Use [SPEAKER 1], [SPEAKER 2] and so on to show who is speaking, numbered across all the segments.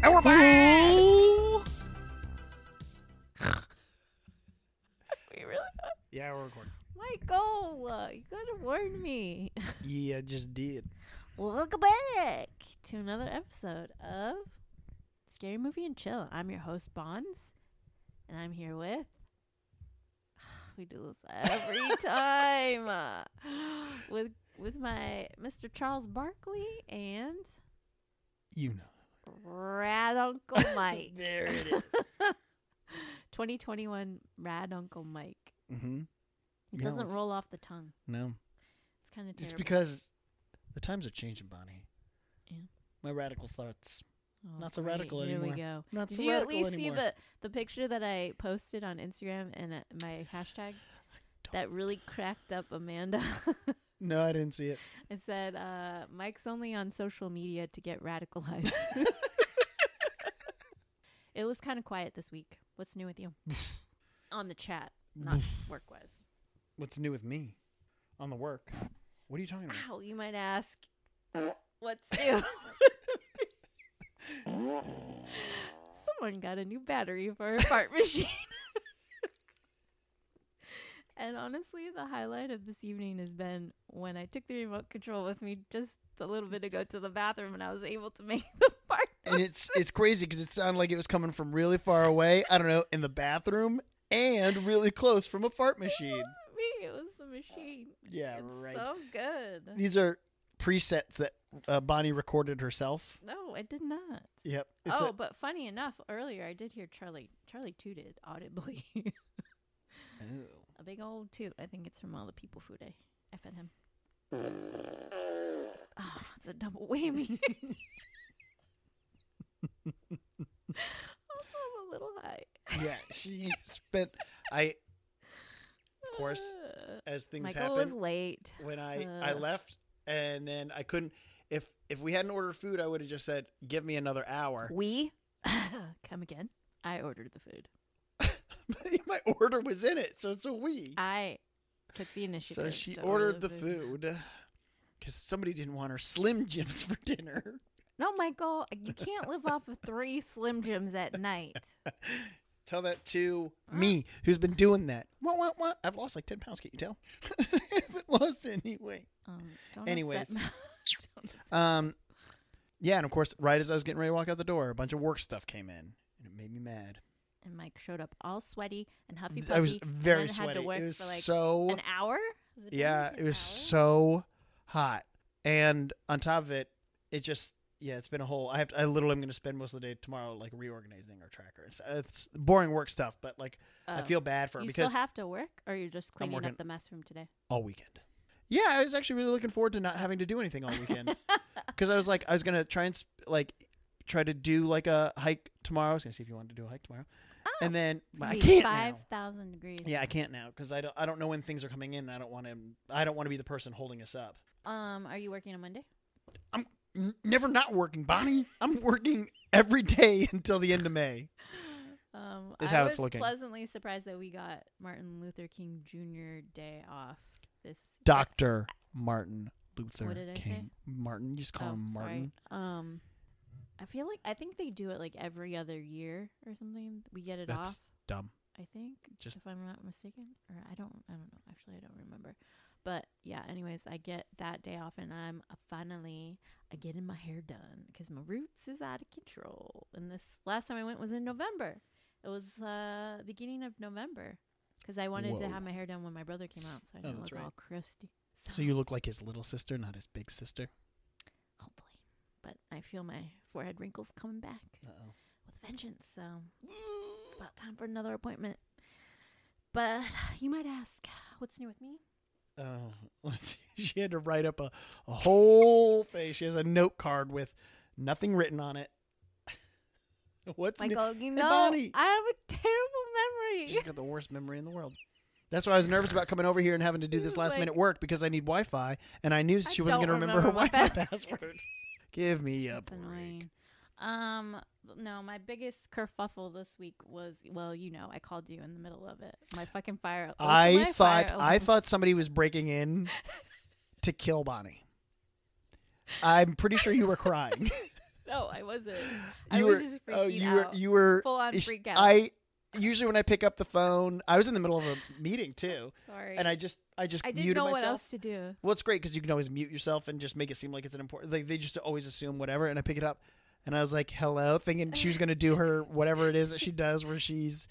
[SPEAKER 1] And Oh, we're back. Mm-hmm.
[SPEAKER 2] We really
[SPEAKER 1] Yeah, we're recording.
[SPEAKER 2] Michael, uh, you gotta warn me.
[SPEAKER 1] Yeah, just did.
[SPEAKER 2] Welcome back to another episode of Scary Movie and Chill. I'm your host, Bonds, and I'm here with. We do this every time uh, with with my Mr. Charles Barkley and
[SPEAKER 1] You know.
[SPEAKER 2] Rad Uncle Mike.
[SPEAKER 1] There it is.
[SPEAKER 2] 2021 Rad Uncle Mike.
[SPEAKER 1] Mm-hmm.
[SPEAKER 2] It
[SPEAKER 1] Yeah,
[SPEAKER 2] doesn't
[SPEAKER 1] let's-
[SPEAKER 2] roll off the tongue.
[SPEAKER 1] No,
[SPEAKER 2] It's kind of
[SPEAKER 1] it's
[SPEAKER 2] terrible.
[SPEAKER 1] because the times are changing, Bonnie.
[SPEAKER 2] Yeah.
[SPEAKER 1] My radical thoughts.
[SPEAKER 2] Oh,
[SPEAKER 1] Not so
[SPEAKER 2] great.
[SPEAKER 1] radical
[SPEAKER 2] Here
[SPEAKER 1] anymore.
[SPEAKER 2] we go.
[SPEAKER 1] Not
[SPEAKER 2] Did
[SPEAKER 1] so
[SPEAKER 2] you at
[SPEAKER 1] radical
[SPEAKER 2] least
[SPEAKER 1] anymore.
[SPEAKER 2] see the the picture that I posted on Instagram and uh, my hashtag
[SPEAKER 1] don't.
[SPEAKER 2] that really cracked up Amanda?
[SPEAKER 1] No, I didn't see it.
[SPEAKER 2] I said, uh, "Mike's only on social media to get radicalized." it was kind of quiet this week. What's new with you? on the chat, not work wise.
[SPEAKER 1] What's new with me? On the work. What are you talking about?
[SPEAKER 2] Ow, you might ask, what's new? Someone got a new battery for her fart machine. and honestly, the highlight of this evening has been when I took the remote control with me just a little bit ago to the bathroom and I was able to make the fart.
[SPEAKER 1] and it's it's crazy because it sounded like it was coming from really far away. I don't know, in the bathroom and really close from a fart
[SPEAKER 2] It
[SPEAKER 1] machine.
[SPEAKER 2] wasn't me, it was the machine.
[SPEAKER 1] Yeah,
[SPEAKER 2] it's
[SPEAKER 1] right.
[SPEAKER 2] so good.
[SPEAKER 1] These are presets that uh, Bonnie recorded herself.
[SPEAKER 2] No, I did not.
[SPEAKER 1] Yep. It's
[SPEAKER 2] oh,
[SPEAKER 1] a-
[SPEAKER 2] but funny enough, earlier I did hear Charlie. Charlie tooted audibly. a big old toot. I think it's from all the people food I, I fed him. oh, it's a double whammy. also, I'm a little high.
[SPEAKER 1] yeah, she spent. I Of course,
[SPEAKER 2] Uh,
[SPEAKER 1] as things
[SPEAKER 2] Michael
[SPEAKER 1] happen
[SPEAKER 2] was late.
[SPEAKER 1] when I I
[SPEAKER 2] uh,
[SPEAKER 1] left and then I couldn't. If if we hadn't ordered food, I would have just said, "Give me another hour."
[SPEAKER 2] We come again. I ordered the food.
[SPEAKER 1] My order was in it, so it's a we.
[SPEAKER 2] I took the initiative.
[SPEAKER 1] So she
[SPEAKER 2] to order
[SPEAKER 1] ordered the food because somebody didn't want her Slim Jims for dinner.
[SPEAKER 2] No, Michael, you can't live off of three Slim Jims at night.
[SPEAKER 1] Tell that to
[SPEAKER 2] Ah.
[SPEAKER 1] me, who's been doing that. What, what, what? I've lost like 10 pounds, can't you tell? I haven't lost any weight.
[SPEAKER 2] Um, don't
[SPEAKER 1] Anyways.
[SPEAKER 2] Upset my, don't upset-
[SPEAKER 1] Um, yeah, and of course, right as I was getting ready to walk out the door, a bunch of work stuff came in, and it made me mad.
[SPEAKER 2] and Mike showed up all sweaty and huffy puffy.
[SPEAKER 1] I was
[SPEAKER 2] and
[SPEAKER 1] very
[SPEAKER 2] then Had
[SPEAKER 1] sweaty.
[SPEAKER 2] to work
[SPEAKER 1] It was
[SPEAKER 2] for like
[SPEAKER 1] so
[SPEAKER 2] an hour. Was it
[SPEAKER 1] yeah,
[SPEAKER 2] only like
[SPEAKER 1] it
[SPEAKER 2] an
[SPEAKER 1] was
[SPEAKER 2] hour?
[SPEAKER 1] so hot, and on top of it, it just yeah, it's been a whole. I have to, I literally am going to spend most of the day tomorrow like reorganizing our trackers. It's boring work stuff, but like I
[SPEAKER 2] Oh.
[SPEAKER 1] feel bad for her
[SPEAKER 2] You
[SPEAKER 1] because
[SPEAKER 2] still have to work, or you're just cleaning
[SPEAKER 1] working.
[SPEAKER 2] up the mess from today.
[SPEAKER 1] all weekend. Yeah, I was actually really looking forward to not having to do anything all weekend because I was like I was gonna try and sp- like try to do like a hike tomorrow. I was gonna see if you wanted to do a hike tomorrow, and then but I can't
[SPEAKER 2] Oh, Five
[SPEAKER 1] now.
[SPEAKER 2] thousand degrees.
[SPEAKER 1] Yeah, I can't now because I don't I don't know when things are coming in. And I don't want to I don't want to be the person holding us up.
[SPEAKER 2] Um, are you working on Monday?
[SPEAKER 1] I'm n- never not working, Bonnie. I'm working every day until the end of May.
[SPEAKER 2] Um,
[SPEAKER 1] Is
[SPEAKER 2] I
[SPEAKER 1] how
[SPEAKER 2] was
[SPEAKER 1] it's looking.
[SPEAKER 2] pleasantly surprised that we got Martin Luther King Jr. Day off. This
[SPEAKER 1] Doctor Martin Luther
[SPEAKER 2] What did I say?
[SPEAKER 1] King. Martin, you just call
[SPEAKER 2] oh,
[SPEAKER 1] him
[SPEAKER 2] sorry.
[SPEAKER 1] Martin.
[SPEAKER 2] Um, I feel like I think they do it like every other year or something. We get it
[SPEAKER 1] That's
[SPEAKER 2] off.
[SPEAKER 1] dumb.
[SPEAKER 2] I think,
[SPEAKER 1] Just-
[SPEAKER 2] if I'm not mistaken, or I don't, I don't know. Actually, I don't remember. But yeah, anyways, I get that day off, and I'm uh, finally uh, getting my hair done because my roots is out of control. And this last time I went was in November. It was uh beginning of November because I wanted to
[SPEAKER 1] Whoa. Oh,
[SPEAKER 2] have my hair done when my brother came out, so I didn't
[SPEAKER 1] that's
[SPEAKER 2] look
[SPEAKER 1] right.
[SPEAKER 2] all crusty.
[SPEAKER 1] So you look like his little sister, not his big sister.
[SPEAKER 2] hopefully, but I feel my forehead wrinkles coming back
[SPEAKER 1] Uh-oh.
[SPEAKER 2] with a vengeance. So it's about time for another appointment. But you might ask, what's new with me?
[SPEAKER 1] Uh, let's see. she had to write up a, a whole thing. She has a note card with nothing written on it. What's new?
[SPEAKER 2] Michael, oh, you
[SPEAKER 1] Hey,
[SPEAKER 2] know,
[SPEAKER 1] Bonnie.
[SPEAKER 2] I have a terrible memory.
[SPEAKER 1] She's got the worst memory in the world. That's why I was nervous about coming over here and having to do
[SPEAKER 2] He
[SPEAKER 1] this
[SPEAKER 2] was
[SPEAKER 1] last
[SPEAKER 2] like-
[SPEAKER 1] minute work because I need Wi Fi and I knew
[SPEAKER 2] I
[SPEAKER 1] she wasn't going
[SPEAKER 2] don't
[SPEAKER 1] to remember her Wi
[SPEAKER 2] remember my
[SPEAKER 1] Fi
[SPEAKER 2] password.
[SPEAKER 1] password. Give me a
[SPEAKER 2] That's
[SPEAKER 1] break.
[SPEAKER 2] annoying. Um, no, my biggest kerfuffle this week was well, you know, I called you in the middle of it. My fucking fire. al-
[SPEAKER 1] I
[SPEAKER 2] my fire
[SPEAKER 1] thought I
[SPEAKER 2] alarm.
[SPEAKER 1] thought somebody was breaking in to kill Bonnie. I'm pretty sure you were crying.
[SPEAKER 2] No, I wasn't. I
[SPEAKER 1] You
[SPEAKER 2] was
[SPEAKER 1] were-
[SPEAKER 2] just freaking
[SPEAKER 1] oh, you
[SPEAKER 2] out.
[SPEAKER 1] were you were
[SPEAKER 2] Full on
[SPEAKER 1] ish-
[SPEAKER 2] freak out.
[SPEAKER 1] I usually when I pick up the phone, I was in the middle of a meeting too,
[SPEAKER 2] Sorry.
[SPEAKER 1] and I just I just
[SPEAKER 2] I didn't
[SPEAKER 1] muted
[SPEAKER 2] know
[SPEAKER 1] myself.
[SPEAKER 2] what else to do.
[SPEAKER 1] Well, it's great because you can always mute yourself and just make it seem like it's an important. Like they just always assume whatever, and I pick it up, and I was like, "Hello," thinking she was gonna do her whatever it is that she does, where she's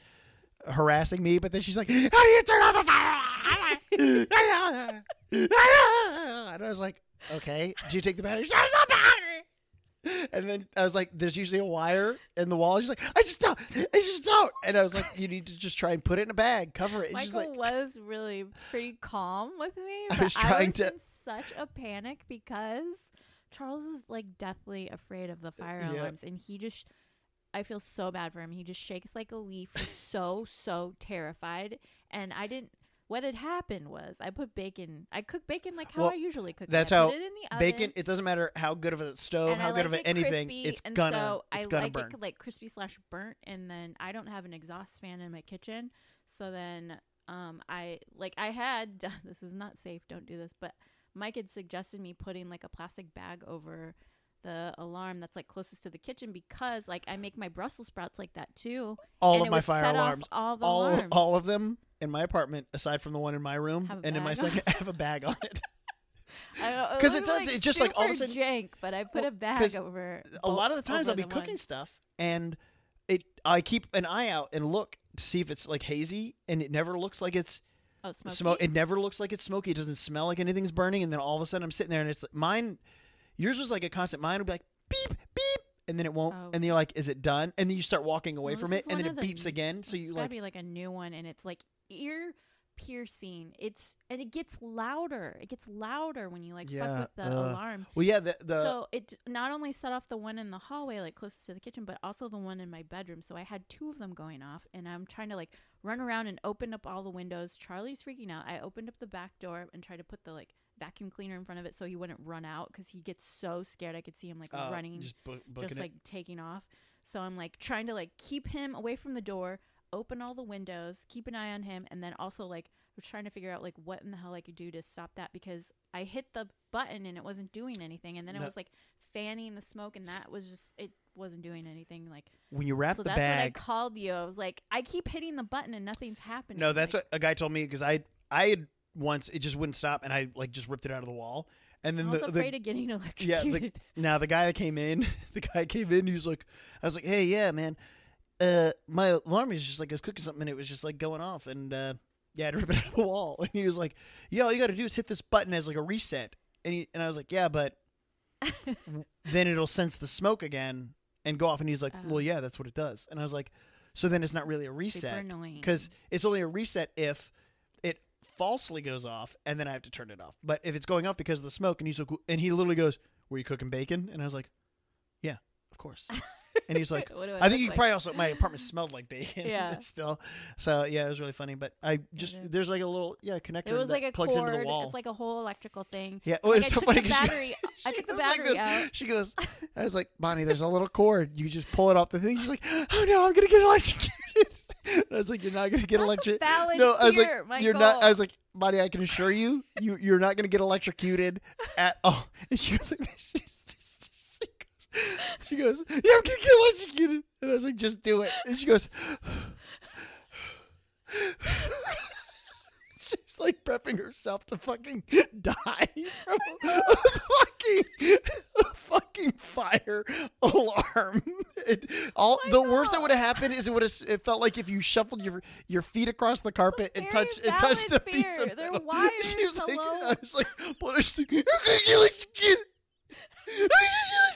[SPEAKER 1] harassing me, but then she's like, "How do you turn off a fire?" and I was like, "Okay, do you take the battery?" She's like, "No battery." And then I was like, "There's usually a wire in the wall." She's like, "I just don't, I just don't." And I was like, "You need to just try and put it in a bag, cover it." And she's
[SPEAKER 2] Michael
[SPEAKER 1] like,
[SPEAKER 2] was really pretty calm with me.
[SPEAKER 1] I
[SPEAKER 2] But
[SPEAKER 1] was trying to-
[SPEAKER 2] in such a panic because Charles is like deathly afraid of the fire
[SPEAKER 1] Uh, yeah.
[SPEAKER 2] alarms, and he just. I feel so bad for him. He just shakes like a leaf. He's so so terrified, and I didn't. What had happened was I put bacon. I cooked bacon like how
[SPEAKER 1] Well,
[SPEAKER 2] I usually cook. it.
[SPEAKER 1] that's
[SPEAKER 2] I
[SPEAKER 1] how
[SPEAKER 2] put it in the oven.
[SPEAKER 1] bacon it doesn't matter how good of a stove
[SPEAKER 2] and
[SPEAKER 1] how
[SPEAKER 2] I
[SPEAKER 1] good
[SPEAKER 2] like
[SPEAKER 1] of a
[SPEAKER 2] it
[SPEAKER 1] anything
[SPEAKER 2] crispy,
[SPEAKER 1] it's
[SPEAKER 2] and
[SPEAKER 1] gonna
[SPEAKER 2] so
[SPEAKER 1] it's
[SPEAKER 2] I
[SPEAKER 1] gonna
[SPEAKER 2] like
[SPEAKER 1] burn
[SPEAKER 2] it like crispy slash burnt, and then I don't have an exhaust fan in my kitchen, so then um I like I had this is not safe, don't do this, but Mike had suggested me putting like a plastic bag over the alarm that's like closest to the kitchen because like I make my Brussels sprouts like that too.
[SPEAKER 1] all
[SPEAKER 2] and
[SPEAKER 1] of
[SPEAKER 2] it
[SPEAKER 1] my
[SPEAKER 2] would
[SPEAKER 1] fire
[SPEAKER 2] set off
[SPEAKER 1] alarms
[SPEAKER 2] all the
[SPEAKER 1] all
[SPEAKER 2] alarms.
[SPEAKER 1] all of them in my apartment aside from the one in my room
[SPEAKER 2] Have a
[SPEAKER 1] and in my
[SPEAKER 2] bag on
[SPEAKER 1] second have a bag on it
[SPEAKER 2] I don't-
[SPEAKER 1] 'Cause it
[SPEAKER 2] was,
[SPEAKER 1] does- it just, like, all of a
[SPEAKER 2] super
[SPEAKER 1] sudden-
[SPEAKER 2] jank, but I put
[SPEAKER 1] Well,
[SPEAKER 2] a bag
[SPEAKER 1] 'cause
[SPEAKER 2] over.
[SPEAKER 1] a
[SPEAKER 2] both-
[SPEAKER 1] lot of the times
[SPEAKER 2] over
[SPEAKER 1] i'll be
[SPEAKER 2] the
[SPEAKER 1] cooking
[SPEAKER 2] one.
[SPEAKER 1] stuff and it i keep an eye out and look to see if it's like hazy and it never looks like it's
[SPEAKER 2] Oh, smoky.
[SPEAKER 1] smoke it never looks like it's smoky it doesn't smell like anything's burning and then all of a sudden i'm sitting there and it's like mine yours was like a constant mine would be like beep beep and then it won't
[SPEAKER 2] Oh.
[SPEAKER 1] and then you're like is it done and then you start walking away
[SPEAKER 2] Well,
[SPEAKER 1] from
[SPEAKER 2] this
[SPEAKER 1] it
[SPEAKER 2] is
[SPEAKER 1] and
[SPEAKER 2] one
[SPEAKER 1] then it
[SPEAKER 2] of the
[SPEAKER 1] beeps
[SPEAKER 2] n-
[SPEAKER 1] again so you
[SPEAKER 2] it's gotta
[SPEAKER 1] like
[SPEAKER 2] be like a new one, and it's like ear piercing. It's and it gets louder. It gets louder when you like
[SPEAKER 1] Yeah,
[SPEAKER 2] fuck with the
[SPEAKER 1] uh,
[SPEAKER 2] alarm.
[SPEAKER 1] well yeah the, the
[SPEAKER 2] so it d- not only set off the one in the hallway, like closest to the kitchen, but also the one in my bedroom. So I had two of them going off, and I'm trying to like run around and open up all the windows. Charlie's freaking out. I opened up the back door and tried to put the like vacuum cleaner in front of it so he wouldn't run out because he gets so scared. I could see him like
[SPEAKER 1] uh,
[SPEAKER 2] running
[SPEAKER 1] just, bu- booking
[SPEAKER 2] just
[SPEAKER 1] it.
[SPEAKER 2] like taking off. So I'm like trying to like keep him away from the door, open all the windows, keep an eye on him, and then also like I was trying to figure out like what in the hell I could do to stop that because I hit the button and it wasn't doing anything, and then it
[SPEAKER 1] No.
[SPEAKER 2] was like fanning the smoke, and that was just it wasn't doing anything. Like
[SPEAKER 1] when you wrap
[SPEAKER 2] so
[SPEAKER 1] the
[SPEAKER 2] that's when I
[SPEAKER 1] bag
[SPEAKER 2] called you. I was like, I keep hitting the button and nothing's happening.
[SPEAKER 1] no that's
[SPEAKER 2] like,
[SPEAKER 1] what a guy told me because i i had once it just wouldn't stop and i like just ripped it out of the wall and then
[SPEAKER 2] I was
[SPEAKER 1] the, the
[SPEAKER 2] afraid of getting
[SPEAKER 1] yeah,
[SPEAKER 2] electrocuted.
[SPEAKER 1] the, now the guy that came in, the guy came in. He was like, I was like, hey, yeah, man, uh, my alarm is just like I was cooking something and it was just like going off, and uh, yeah, I'd rip it out of the wall. And he was like, yeah, all you got to do is hit this button as like a reset, and he, and I was like, yeah, but then it'll sense the smoke again and go off. And he's like,
[SPEAKER 2] Oh.
[SPEAKER 1] well, yeah, that's what it does. And I was like, so then it's not really a
[SPEAKER 2] Super
[SPEAKER 1] reset
[SPEAKER 2] annoying.
[SPEAKER 1] because it's only a reset if it falsely goes off and then I have to turn it off. But if it's going off because of the smoke and he's like, and he literally goes, "Were you cooking bacon?" and I was like, "Yeah, of course." and he's like,
[SPEAKER 2] What do
[SPEAKER 1] "I think
[SPEAKER 2] look
[SPEAKER 1] you
[SPEAKER 2] like?
[SPEAKER 1] probably also my apartment smelled like bacon
[SPEAKER 2] Yeah.
[SPEAKER 1] still." So yeah, it was really funny. But I just
[SPEAKER 2] did.
[SPEAKER 1] there's like a little yeah connector
[SPEAKER 2] It was
[SPEAKER 1] that
[SPEAKER 2] like a
[SPEAKER 1] plugs
[SPEAKER 2] cord.
[SPEAKER 1] into the wall.
[SPEAKER 2] It's like a whole electrical thing.
[SPEAKER 1] yeah, well,
[SPEAKER 2] like,
[SPEAKER 1] it's
[SPEAKER 2] I
[SPEAKER 1] so
[SPEAKER 2] took
[SPEAKER 1] funny
[SPEAKER 2] the
[SPEAKER 1] 'cause she-
[SPEAKER 2] battery. I
[SPEAKER 1] she
[SPEAKER 2] took the
[SPEAKER 1] goes like
[SPEAKER 2] battery
[SPEAKER 1] this.
[SPEAKER 2] out.
[SPEAKER 1] She goes, I was like, Bonnie, there's a little cord. You just pull it off the thing. She's like, oh no, I'm gonna get electrocuted. And I was like, you're not gonna get
[SPEAKER 2] That's a
[SPEAKER 1] electrocuted.
[SPEAKER 2] valid
[SPEAKER 1] No, I was like,
[SPEAKER 2] fear,
[SPEAKER 1] you're not. I
[SPEAKER 2] Michael.
[SPEAKER 1] was like, Bonnie, I can assure you, you you're not gonna get electrocuted at all. And she goes like, this. she's, she goes, she goes, yeah, I'm gonna get electrocuted. And I was like, just do it. And she goes. She's like prepping herself to fucking die from a fucking a fucking fire alarm. It, all the worst that
[SPEAKER 2] Oh God.
[SPEAKER 1] would have happened is it would have it felt like if you shuffled your your feet across the carpet and
[SPEAKER 2] very
[SPEAKER 1] touched and touched the
[SPEAKER 2] valid
[SPEAKER 1] piece
[SPEAKER 2] fear.
[SPEAKER 1] of
[SPEAKER 2] They're
[SPEAKER 1] metal.
[SPEAKER 2] wires,
[SPEAKER 1] She was like,
[SPEAKER 2] hello?
[SPEAKER 1] I was like, what are you doing? You're like skin. You're like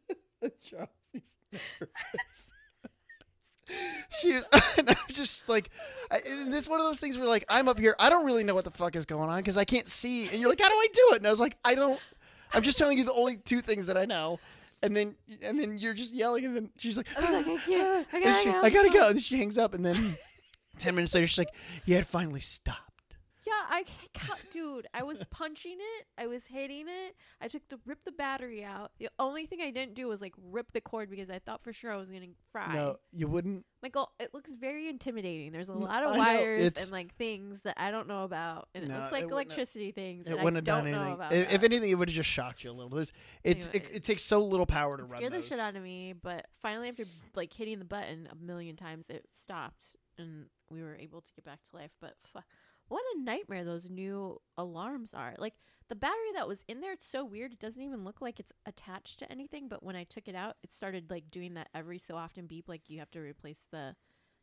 [SPEAKER 1] skin. Charles, he's nervous. She was, and I was just like, I, and it's one of those things where like I'm up here, I don't really know what the fuck is going on because I can't see, and you're like, how do I do it? And I was like, I don't. I'm just telling you the only two things that I know, and then and then you're just yelling, and then she's like, "Ah."
[SPEAKER 2] I was like, I can't. I
[SPEAKER 1] and
[SPEAKER 2] gotta
[SPEAKER 1] she-
[SPEAKER 2] go.
[SPEAKER 1] I gotta go. And then she hangs up, and then ten minutes later, she's like, yeah, it finally stopped.
[SPEAKER 2] Yeah, I can't, dude. I was punching it. I was hitting it. I took the rip the battery out. The only thing I didn't do was like rip the cord because I thought for sure I was gonna fry.
[SPEAKER 1] No, you wouldn't.
[SPEAKER 2] Michael, it looks very intimidating. There's a
[SPEAKER 1] No,
[SPEAKER 2] lot
[SPEAKER 1] I
[SPEAKER 2] of
[SPEAKER 1] know,
[SPEAKER 2] wires
[SPEAKER 1] it's-
[SPEAKER 2] and like things that I don't know about, and
[SPEAKER 1] No,
[SPEAKER 2] it looks
[SPEAKER 1] it
[SPEAKER 2] like
[SPEAKER 1] wouldn't have-
[SPEAKER 2] electricity things
[SPEAKER 1] It
[SPEAKER 2] that
[SPEAKER 1] wouldn't
[SPEAKER 2] I
[SPEAKER 1] have
[SPEAKER 2] don't
[SPEAKER 1] done
[SPEAKER 2] know
[SPEAKER 1] anything.
[SPEAKER 2] about.
[SPEAKER 1] if, if
[SPEAKER 2] that.
[SPEAKER 1] anything, it would have just shocked you a little. There's, it,
[SPEAKER 2] Anyway,
[SPEAKER 1] it, it takes so little power to
[SPEAKER 2] It
[SPEAKER 1] run
[SPEAKER 2] scared the
[SPEAKER 1] those.
[SPEAKER 2] shit out of me, but finally, after like hitting the button a million times, it stopped, and we were able to get back to life. But fu- what a nightmare those new alarms are! Like the battery that was in there, it's so weird. It doesn't even look like it's attached to anything. But when I took it out, it started like doing that every so often beep, like you have to replace the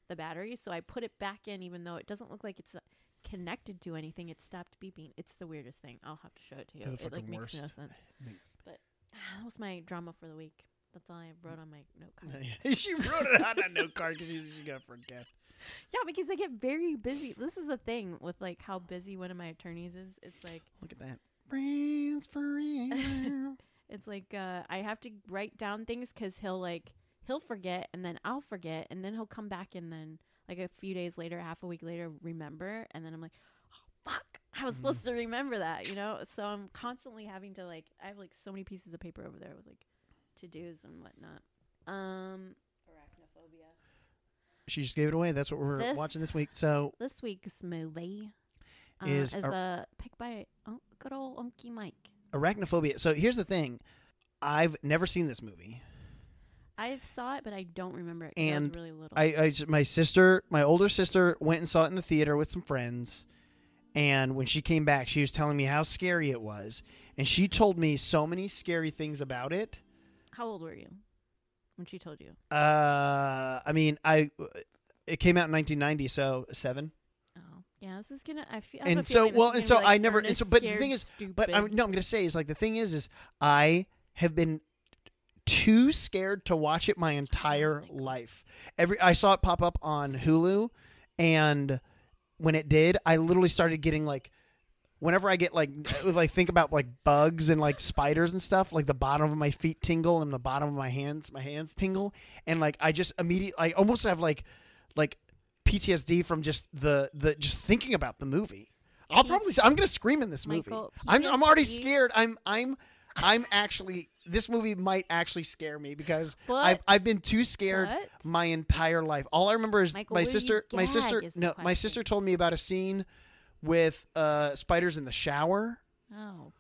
[SPEAKER 2] the battery. So I put it back in, even though it doesn't look like it's uh, connected to anything. It stopped beeping. It's the weirdest thing. I'll have to show it to you.
[SPEAKER 1] They're the
[SPEAKER 2] it like
[SPEAKER 1] fucking
[SPEAKER 2] makes no
[SPEAKER 1] worst.
[SPEAKER 2] sense. Ah, that was my drama for the week. That's all I wrote on my note card.
[SPEAKER 1] she wrote it on a note card because she's gonna forget.
[SPEAKER 2] Yeah, because I get very busy. This is the thing with like how busy one of my attorneys is. It's like
[SPEAKER 1] Look at that. Friends forever.
[SPEAKER 2] it's like uh, I have to write down things because he'll like he'll forget and then I'll forget and then he'll come back and then like a few days later, half a week later, remember and then I'm like, oh fuck, I was supposed to remember that, you know. So I'm constantly having to like I have like so many pieces of paper over there with like to dos and whatnot. Um, arachnophobia.
[SPEAKER 1] she just gave it away. That's what we're
[SPEAKER 2] This-
[SPEAKER 1] watching this week. So
[SPEAKER 2] This week's movie uh,
[SPEAKER 1] Is
[SPEAKER 2] is,
[SPEAKER 1] a-
[SPEAKER 2] a pick by un- good old Unky Mike.
[SPEAKER 1] arachnophobia. So here's the thing. I've never seen this movie.
[SPEAKER 2] I saw it, but I don't remember it. 'cause
[SPEAKER 1] And
[SPEAKER 2] I was really little.
[SPEAKER 1] I, I just- my sister, my older sister, went and saw it in the theater with some friends. And when she came back, she was telling me how scary it was, and she told me so many scary things about it.
[SPEAKER 2] How old were you when she told you?
[SPEAKER 1] Uh, I mean, I it came out in 1990, so seven.
[SPEAKER 2] Oh, yeah. This is gonna. I feel.
[SPEAKER 1] And so- well, and so I never- and so- but the thing is-
[SPEAKER 2] stupid.
[SPEAKER 1] But I'm, no, I'm gonna say is like the thing is, is I have been too scared to watch it my entire
[SPEAKER 2] Michael.
[SPEAKER 1] life. Every I saw it pop up on Hulu, and when it did, I literally started getting like. Whenever I get like, like think about like bugs and like spiders and stuff, like the bottom of my feet tingle and the bottom of my hands, my hands tingle, and like I just immediately, I almost have like, like PTSD from just the the just thinking about the movie. I'll probably, I'm gonna scream in this movie.
[SPEAKER 2] Michael,
[SPEAKER 1] I'm I'm already
[SPEAKER 2] PTSD.
[SPEAKER 1] scared. I'm I'm I'm actually this movie might actually scare me because I've
[SPEAKER 2] What?
[SPEAKER 1] I've been too scared
[SPEAKER 2] What?
[SPEAKER 1] my entire life. All I remember is
[SPEAKER 2] Michael,
[SPEAKER 1] my
[SPEAKER 2] will you
[SPEAKER 1] sister my
[SPEAKER 2] gag
[SPEAKER 1] sister
[SPEAKER 2] is the
[SPEAKER 1] no my
[SPEAKER 2] question.
[SPEAKER 1] sister told me about a scene with uh spiders in the shower
[SPEAKER 2] Oh,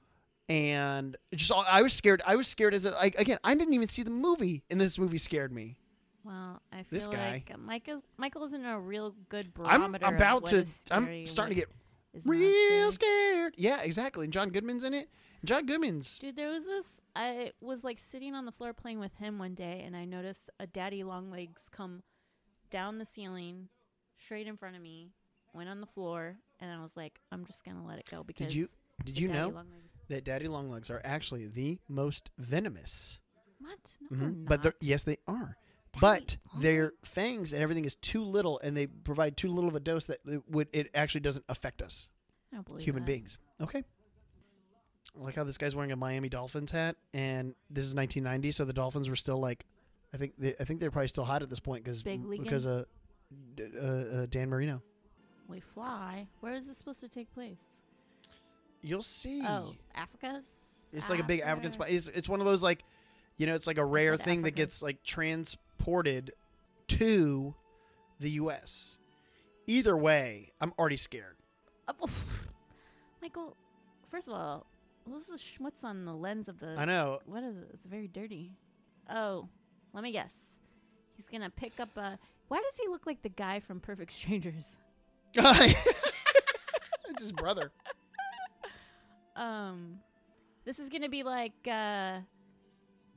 [SPEAKER 1] and just all, I was scared. I was scared as a, I, again. I didn't even see the movie, and this movie scared me.
[SPEAKER 2] well, I feel
[SPEAKER 1] This
[SPEAKER 2] like uh, Michael. Michael isn't a real good
[SPEAKER 1] I'm
[SPEAKER 2] barometer.
[SPEAKER 1] about to. I'm starting to get
[SPEAKER 2] get
[SPEAKER 1] real scared. Yeah, exactly. And John Goodman's in it. John Goodman's.
[SPEAKER 2] Dude, there was this. I was like sitting on the floor playing with him one day, and I noticed a daddy long legs come down the ceiling, straight in front of me, went on the floor, and I was like, I'm just gonna let it go because.
[SPEAKER 1] Did you
[SPEAKER 2] it's
[SPEAKER 1] did
[SPEAKER 2] a
[SPEAKER 1] you
[SPEAKER 2] daddy
[SPEAKER 1] know
[SPEAKER 2] long-legs.
[SPEAKER 1] that daddy long legs are actually the most venomous?
[SPEAKER 2] What? No,
[SPEAKER 1] Mhm.
[SPEAKER 2] they're
[SPEAKER 1] But they're,
[SPEAKER 2] Oh, not.
[SPEAKER 1] yes, they are.
[SPEAKER 2] Daddy
[SPEAKER 1] but
[SPEAKER 2] long-
[SPEAKER 1] their fangs and everything is too little, and they provide too little of a dose that it would it actually doesn't affect us
[SPEAKER 2] I don't believe
[SPEAKER 1] human
[SPEAKER 2] that.
[SPEAKER 1] beings. Okay. I like how this guy's wearing a Miami Dolphins hat, and this is 1990, so the Dolphins were still like, I think they, I think they're probably still hot at this point because
[SPEAKER 2] Big leaguing?
[SPEAKER 1] because uh, d- uh, uh, Dan Marino.
[SPEAKER 2] We fly. Where is this supposed to take place?
[SPEAKER 1] You'll see.
[SPEAKER 2] Oh, Africa's.
[SPEAKER 1] It's like a big African
[SPEAKER 2] Africa.
[SPEAKER 1] spot. It's, it's one of those like, you know, it's like a rare
[SPEAKER 2] said
[SPEAKER 1] thing that
[SPEAKER 2] Africa.
[SPEAKER 1] gets like transported to the U.S. Either way, I'm already scared.
[SPEAKER 2] Uh, oof. Michael, first of all, what's the schmutz on the lens of the?
[SPEAKER 1] I know.
[SPEAKER 2] What is it? It's very dirty. Oh, let me guess. He's gonna pick up a. Why does he look like the guy from Perfect Strangers?
[SPEAKER 1] it's his brother.
[SPEAKER 2] Um, this is gonna be like uh,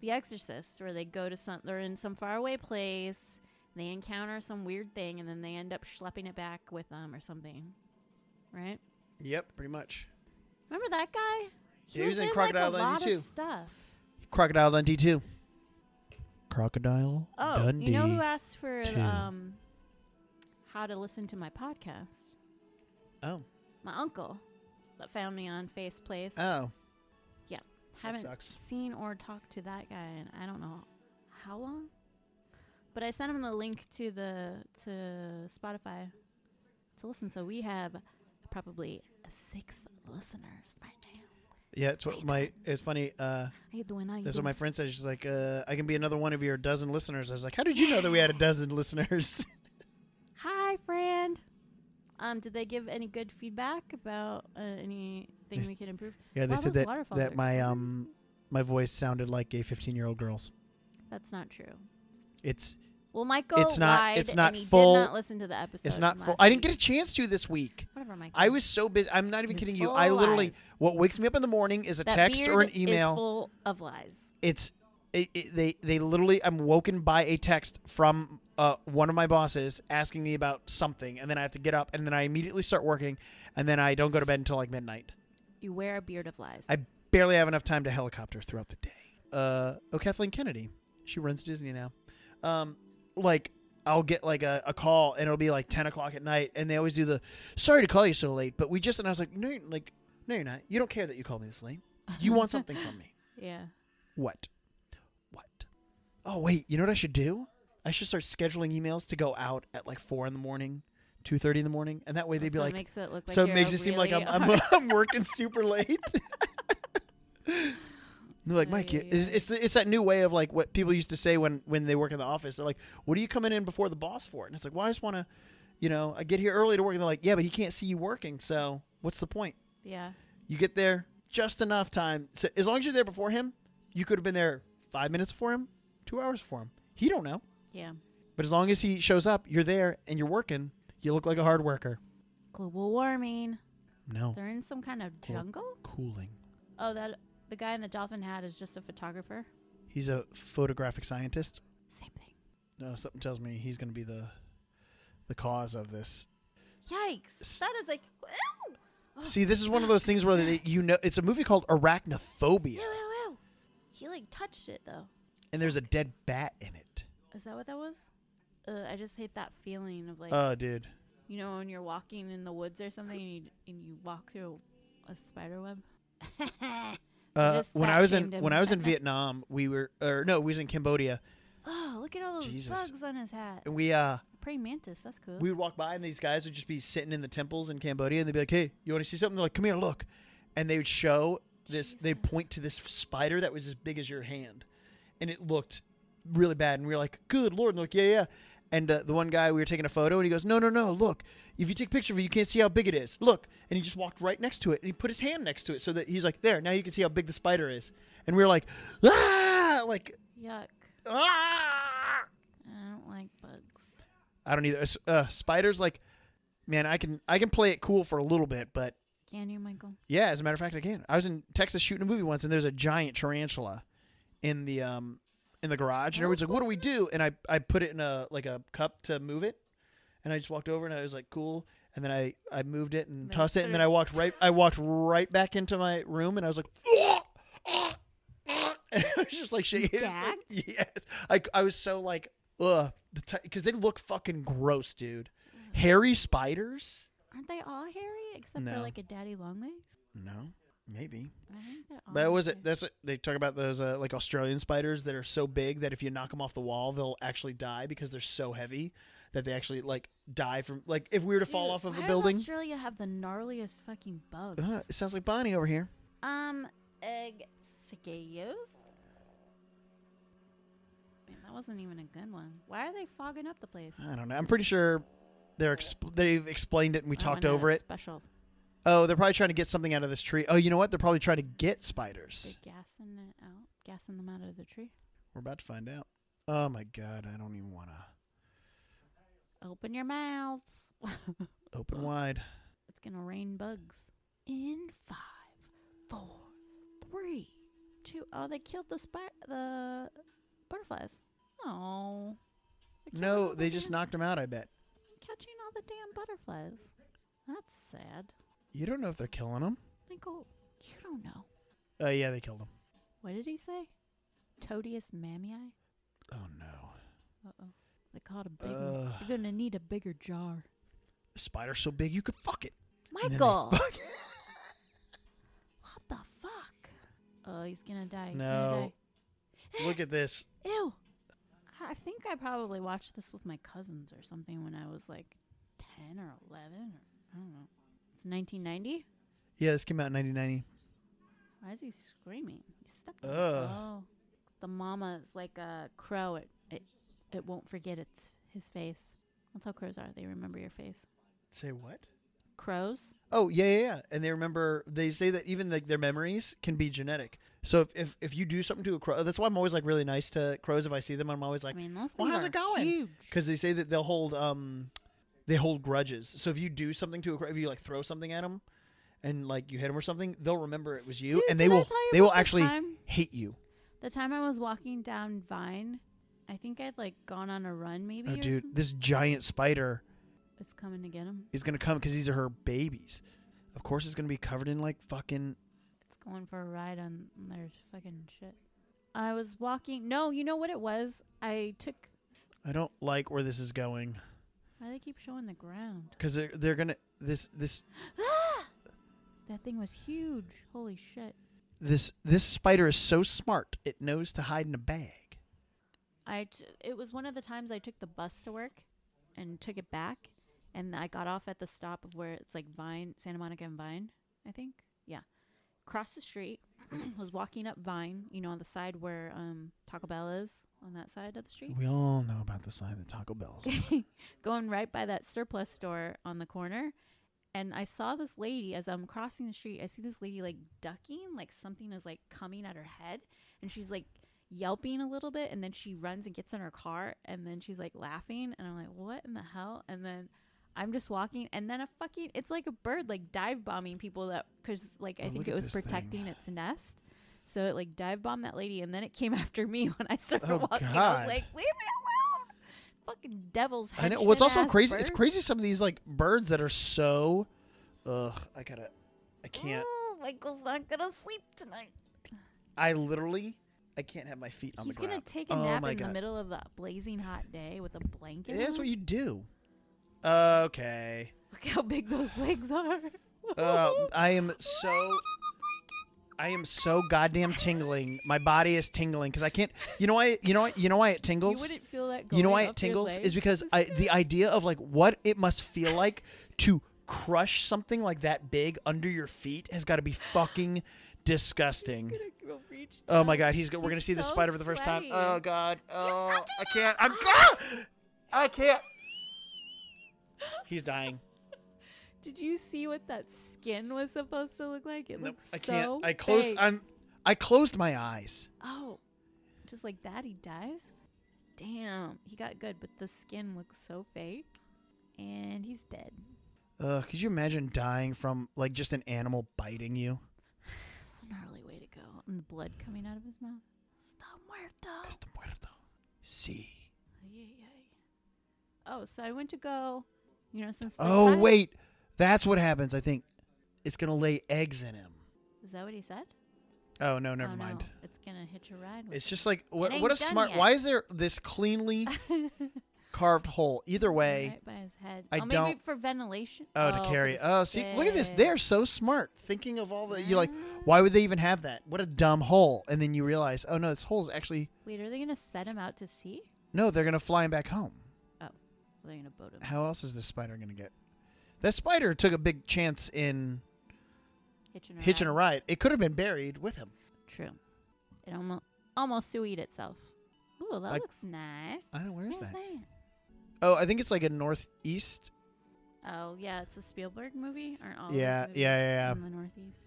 [SPEAKER 2] The Exorcist, where they go to some. They're in some faraway place. They encounter some weird thing, and then they end up schlepping it back with them or something, right?
[SPEAKER 1] Yep, pretty much.
[SPEAKER 2] Remember that guy?
[SPEAKER 1] Yeah, he was in Crocodile
[SPEAKER 2] like a lot
[SPEAKER 1] Dundee
[SPEAKER 2] of
[SPEAKER 1] too.
[SPEAKER 2] stuff.
[SPEAKER 1] Crocodile Dundee too. Crocodile
[SPEAKER 2] Oh,
[SPEAKER 1] Dundee.
[SPEAKER 2] you know who asked for
[SPEAKER 1] two.
[SPEAKER 2] um, how to listen to my podcast?
[SPEAKER 1] oh,
[SPEAKER 2] my uncle that found me on Face Place.
[SPEAKER 1] oh,
[SPEAKER 2] Haven't
[SPEAKER 1] sucks.
[SPEAKER 2] seen or talked to that guy in I don't know how long. But I sent him the link to the to Spotify to listen. So we have probably six listeners right now.
[SPEAKER 1] Yeah, it's what my. It's funny. Uh,
[SPEAKER 2] How you doing? How you
[SPEAKER 1] that's what
[SPEAKER 2] doing?
[SPEAKER 1] my friend said. She's like, uh, "I can be another one of your dozen listeners." I was like, "How did you know that we had a dozen listeners?"
[SPEAKER 2] Hi, friend. Um, did they give any good feedback about uh, anything
[SPEAKER 1] Yes.
[SPEAKER 2] we could improve?
[SPEAKER 1] yeah, they
[SPEAKER 2] Wow,
[SPEAKER 1] said
[SPEAKER 2] those
[SPEAKER 1] that
[SPEAKER 2] waterfalls
[SPEAKER 1] that
[SPEAKER 2] are
[SPEAKER 1] my um my voice sounded like gay fifteen year old girls.
[SPEAKER 2] That's not true.
[SPEAKER 1] It's
[SPEAKER 2] Well, Michael
[SPEAKER 1] It's not-
[SPEAKER 2] lied,
[SPEAKER 1] it's not
[SPEAKER 2] and he
[SPEAKER 1] full-
[SPEAKER 2] did not listen to the episode.
[SPEAKER 1] it's not
[SPEAKER 2] from
[SPEAKER 1] full.
[SPEAKER 2] last
[SPEAKER 1] I didn't
[SPEAKER 2] week.
[SPEAKER 1] get a chance to this week.
[SPEAKER 2] Whatever, Michael.
[SPEAKER 1] I was so busy. I'm not even
[SPEAKER 2] It's
[SPEAKER 1] kidding you.
[SPEAKER 2] full
[SPEAKER 1] I
[SPEAKER 2] of
[SPEAKER 1] literally
[SPEAKER 2] lies.
[SPEAKER 1] what wakes me up in the morning is a
[SPEAKER 2] That
[SPEAKER 1] text or
[SPEAKER 2] beard
[SPEAKER 1] an email.
[SPEAKER 2] Is full of lies.
[SPEAKER 1] it's it, it, they they literally I'm woken by a text from uh, one of my bosses asking me about something, and then I have to get up, and then I immediately start working, and then I don't go to bed until like midnight.
[SPEAKER 2] You wear a beard of lies.
[SPEAKER 1] I barely have enough time to helicopter throughout the day. Uh, oh, Kathleen Kennedy, she runs Disney now. Um, like I'll get like a, a call, and it'll be like ten o'clock at night, and they always do the "Sorry to call you so late, but we just..." And I was like, "No, you're- like no, you're not. You don't care that you called me this late. You want something from me."
[SPEAKER 2] yeah.
[SPEAKER 1] What? What? Oh wait, you know what I should do? I should start scheduling emails to go out at like four in the morning, two thirty in the morning, and that way they'd be
[SPEAKER 2] so
[SPEAKER 1] like,
[SPEAKER 2] it makes it look like
[SPEAKER 1] so it
[SPEAKER 2] you're
[SPEAKER 1] makes
[SPEAKER 2] a
[SPEAKER 1] it seem like
[SPEAKER 2] really
[SPEAKER 1] I'm I'm,
[SPEAKER 2] hard-
[SPEAKER 1] I'm working super late. They're like Mike, you-
[SPEAKER 2] Ay,
[SPEAKER 1] it's
[SPEAKER 2] ay,
[SPEAKER 1] it's, the, it's that new way of like what people used to say when when they work in the office. They're like, "What are you coming in before the boss for?" And it's like, "Well, I just want to, you know, I get here early to work." And they're like, "Yeah, but he can't see you working, so what's the point?"
[SPEAKER 2] yeah.
[SPEAKER 1] You get there just enough time. So as long as you're there before him, you could have been there five minutes before him, two hours before him. He don't know.
[SPEAKER 2] Yeah.
[SPEAKER 1] But as long as he shows up, you're there and you're working. You look like a hard worker.
[SPEAKER 2] Global warming.
[SPEAKER 1] No,
[SPEAKER 2] They're in some kind of
[SPEAKER 1] Cool.
[SPEAKER 2] jungle.
[SPEAKER 1] cooling.
[SPEAKER 2] Oh, that the guy in the dolphin hat is just a photographer.
[SPEAKER 1] He's a photographic scientist.
[SPEAKER 2] Same thing.
[SPEAKER 1] No, something tells me he's going to be the the cause of this. S-
[SPEAKER 2] Yikes! That is like. Ew!
[SPEAKER 1] See, this is one of those things where they, you know it's a movie called Arachnophobia,
[SPEAKER 2] Ew, ew, ew. He like touched it though.
[SPEAKER 1] and there's a dead bat in it.
[SPEAKER 2] Is that what that was? Uh, I just hate that feeling of like
[SPEAKER 1] Oh, dude.
[SPEAKER 2] you know when you're walking in the woods or something and you, and you walk through a spider web.
[SPEAKER 1] Uh,
[SPEAKER 2] just
[SPEAKER 1] when
[SPEAKER 2] fat
[SPEAKER 1] I was in
[SPEAKER 2] shamed him.
[SPEAKER 1] when I was in Vietnam, we were or no, we was in Cambodia,
[SPEAKER 2] oh, look at all those
[SPEAKER 1] Jesus.
[SPEAKER 2] bugs on his hat.
[SPEAKER 1] and we uh
[SPEAKER 2] Praying mantis. That's cool.
[SPEAKER 1] we would walk by and these guys would just be sitting in the temples in Cambodia and they'd be like, "Hey, you want to see something?" They're like, "Come here, look," and they would show this. They'd
[SPEAKER 2] Jesus.
[SPEAKER 1] point to this spider that was as big as your hand, and it looked really bad. And we were like, "Good lord!" And they're like, "Yeah, yeah." And uh, the one guy we were taking a photo, and he goes, "No, no, no! Look, if you take a picture of it, you can't see how big it is. Look!" And he just walked right next to it, and he put his hand next to it, so that he's like, "There, now you can see how big the spider is." And we were like, "Ah!" Like,
[SPEAKER 2] Yuck!
[SPEAKER 1] ah!
[SPEAKER 2] I don't like bugs.
[SPEAKER 1] I don't either. Uh, spiders, like, man, I can I can play it cool for a little bit, but
[SPEAKER 2] Can you, Michael?
[SPEAKER 1] yeah, as a matter of fact, I can. I was in Texas shooting a movie once, and there's a giant tarantula in the um in the garage, and
[SPEAKER 2] Oh,
[SPEAKER 1] everyone's like, "What do
[SPEAKER 2] cool.
[SPEAKER 1] we do?" And I I put it in a like a cup to move it, and I just walked over, and I was like, "Cool." And then I, I moved it and
[SPEAKER 2] Then
[SPEAKER 1] tossed it, and then
[SPEAKER 2] threw-
[SPEAKER 1] I walked right I walked right back into my room, and I was like, and I was just like shaking. It was like- yes, I, I was so like ugh, because they look fucking gross, dude. Hairy spiders?
[SPEAKER 2] Aren't they all hairy except for
[SPEAKER 1] No.
[SPEAKER 2] like a daddy long legs?
[SPEAKER 1] No, maybe.
[SPEAKER 2] I think they're all
[SPEAKER 1] That was it.
[SPEAKER 2] hairy.
[SPEAKER 1] That's what they talk about those uh, like Australian spiders that are so big that if you knock them off the wall, they'll actually die because they're so heavy that they actually like die from like if we were to fall
[SPEAKER 2] Dude,
[SPEAKER 1] off of
[SPEAKER 2] why
[SPEAKER 1] a
[SPEAKER 2] does
[SPEAKER 1] building.
[SPEAKER 2] Australia have the gnarliest fucking bugs.
[SPEAKER 1] Uh, it sounds like Bonnie over here.
[SPEAKER 2] Um, excuse. Man, that wasn't even a good one. Why are they fogging up the place?
[SPEAKER 1] I don't know. I'm pretty sure they're exp- they've explained it and we
[SPEAKER 2] Oh, I
[SPEAKER 1] talked
[SPEAKER 2] wanna
[SPEAKER 1] over it.
[SPEAKER 2] Special
[SPEAKER 1] Oh, they're probably trying to get something out of this tree. Oh, you know what? They're probably trying to get
[SPEAKER 2] they
[SPEAKER 1] spiders.
[SPEAKER 2] gassing it out, gassing them out of the tree.
[SPEAKER 1] We're about to find out. Oh my god, I don't even want to
[SPEAKER 2] Open your mouths. it's
[SPEAKER 1] open wide.
[SPEAKER 2] gonna rain bugs. In five, four, three, two. Oh, they killed the spy- the butterflies. Oh. They're killing all
[SPEAKER 1] No,
[SPEAKER 2] the
[SPEAKER 1] they just
[SPEAKER 2] damn-
[SPEAKER 1] knocked them out. I bet.
[SPEAKER 2] catching all the damn butterflies. That's sad.
[SPEAKER 1] You don't know if they're killing them.
[SPEAKER 2] Michael, you don't know.
[SPEAKER 1] Oh yeah, they killed them.
[SPEAKER 2] What did he say? Toadius mammii?
[SPEAKER 1] Oh no. Uh,
[SPEAKER 2] Uh oh. They caught a big one.
[SPEAKER 1] Ugh.
[SPEAKER 2] You're gonna need a bigger jar.
[SPEAKER 1] spider so big you could fuck it. And then they
[SPEAKER 2] Michael!
[SPEAKER 1] fuck-
[SPEAKER 2] what the fuck? Oh, he's gonna die. He's
[SPEAKER 1] No.
[SPEAKER 2] gonna
[SPEAKER 1] Look at this.
[SPEAKER 2] die. Ew! I I think I probably watched this with my cousins or something when I was like 10 or 11. Or, I don't know. It's 1990?
[SPEAKER 1] Yeah, this came out in 1990.
[SPEAKER 2] Why is he screaming? He's stuck. in-
[SPEAKER 1] Ugh.
[SPEAKER 2] Oh, the mama's like a crow. It it it won't forget its his face. That's how crows are. They remember your face.
[SPEAKER 1] Say what?
[SPEAKER 2] Crows.
[SPEAKER 1] Oh yeah, yeah, yeah. And they remember. They say that even like their memories can be genetic. So if, if if you do something to a crow, that's why I'm always like really nice to crows. If I see them, I'm always
[SPEAKER 2] I
[SPEAKER 1] like,
[SPEAKER 2] mean, those
[SPEAKER 1] well,
[SPEAKER 2] things
[SPEAKER 1] how's
[SPEAKER 2] are
[SPEAKER 1] it going?
[SPEAKER 2] huge.
[SPEAKER 1] because they say that they'll hold um, they hold grudges. So if you do something to a crow, if you like throw something at them, and like you hit them or something, they'll remember it was you,
[SPEAKER 2] Dude,
[SPEAKER 1] and they
[SPEAKER 2] did I
[SPEAKER 1] will
[SPEAKER 2] tell you
[SPEAKER 1] they
[SPEAKER 2] about
[SPEAKER 1] will
[SPEAKER 2] the
[SPEAKER 1] actually
[SPEAKER 2] time?
[SPEAKER 1] hate you.
[SPEAKER 2] The time I was walking down Vine, I think I'd like gone on a run maybe.
[SPEAKER 1] Oh,
[SPEAKER 2] or
[SPEAKER 1] dude,
[SPEAKER 2] something.
[SPEAKER 1] this giant spider
[SPEAKER 2] it's coming to get him.
[SPEAKER 1] is gonna come because these are her babies. Of course, it's gonna be covered in like fucking.
[SPEAKER 2] It's going for a ride on their fucking shit. I was walking. No, you know what it was? I took.
[SPEAKER 1] I don't like where this is going
[SPEAKER 2] Why do they keep showing the ground?
[SPEAKER 1] because they're, they're gonna this this
[SPEAKER 2] That thing was huge. Holy shit.
[SPEAKER 1] this this spider is so smart it knows to hide in a bag.
[SPEAKER 2] I t- it was one of the times I took the bus to work and took it back and I got off at the stop of where it's like Vine, Santa Monica and Vine, I think. Yeah. Crossed the street, was walking up Vine, you know, on the side where um Taco Bell is on that side of the street.
[SPEAKER 1] We all know about the sign that Taco Bell's.
[SPEAKER 2] Going right by that surplus store on the corner and I saw this lady as I'm crossing the street, I see this lady like ducking, like something is like coming at her head and she's like yelping a little bit and then she runs and gets in her car and then she's like laughing and I'm like, "What in the hell?" And then I'm just walking and then a fucking it's like a bird like dive bombing people that cuz like I
[SPEAKER 1] Oh, look
[SPEAKER 2] think it
[SPEAKER 1] at
[SPEAKER 2] was
[SPEAKER 1] this thing.
[SPEAKER 2] protecting its nest. So it like dive bombed that lady and then it came after me when I started
[SPEAKER 1] Oh,
[SPEAKER 2] walking. I
[SPEAKER 1] God.
[SPEAKER 2] was like, "Leave me alone." Fucking devil's
[SPEAKER 1] I know. What's also
[SPEAKER 2] henchman-ass
[SPEAKER 1] crazy? It's
[SPEAKER 2] bird.
[SPEAKER 1] crazy some of these like birds that are so. Ugh, I gotta. I can't.
[SPEAKER 2] Ooh, Michael's not gonna sleep tonight.
[SPEAKER 1] I literally. I can't have my feet on
[SPEAKER 2] He's
[SPEAKER 1] the
[SPEAKER 2] gonna
[SPEAKER 1] ground.
[SPEAKER 2] take a
[SPEAKER 1] Oh
[SPEAKER 2] nap
[SPEAKER 1] my
[SPEAKER 2] in the
[SPEAKER 1] God.
[SPEAKER 2] middle of the blazing hot day with a blanket.
[SPEAKER 1] That's
[SPEAKER 2] on.
[SPEAKER 1] what you do. Okay.
[SPEAKER 2] Look how big those legs are.
[SPEAKER 1] Uh, I am so. I am so goddamn tingling. My body is tingling because I can't. You know why? You know why? You know why it
[SPEAKER 2] you
[SPEAKER 1] tingles?
[SPEAKER 2] wouldn't feel that. Going
[SPEAKER 1] You know why it
[SPEAKER 2] up your
[SPEAKER 1] tingles
[SPEAKER 2] leg.
[SPEAKER 1] is because I the idea of like what it must feel like to crush something like that big under your feet has got to be fucking disgusting.
[SPEAKER 2] Gonna go reach
[SPEAKER 1] Oh
[SPEAKER 2] down.
[SPEAKER 1] my god, he's go- we're
[SPEAKER 2] He's
[SPEAKER 1] gonna see the
[SPEAKER 2] so
[SPEAKER 1] spider for the first time.
[SPEAKER 2] sweaty.
[SPEAKER 1] Oh god, oh
[SPEAKER 2] touching
[SPEAKER 1] I can't. I'm ah, I can't. He's dying.
[SPEAKER 2] Did you see what that skin was supposed to look like? It
[SPEAKER 1] Nope,
[SPEAKER 2] looks
[SPEAKER 1] I can't.
[SPEAKER 2] so.
[SPEAKER 1] I closed.
[SPEAKER 2] Big.
[SPEAKER 1] I'm. I closed my eyes.
[SPEAKER 2] oh, just like that, he dies. Damn, he got good, but the skin looks so fake, and he's dead.
[SPEAKER 1] Ugh, could you imagine dying from like just an animal biting you?
[SPEAKER 2] It's a gnarly way to go, and the blood coming out of his mouth. Está muerto.
[SPEAKER 1] Está muerto. See.
[SPEAKER 2] Ay, ay, ay. Oh, so I went to go, you know, since. the
[SPEAKER 1] Oh
[SPEAKER 2] time-
[SPEAKER 1] wait, that's what happens. I think it's gonna lay eggs in him.
[SPEAKER 2] Is that what he said?
[SPEAKER 1] Oh no, never
[SPEAKER 2] Oh, no.
[SPEAKER 1] mind.
[SPEAKER 2] It's gonna hitch a ride. With
[SPEAKER 1] It's
[SPEAKER 2] it.
[SPEAKER 1] just like what?
[SPEAKER 2] ain't
[SPEAKER 1] What a
[SPEAKER 2] done
[SPEAKER 1] smart.
[SPEAKER 2] yet.
[SPEAKER 1] Why is there this cleanly carved hole? Either way.
[SPEAKER 2] right by his head.
[SPEAKER 1] I
[SPEAKER 2] oh, maybe
[SPEAKER 1] don't-
[SPEAKER 2] for ventilation.
[SPEAKER 1] Oh,
[SPEAKER 2] for
[SPEAKER 1] to carry.
[SPEAKER 2] the
[SPEAKER 1] Oh, see, look at this.
[SPEAKER 2] sick. Mm.
[SPEAKER 1] They're so smart. Thinking of all the, you're like, why would they even have that? What a dumb hole. And then you realize, oh no, this hole is actually
[SPEAKER 2] Wait, are they gonna set him out to sea?
[SPEAKER 1] no. They're gonna fly him back home.
[SPEAKER 2] Oh, they're gonna boat him.
[SPEAKER 1] How else is this spider gonna get? That spider took a big chance in
[SPEAKER 2] Hitching a
[SPEAKER 1] hitching a
[SPEAKER 2] ride.
[SPEAKER 1] ride. It could have been buried with him.
[SPEAKER 2] True. It almost almost sued itself. Ooh, that
[SPEAKER 1] I-
[SPEAKER 2] looks nice.
[SPEAKER 1] I don't know where's that.
[SPEAKER 2] Where's that?
[SPEAKER 1] Oh, I think it's like a northeast.
[SPEAKER 2] Oh yeah, it's a Spielberg movie. Aren't all
[SPEAKER 1] Yeah,
[SPEAKER 2] those movies
[SPEAKER 1] yeah, yeah, yeah.
[SPEAKER 2] in the Northeast?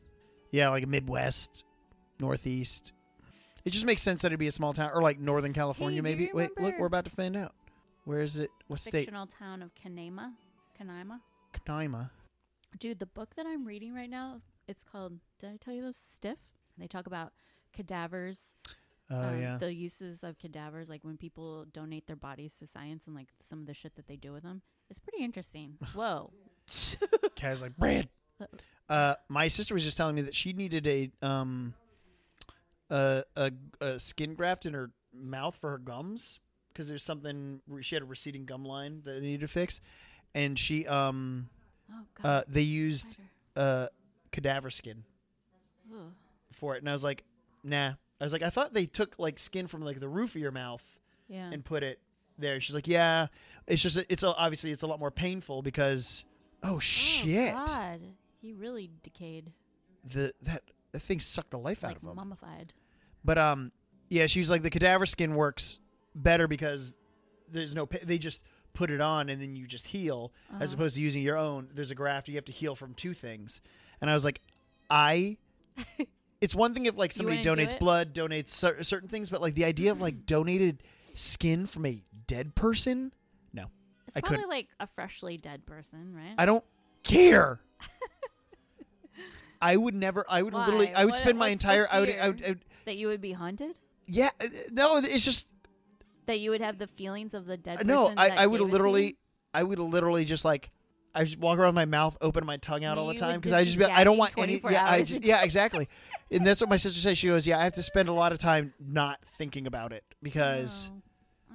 [SPEAKER 1] Yeah, like Midwest, northeast. It just makes sense that it'd be a small town or like Northern California,
[SPEAKER 2] do you
[SPEAKER 1] maybe. Wait, look,
[SPEAKER 2] remember-
[SPEAKER 1] we're about to find out. Where is it? What state?
[SPEAKER 2] Fictional town of Kanema, Canaima.
[SPEAKER 1] Canaima.
[SPEAKER 2] Dude, the book that I'm reading right now, it's called. Did I tell you those stiff? They talk about cadavers.
[SPEAKER 1] Oh
[SPEAKER 2] um,
[SPEAKER 1] yeah.
[SPEAKER 2] The uses of cadavers, like when people donate their bodies to science and like some of the shit that they do with them. It's pretty interesting. Whoa.
[SPEAKER 1] Uh, Kaz like bread.
[SPEAKER 2] Uh,
[SPEAKER 1] Uh, my sister was just telling me that she needed a um a a, a skin graft in her mouth for her gums because there's something she had a receding gum line that they needed to fix, and she um
[SPEAKER 2] Oh god.
[SPEAKER 1] uh they used
[SPEAKER 2] spider.
[SPEAKER 1] uh cadaver skin
[SPEAKER 2] Ugh.
[SPEAKER 1] for it, and I was like, nah. I was like, I thought they took like skin from like the roof of your mouth
[SPEAKER 2] Yeah. Oh,
[SPEAKER 1] and put it there. She's like, yeah, it's just it's a, obviously it's a lot more painful because oh
[SPEAKER 2] Oh,
[SPEAKER 1] shit.
[SPEAKER 2] God. He really decayed.
[SPEAKER 1] the that, that thing sucked the life out
[SPEAKER 2] like
[SPEAKER 1] of him.
[SPEAKER 2] mummified.
[SPEAKER 1] But um, yeah, she was like the cadaver skin works better because there's no pa- they just put it on and then you just heal as
[SPEAKER 2] Uh-huh.
[SPEAKER 1] opposed to using your own. There's a graft you have to heal from two things, and I was like, I. It's one thing if like
[SPEAKER 2] You
[SPEAKER 1] somebody
[SPEAKER 2] wouldn't do
[SPEAKER 1] donates
[SPEAKER 2] it?
[SPEAKER 1] blood, donates cer- certain things, but like the idea of like donated skin from a dead person, no,
[SPEAKER 2] It's
[SPEAKER 1] I
[SPEAKER 2] probably
[SPEAKER 1] couldn't.
[SPEAKER 2] like a freshly dead person, right?
[SPEAKER 1] I don't care. I would never. I would literally.
[SPEAKER 2] Why?
[SPEAKER 1] I would
[SPEAKER 2] What-
[SPEAKER 1] spend my
[SPEAKER 2] what's the
[SPEAKER 1] entire. I would, I
[SPEAKER 2] fear?
[SPEAKER 1] would. I would.
[SPEAKER 2] that you would be haunted?
[SPEAKER 1] Yeah. uh, No. It's just
[SPEAKER 2] That you would have the feelings of the dead person?
[SPEAKER 1] no. I,
[SPEAKER 2] that
[SPEAKER 1] I would
[SPEAKER 2] gave it to
[SPEAKER 1] literally.
[SPEAKER 2] you?
[SPEAKER 1] I would literally just like. I just walk around with my mouth open, my tongue out all the
[SPEAKER 2] You
[SPEAKER 1] time
[SPEAKER 2] would
[SPEAKER 1] because
[SPEAKER 2] just
[SPEAKER 1] I
[SPEAKER 2] be
[SPEAKER 1] just be, I don't
[SPEAKER 2] gagging
[SPEAKER 1] want any.
[SPEAKER 2] 24
[SPEAKER 1] Yeah. I
[SPEAKER 2] hours
[SPEAKER 1] just,
[SPEAKER 2] a
[SPEAKER 1] yeah. Exactly. and that's what my sister says. She goes, "Yeah, I have to spend a lot of time not thinking about it because
[SPEAKER 2] No.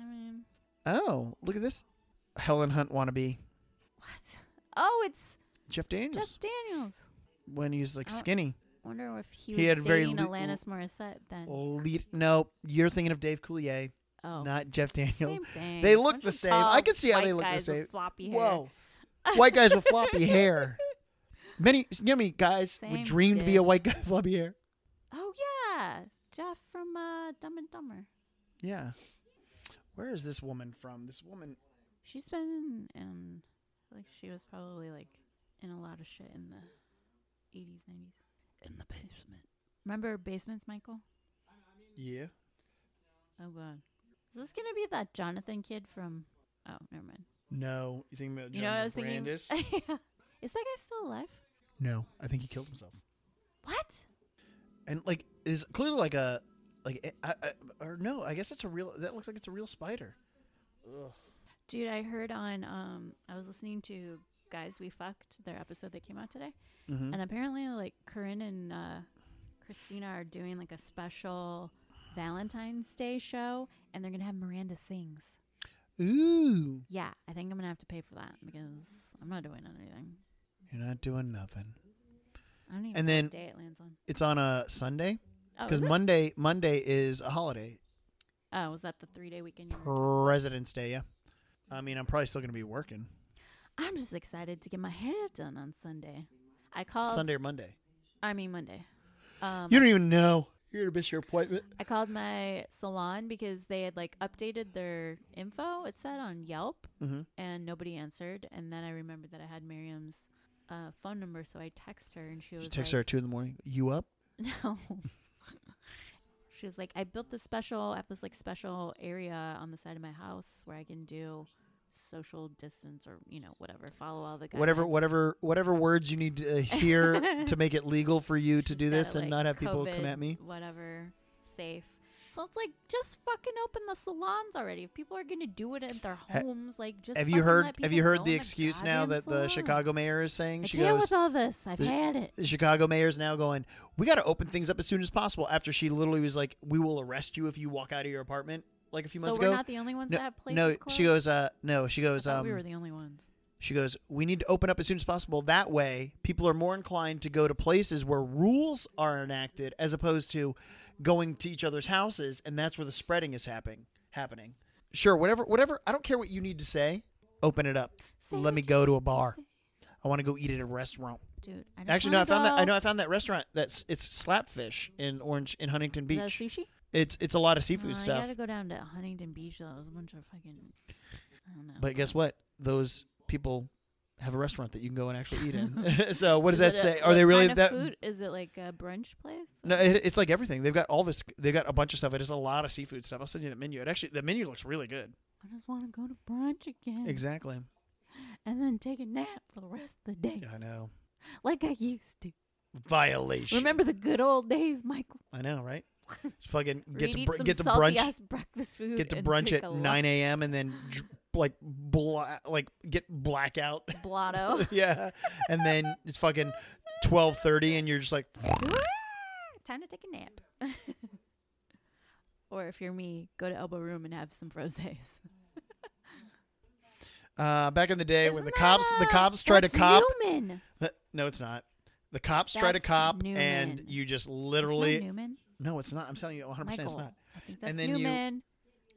[SPEAKER 2] I mean,
[SPEAKER 1] oh, look at this, Helen Hunt wannabe
[SPEAKER 2] what? Oh, it's
[SPEAKER 1] Jeff Daniels
[SPEAKER 2] Jeff Daniels.
[SPEAKER 1] when he's like
[SPEAKER 2] I don't-
[SPEAKER 1] skinny.
[SPEAKER 2] Wonder if he,
[SPEAKER 1] He
[SPEAKER 2] was
[SPEAKER 1] had very
[SPEAKER 2] dating
[SPEAKER 1] le-
[SPEAKER 2] Alanis Morissette then.
[SPEAKER 1] Lead, no, you're thinking of Dave Coulier,
[SPEAKER 2] oh,
[SPEAKER 1] not Jeff Daniels.
[SPEAKER 2] same thing.
[SPEAKER 1] They look
[SPEAKER 2] Bunch
[SPEAKER 1] the
[SPEAKER 2] of
[SPEAKER 1] same. I
[SPEAKER 2] tall
[SPEAKER 1] can see how
[SPEAKER 2] white
[SPEAKER 1] they look the
[SPEAKER 2] guys with
[SPEAKER 1] same.
[SPEAKER 2] Floppy hair.
[SPEAKER 1] Whoa. White guys with floppy hair. Many, you know how many guys would
[SPEAKER 2] Same
[SPEAKER 1] dream to be a
[SPEAKER 2] dick.
[SPEAKER 1] white guy with floppy hair?
[SPEAKER 2] Oh yeah, Jeff from uh, Dumb and Dumber.
[SPEAKER 1] Yeah. Where is this woman from? This woman.
[SPEAKER 2] She's been in, in like she was probably like in a lot of shit in the eighties, nineties. In the basement. Remember basements, Michael?
[SPEAKER 1] Yeah.
[SPEAKER 2] Oh god. Is this gonna be that Jonathan kid from Oh, never mind.
[SPEAKER 1] No. You think about
[SPEAKER 2] You know what I
[SPEAKER 1] Jonathan
[SPEAKER 2] was thinking?
[SPEAKER 1] Brandis?
[SPEAKER 2] Yeah. Is that guy still alive?
[SPEAKER 1] no, I think he killed himself.
[SPEAKER 2] What?
[SPEAKER 1] And like, is clearly like a, like, I, I, or no? I guess it's a real. That looks like it's a real spider. Ugh.
[SPEAKER 2] Dude, I heard on um I was listening to Guys We Fucked, their episode that came out today.
[SPEAKER 1] Mhm.
[SPEAKER 2] And apparently like Corinne and uh Christina are doing like a special Valentine's Day show and they're gonna have Miranda sings.
[SPEAKER 1] Ooh.
[SPEAKER 2] Yeah, I think I'm gonna have to pay for that because I'm not doing anything.
[SPEAKER 1] You're not doing nothing.
[SPEAKER 2] I don't even
[SPEAKER 1] And
[SPEAKER 2] know
[SPEAKER 1] then-
[SPEAKER 2] what day it lands on.
[SPEAKER 1] It's on a Sunday
[SPEAKER 2] Oh,
[SPEAKER 1] because
[SPEAKER 2] is it?
[SPEAKER 1] Monday Monday is a holiday.
[SPEAKER 2] oh, was that the three day weekend? You were-
[SPEAKER 1] President's Day, yeah. I mean, I'm probably still going to be working
[SPEAKER 2] I'm just excited to get my hair done on Sunday. I called
[SPEAKER 1] Sunday or Monday.
[SPEAKER 2] I mean Monday. Um,
[SPEAKER 1] You don't even know. You're going to miss your appointment.
[SPEAKER 2] I called my salon because they had like updated their info. It said on Yelp,
[SPEAKER 1] Mm-hmm.
[SPEAKER 2] and nobody answered. And then I remembered that I had Miriam's uh, phone number, so I texted her, and she was
[SPEAKER 1] You text her
[SPEAKER 2] like,
[SPEAKER 1] at 2 in the morning. You up?
[SPEAKER 2] No. she was like, I built this special, I have this like special area on the side of my house where I can do social distance or, you know, whatever, follow all the guidelines.
[SPEAKER 1] Whatever, whatever, whatever words you need to uh, hear to make it legal for you to
[SPEAKER 2] She's
[SPEAKER 1] do
[SPEAKER 2] got
[SPEAKER 1] this
[SPEAKER 2] it,
[SPEAKER 1] and
[SPEAKER 2] like,
[SPEAKER 1] not have people come
[SPEAKER 2] COVID,
[SPEAKER 1] at me.
[SPEAKER 2] Whatever, safe. So it's like just fucking open the salons already. If people are gonna do it at their
[SPEAKER 1] Ha-
[SPEAKER 2] homes, like just
[SPEAKER 1] Have you
[SPEAKER 2] fucking
[SPEAKER 1] heard?
[SPEAKER 2] let
[SPEAKER 1] Have
[SPEAKER 2] people
[SPEAKER 1] you
[SPEAKER 2] go
[SPEAKER 1] heard
[SPEAKER 2] in
[SPEAKER 1] the excuse now
[SPEAKER 2] goddamn
[SPEAKER 1] that the
[SPEAKER 2] salon.
[SPEAKER 1] Chicago mayor is saying?
[SPEAKER 2] I
[SPEAKER 1] She
[SPEAKER 2] can't
[SPEAKER 1] goes.
[SPEAKER 2] with all this. I've
[SPEAKER 1] the-
[SPEAKER 2] had it.
[SPEAKER 1] the Chicago mayor is now going. We got to open things up as soon as possible. After she literally was like, "We will arrest you if you walk out of your apartment." Like a few
[SPEAKER 2] So
[SPEAKER 1] months
[SPEAKER 2] we're
[SPEAKER 1] ago.
[SPEAKER 2] not the only ones
[SPEAKER 1] no,
[SPEAKER 2] that have places
[SPEAKER 1] no
[SPEAKER 2] closed.
[SPEAKER 1] she goes. Uh, no, she
[SPEAKER 2] I
[SPEAKER 1] goes.
[SPEAKER 2] thought
[SPEAKER 1] um,
[SPEAKER 2] we were the only ones.
[SPEAKER 1] She goes, We need to open up as soon as possible. That way, people are more inclined to go to places where rules are enacted as opposed to going to each other's houses. And that's where the spreading is happening. happening. Sure, whatever, whatever. I don't care what you need to say. Open it up.
[SPEAKER 2] Say
[SPEAKER 1] Let me
[SPEAKER 2] what you
[SPEAKER 1] go to a
[SPEAKER 2] want
[SPEAKER 1] bar.
[SPEAKER 2] say.
[SPEAKER 1] I want to go eat at a restaurant.
[SPEAKER 2] Dude, I just
[SPEAKER 1] Actually, no. I
[SPEAKER 2] wanna
[SPEAKER 1] found that. I
[SPEAKER 2] go-
[SPEAKER 1] know. I found that restaurant. That's it's Slapfish in Orange in Huntington
[SPEAKER 2] Is that
[SPEAKER 1] Beach.
[SPEAKER 2] sushi?
[SPEAKER 1] It's it's a lot of
[SPEAKER 2] No,
[SPEAKER 1] seafood
[SPEAKER 2] I
[SPEAKER 1] stuff.
[SPEAKER 2] gotta go down to Huntington Beach. Though. There's a bunch of fucking. I don't know.
[SPEAKER 1] But guess what? Those people have a restaurant that you can go and actually eat in. so what does that say? Are they really that?
[SPEAKER 2] food? Is it like a brunch place?
[SPEAKER 1] No, it, it's like everything. They've got all this. They've got a bunch of stuff. It is a lot of seafood stuff. I'll send you the menu. It actually the menu looks really good.
[SPEAKER 2] I just want to go to brunch again
[SPEAKER 1] Exactly.
[SPEAKER 2] and then take a nap for the rest of the day,
[SPEAKER 1] I know.
[SPEAKER 2] like I used to.
[SPEAKER 1] Violation.
[SPEAKER 2] Remember the good old days, Michael?
[SPEAKER 1] I know, right? Fucking get
[SPEAKER 2] We'd
[SPEAKER 1] to
[SPEAKER 2] eat
[SPEAKER 1] br-
[SPEAKER 2] some
[SPEAKER 1] get to
[SPEAKER 2] salty
[SPEAKER 1] brunch.
[SPEAKER 2] ass breakfast food.
[SPEAKER 1] Get to
[SPEAKER 2] and
[SPEAKER 1] brunch
[SPEAKER 2] drink
[SPEAKER 1] at
[SPEAKER 2] a lot-
[SPEAKER 1] nine a.m. and then dr- like bla- like get blackout.
[SPEAKER 2] Blotto.
[SPEAKER 1] yeah, and then it's fucking twelve thirty, and you're just like,
[SPEAKER 2] Time to take a nap. or if you're me, go to Elbow Room and have some frosés.
[SPEAKER 1] uh, back in the day when
[SPEAKER 2] Isn't
[SPEAKER 1] the
[SPEAKER 2] that,
[SPEAKER 1] cops the
[SPEAKER 2] uh,
[SPEAKER 1] cops try to
[SPEAKER 2] that's
[SPEAKER 1] cop.
[SPEAKER 2] Newman.
[SPEAKER 1] No, it's not. The cops try to
[SPEAKER 2] That's
[SPEAKER 1] cop, and
[SPEAKER 2] Newman.
[SPEAKER 1] you just
[SPEAKER 2] It's not
[SPEAKER 1] literally.
[SPEAKER 2] Newman.
[SPEAKER 1] No, it's not. I'm telling you, 100 percent it's
[SPEAKER 2] Michael.
[SPEAKER 1] not.
[SPEAKER 2] I think that's
[SPEAKER 1] And then you-
[SPEAKER 2] Newman.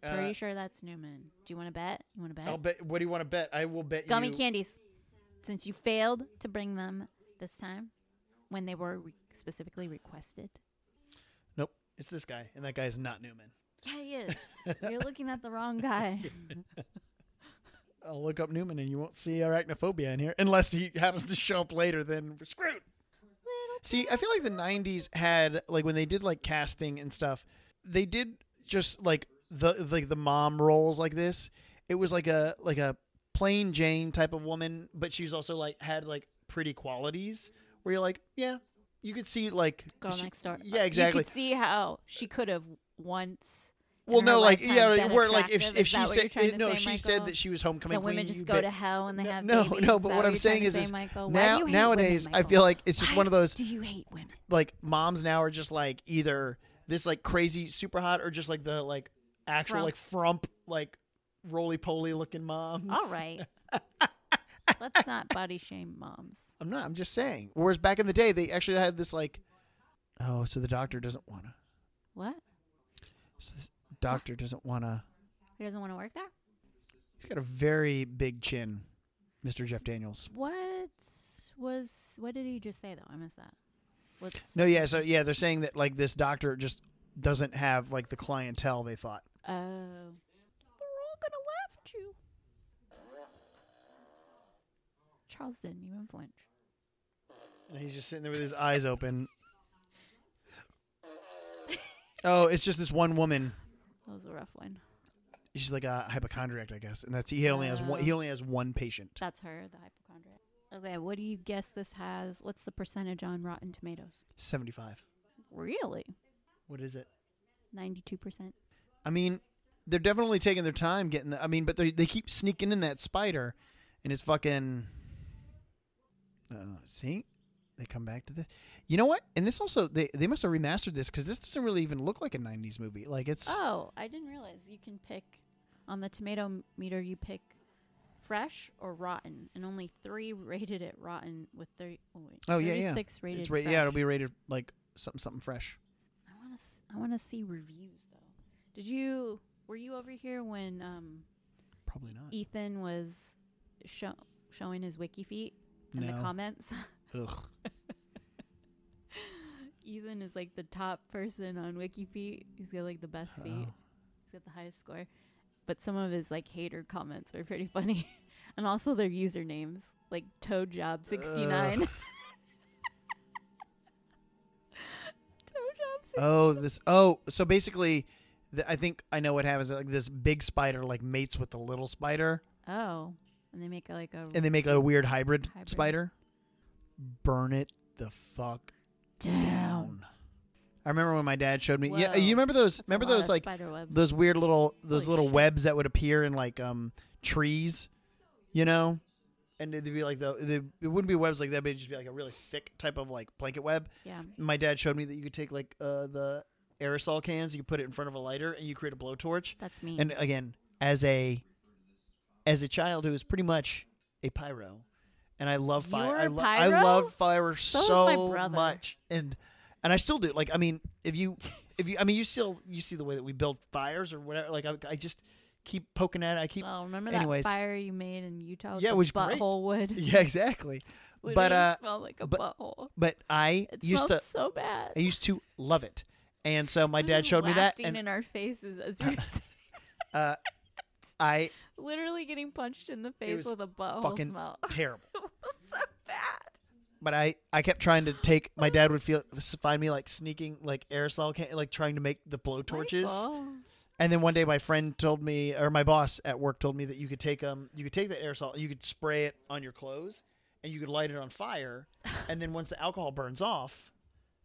[SPEAKER 2] Pretty
[SPEAKER 1] Uh,
[SPEAKER 2] sure that's Newman. Do you want to bet? You want to bet?
[SPEAKER 1] I'll bet. What do you want to bet? I will bet
[SPEAKER 2] Gummy
[SPEAKER 1] you.
[SPEAKER 2] candies. Since you failed to bring them this time, when they were re- specifically requested?
[SPEAKER 1] Nope. It's this guy, and that guy is not Newman.
[SPEAKER 2] Yeah, he is. You're looking at the wrong guy.
[SPEAKER 1] I'll look up Newman, and you won't see arachnophobia in here, unless he happens to show up later. Then we're screwed. See, I feel like the '90s had like when they did like casting and stuff, they did just like the like the mom roles like this. It was like a like a plain Jane type of woman, but she's also like had like pretty qualities where you're like, yeah, you could see like
[SPEAKER 2] Girl
[SPEAKER 1] she-
[SPEAKER 2] next door.
[SPEAKER 1] Yeah, exactly.
[SPEAKER 2] You could see how she could have once. in
[SPEAKER 1] Well,
[SPEAKER 2] her
[SPEAKER 1] no, like
[SPEAKER 2] lifetime
[SPEAKER 1] yeah,
[SPEAKER 2] been
[SPEAKER 1] where like if
[SPEAKER 2] attractive.
[SPEAKER 1] if
[SPEAKER 2] Is
[SPEAKER 1] she
[SPEAKER 2] that what you're
[SPEAKER 1] said
[SPEAKER 2] trying to
[SPEAKER 1] no,
[SPEAKER 2] say,
[SPEAKER 1] if she said
[SPEAKER 2] Michael?
[SPEAKER 1] that she was homecoming
[SPEAKER 2] that
[SPEAKER 1] queen,
[SPEAKER 2] women just
[SPEAKER 1] you
[SPEAKER 2] go
[SPEAKER 1] bet-
[SPEAKER 2] to hell when they
[SPEAKER 1] No,
[SPEAKER 2] have
[SPEAKER 1] no,
[SPEAKER 2] babies.
[SPEAKER 1] no,
[SPEAKER 2] Is
[SPEAKER 1] but
[SPEAKER 2] that
[SPEAKER 1] what I'm
[SPEAKER 2] you're
[SPEAKER 1] saying
[SPEAKER 2] trying to
[SPEAKER 1] is-
[SPEAKER 2] say,
[SPEAKER 1] is
[SPEAKER 2] Michael? Why do
[SPEAKER 1] now
[SPEAKER 2] you hate
[SPEAKER 1] nowadays
[SPEAKER 2] women,
[SPEAKER 1] I feel
[SPEAKER 2] Michael?
[SPEAKER 1] like it's just
[SPEAKER 2] Why
[SPEAKER 1] one of those
[SPEAKER 2] Do you hate women?
[SPEAKER 1] like moms now are just like either this like crazy super hot or just like the like actual
[SPEAKER 2] Frump.
[SPEAKER 1] like frump like roly poly looking moms.
[SPEAKER 2] All right. Let's not body shame moms.
[SPEAKER 1] I'm not. I'm just saying. Whereas back in the day, they actually had this like, oh, so the doctor doesn't wanna.
[SPEAKER 2] What?
[SPEAKER 1] So this doctor doesn't wanna.
[SPEAKER 2] He doesn't want to work there?
[SPEAKER 1] He's got a very big chin, Mr. Jeff Daniels.
[SPEAKER 2] What was what did he just say though? I missed that. What's
[SPEAKER 1] No, yeah. So yeah, they're saying that like this doctor just doesn't have like the clientele they thought.
[SPEAKER 2] Oh. They're all gonna laugh at you. Charles didn't even flinch.
[SPEAKER 1] And he's just sitting there with his eyes open. Oh, it's just this one woman.
[SPEAKER 2] That was a rough one.
[SPEAKER 1] She's like a hypochondriac, I guess, and that's he only has one. He only has one patient.
[SPEAKER 2] That's her, the hypochondriac. Okay, what do you guess this has? What's the percentage on Rotten Tomatoes?
[SPEAKER 1] Seventy-five.
[SPEAKER 2] Really?
[SPEAKER 1] What is it?
[SPEAKER 2] Ninety-two percent.
[SPEAKER 1] I mean, they're definitely taking their time getting the. I mean, but they they keep sneaking in that spider, and it's fucking. Uh, see, they come back to this. You know what? And this also they they must have remastered this because this doesn't really even look like a '90s movie. Like it's
[SPEAKER 2] Oh, I didn't realize you can pick on the tomato m- meter. You pick fresh or rotten, and only three rated it rotten with thirty. Oh, wait,
[SPEAKER 1] Oh, yeah, yeah.
[SPEAKER 2] 36 rated.
[SPEAKER 1] it's ra- yeah, it'll
[SPEAKER 2] fresh.
[SPEAKER 1] be rated like something something fresh.
[SPEAKER 2] I want to. I want to see reviews though. Did you? Were you over here when um,
[SPEAKER 1] Probably not.
[SPEAKER 2] Ethan was show, showing his wiki feet in the
[SPEAKER 1] No.
[SPEAKER 2] comments?
[SPEAKER 1] Ugh.
[SPEAKER 2] Ethan is like the top person on wiki feet. He's got like the best feet.
[SPEAKER 1] Oh.
[SPEAKER 2] He's got the highest score. But some of his like hater comments are pretty funny. and also their usernames, like Toe Job 69. Toe Job 69.
[SPEAKER 1] Oh, this. Oh, so basically, the, I think I know what happens. Like this big spider like mates with the little spider,
[SPEAKER 2] Oh. And they make uh, like a
[SPEAKER 1] and they make a weird hybrid,
[SPEAKER 2] Hybrid.
[SPEAKER 1] spider. Burn it the fuck
[SPEAKER 2] down.
[SPEAKER 1] down. I remember when my dad showed me. Yeah,
[SPEAKER 2] Whoa.
[SPEAKER 1] you remember those?
[SPEAKER 2] That's a
[SPEAKER 1] remember
[SPEAKER 2] lot
[SPEAKER 1] those
[SPEAKER 2] of
[SPEAKER 1] like
[SPEAKER 2] spider webs.
[SPEAKER 1] those weird little those
[SPEAKER 2] Holy
[SPEAKER 1] little
[SPEAKER 2] shit.
[SPEAKER 1] webs that would appear in like um trees, you know. And it'd be like the, the it wouldn't be webs like that, but it'd just be like a really thick type of like blanket web.
[SPEAKER 2] yeah.
[SPEAKER 1] my dad showed me that you could take like uh, the aerosol cans, you could put it in front of a lighter, and you create a blowtorch.
[SPEAKER 2] That's me.
[SPEAKER 1] And uh, again, as a as a child who is pretty much a pyro, and I love fire.
[SPEAKER 2] You're
[SPEAKER 1] I,
[SPEAKER 2] a
[SPEAKER 1] lo- I
[SPEAKER 2] pyro?
[SPEAKER 1] love fire so,
[SPEAKER 2] is my brother.
[SPEAKER 1] much, and and I still do. Like I mean, if you if you I mean you still you see the way that we build fires or whatever. Like I, I just keep poking at it. I keep
[SPEAKER 2] oh, remember
[SPEAKER 1] anyways.
[SPEAKER 2] that fire you made in Utah? With
[SPEAKER 1] Yeah, it
[SPEAKER 2] the
[SPEAKER 1] was great.
[SPEAKER 2] butthole wood.
[SPEAKER 1] yeah exactly. But
[SPEAKER 2] Literally
[SPEAKER 1] uh,
[SPEAKER 2] smelled like a
[SPEAKER 1] but-
[SPEAKER 2] butthole.
[SPEAKER 1] but I
[SPEAKER 2] It
[SPEAKER 1] used
[SPEAKER 2] smells
[SPEAKER 1] to
[SPEAKER 2] so bad.
[SPEAKER 1] I used to love it, and so my
[SPEAKER 2] I'm
[SPEAKER 1] dad
[SPEAKER 2] just
[SPEAKER 1] showed me that,
[SPEAKER 2] laughing
[SPEAKER 1] and
[SPEAKER 2] in our faces as you're
[SPEAKER 1] uh, I
[SPEAKER 2] literally getting punched in the face
[SPEAKER 1] was
[SPEAKER 2] with a butthole
[SPEAKER 1] fucking
[SPEAKER 2] smell.
[SPEAKER 1] terrible.
[SPEAKER 2] it was so bad.
[SPEAKER 1] But I, I kept trying to take. My dad would feel find me like sneaking like aerosol can like trying to make the blowtorches.
[SPEAKER 2] Michael.
[SPEAKER 1] And then one day my friend told me or my boss at work told me that you could take um you could take the aerosol you could spray it on your clothes and you could light it on fire and then once the alcohol burns off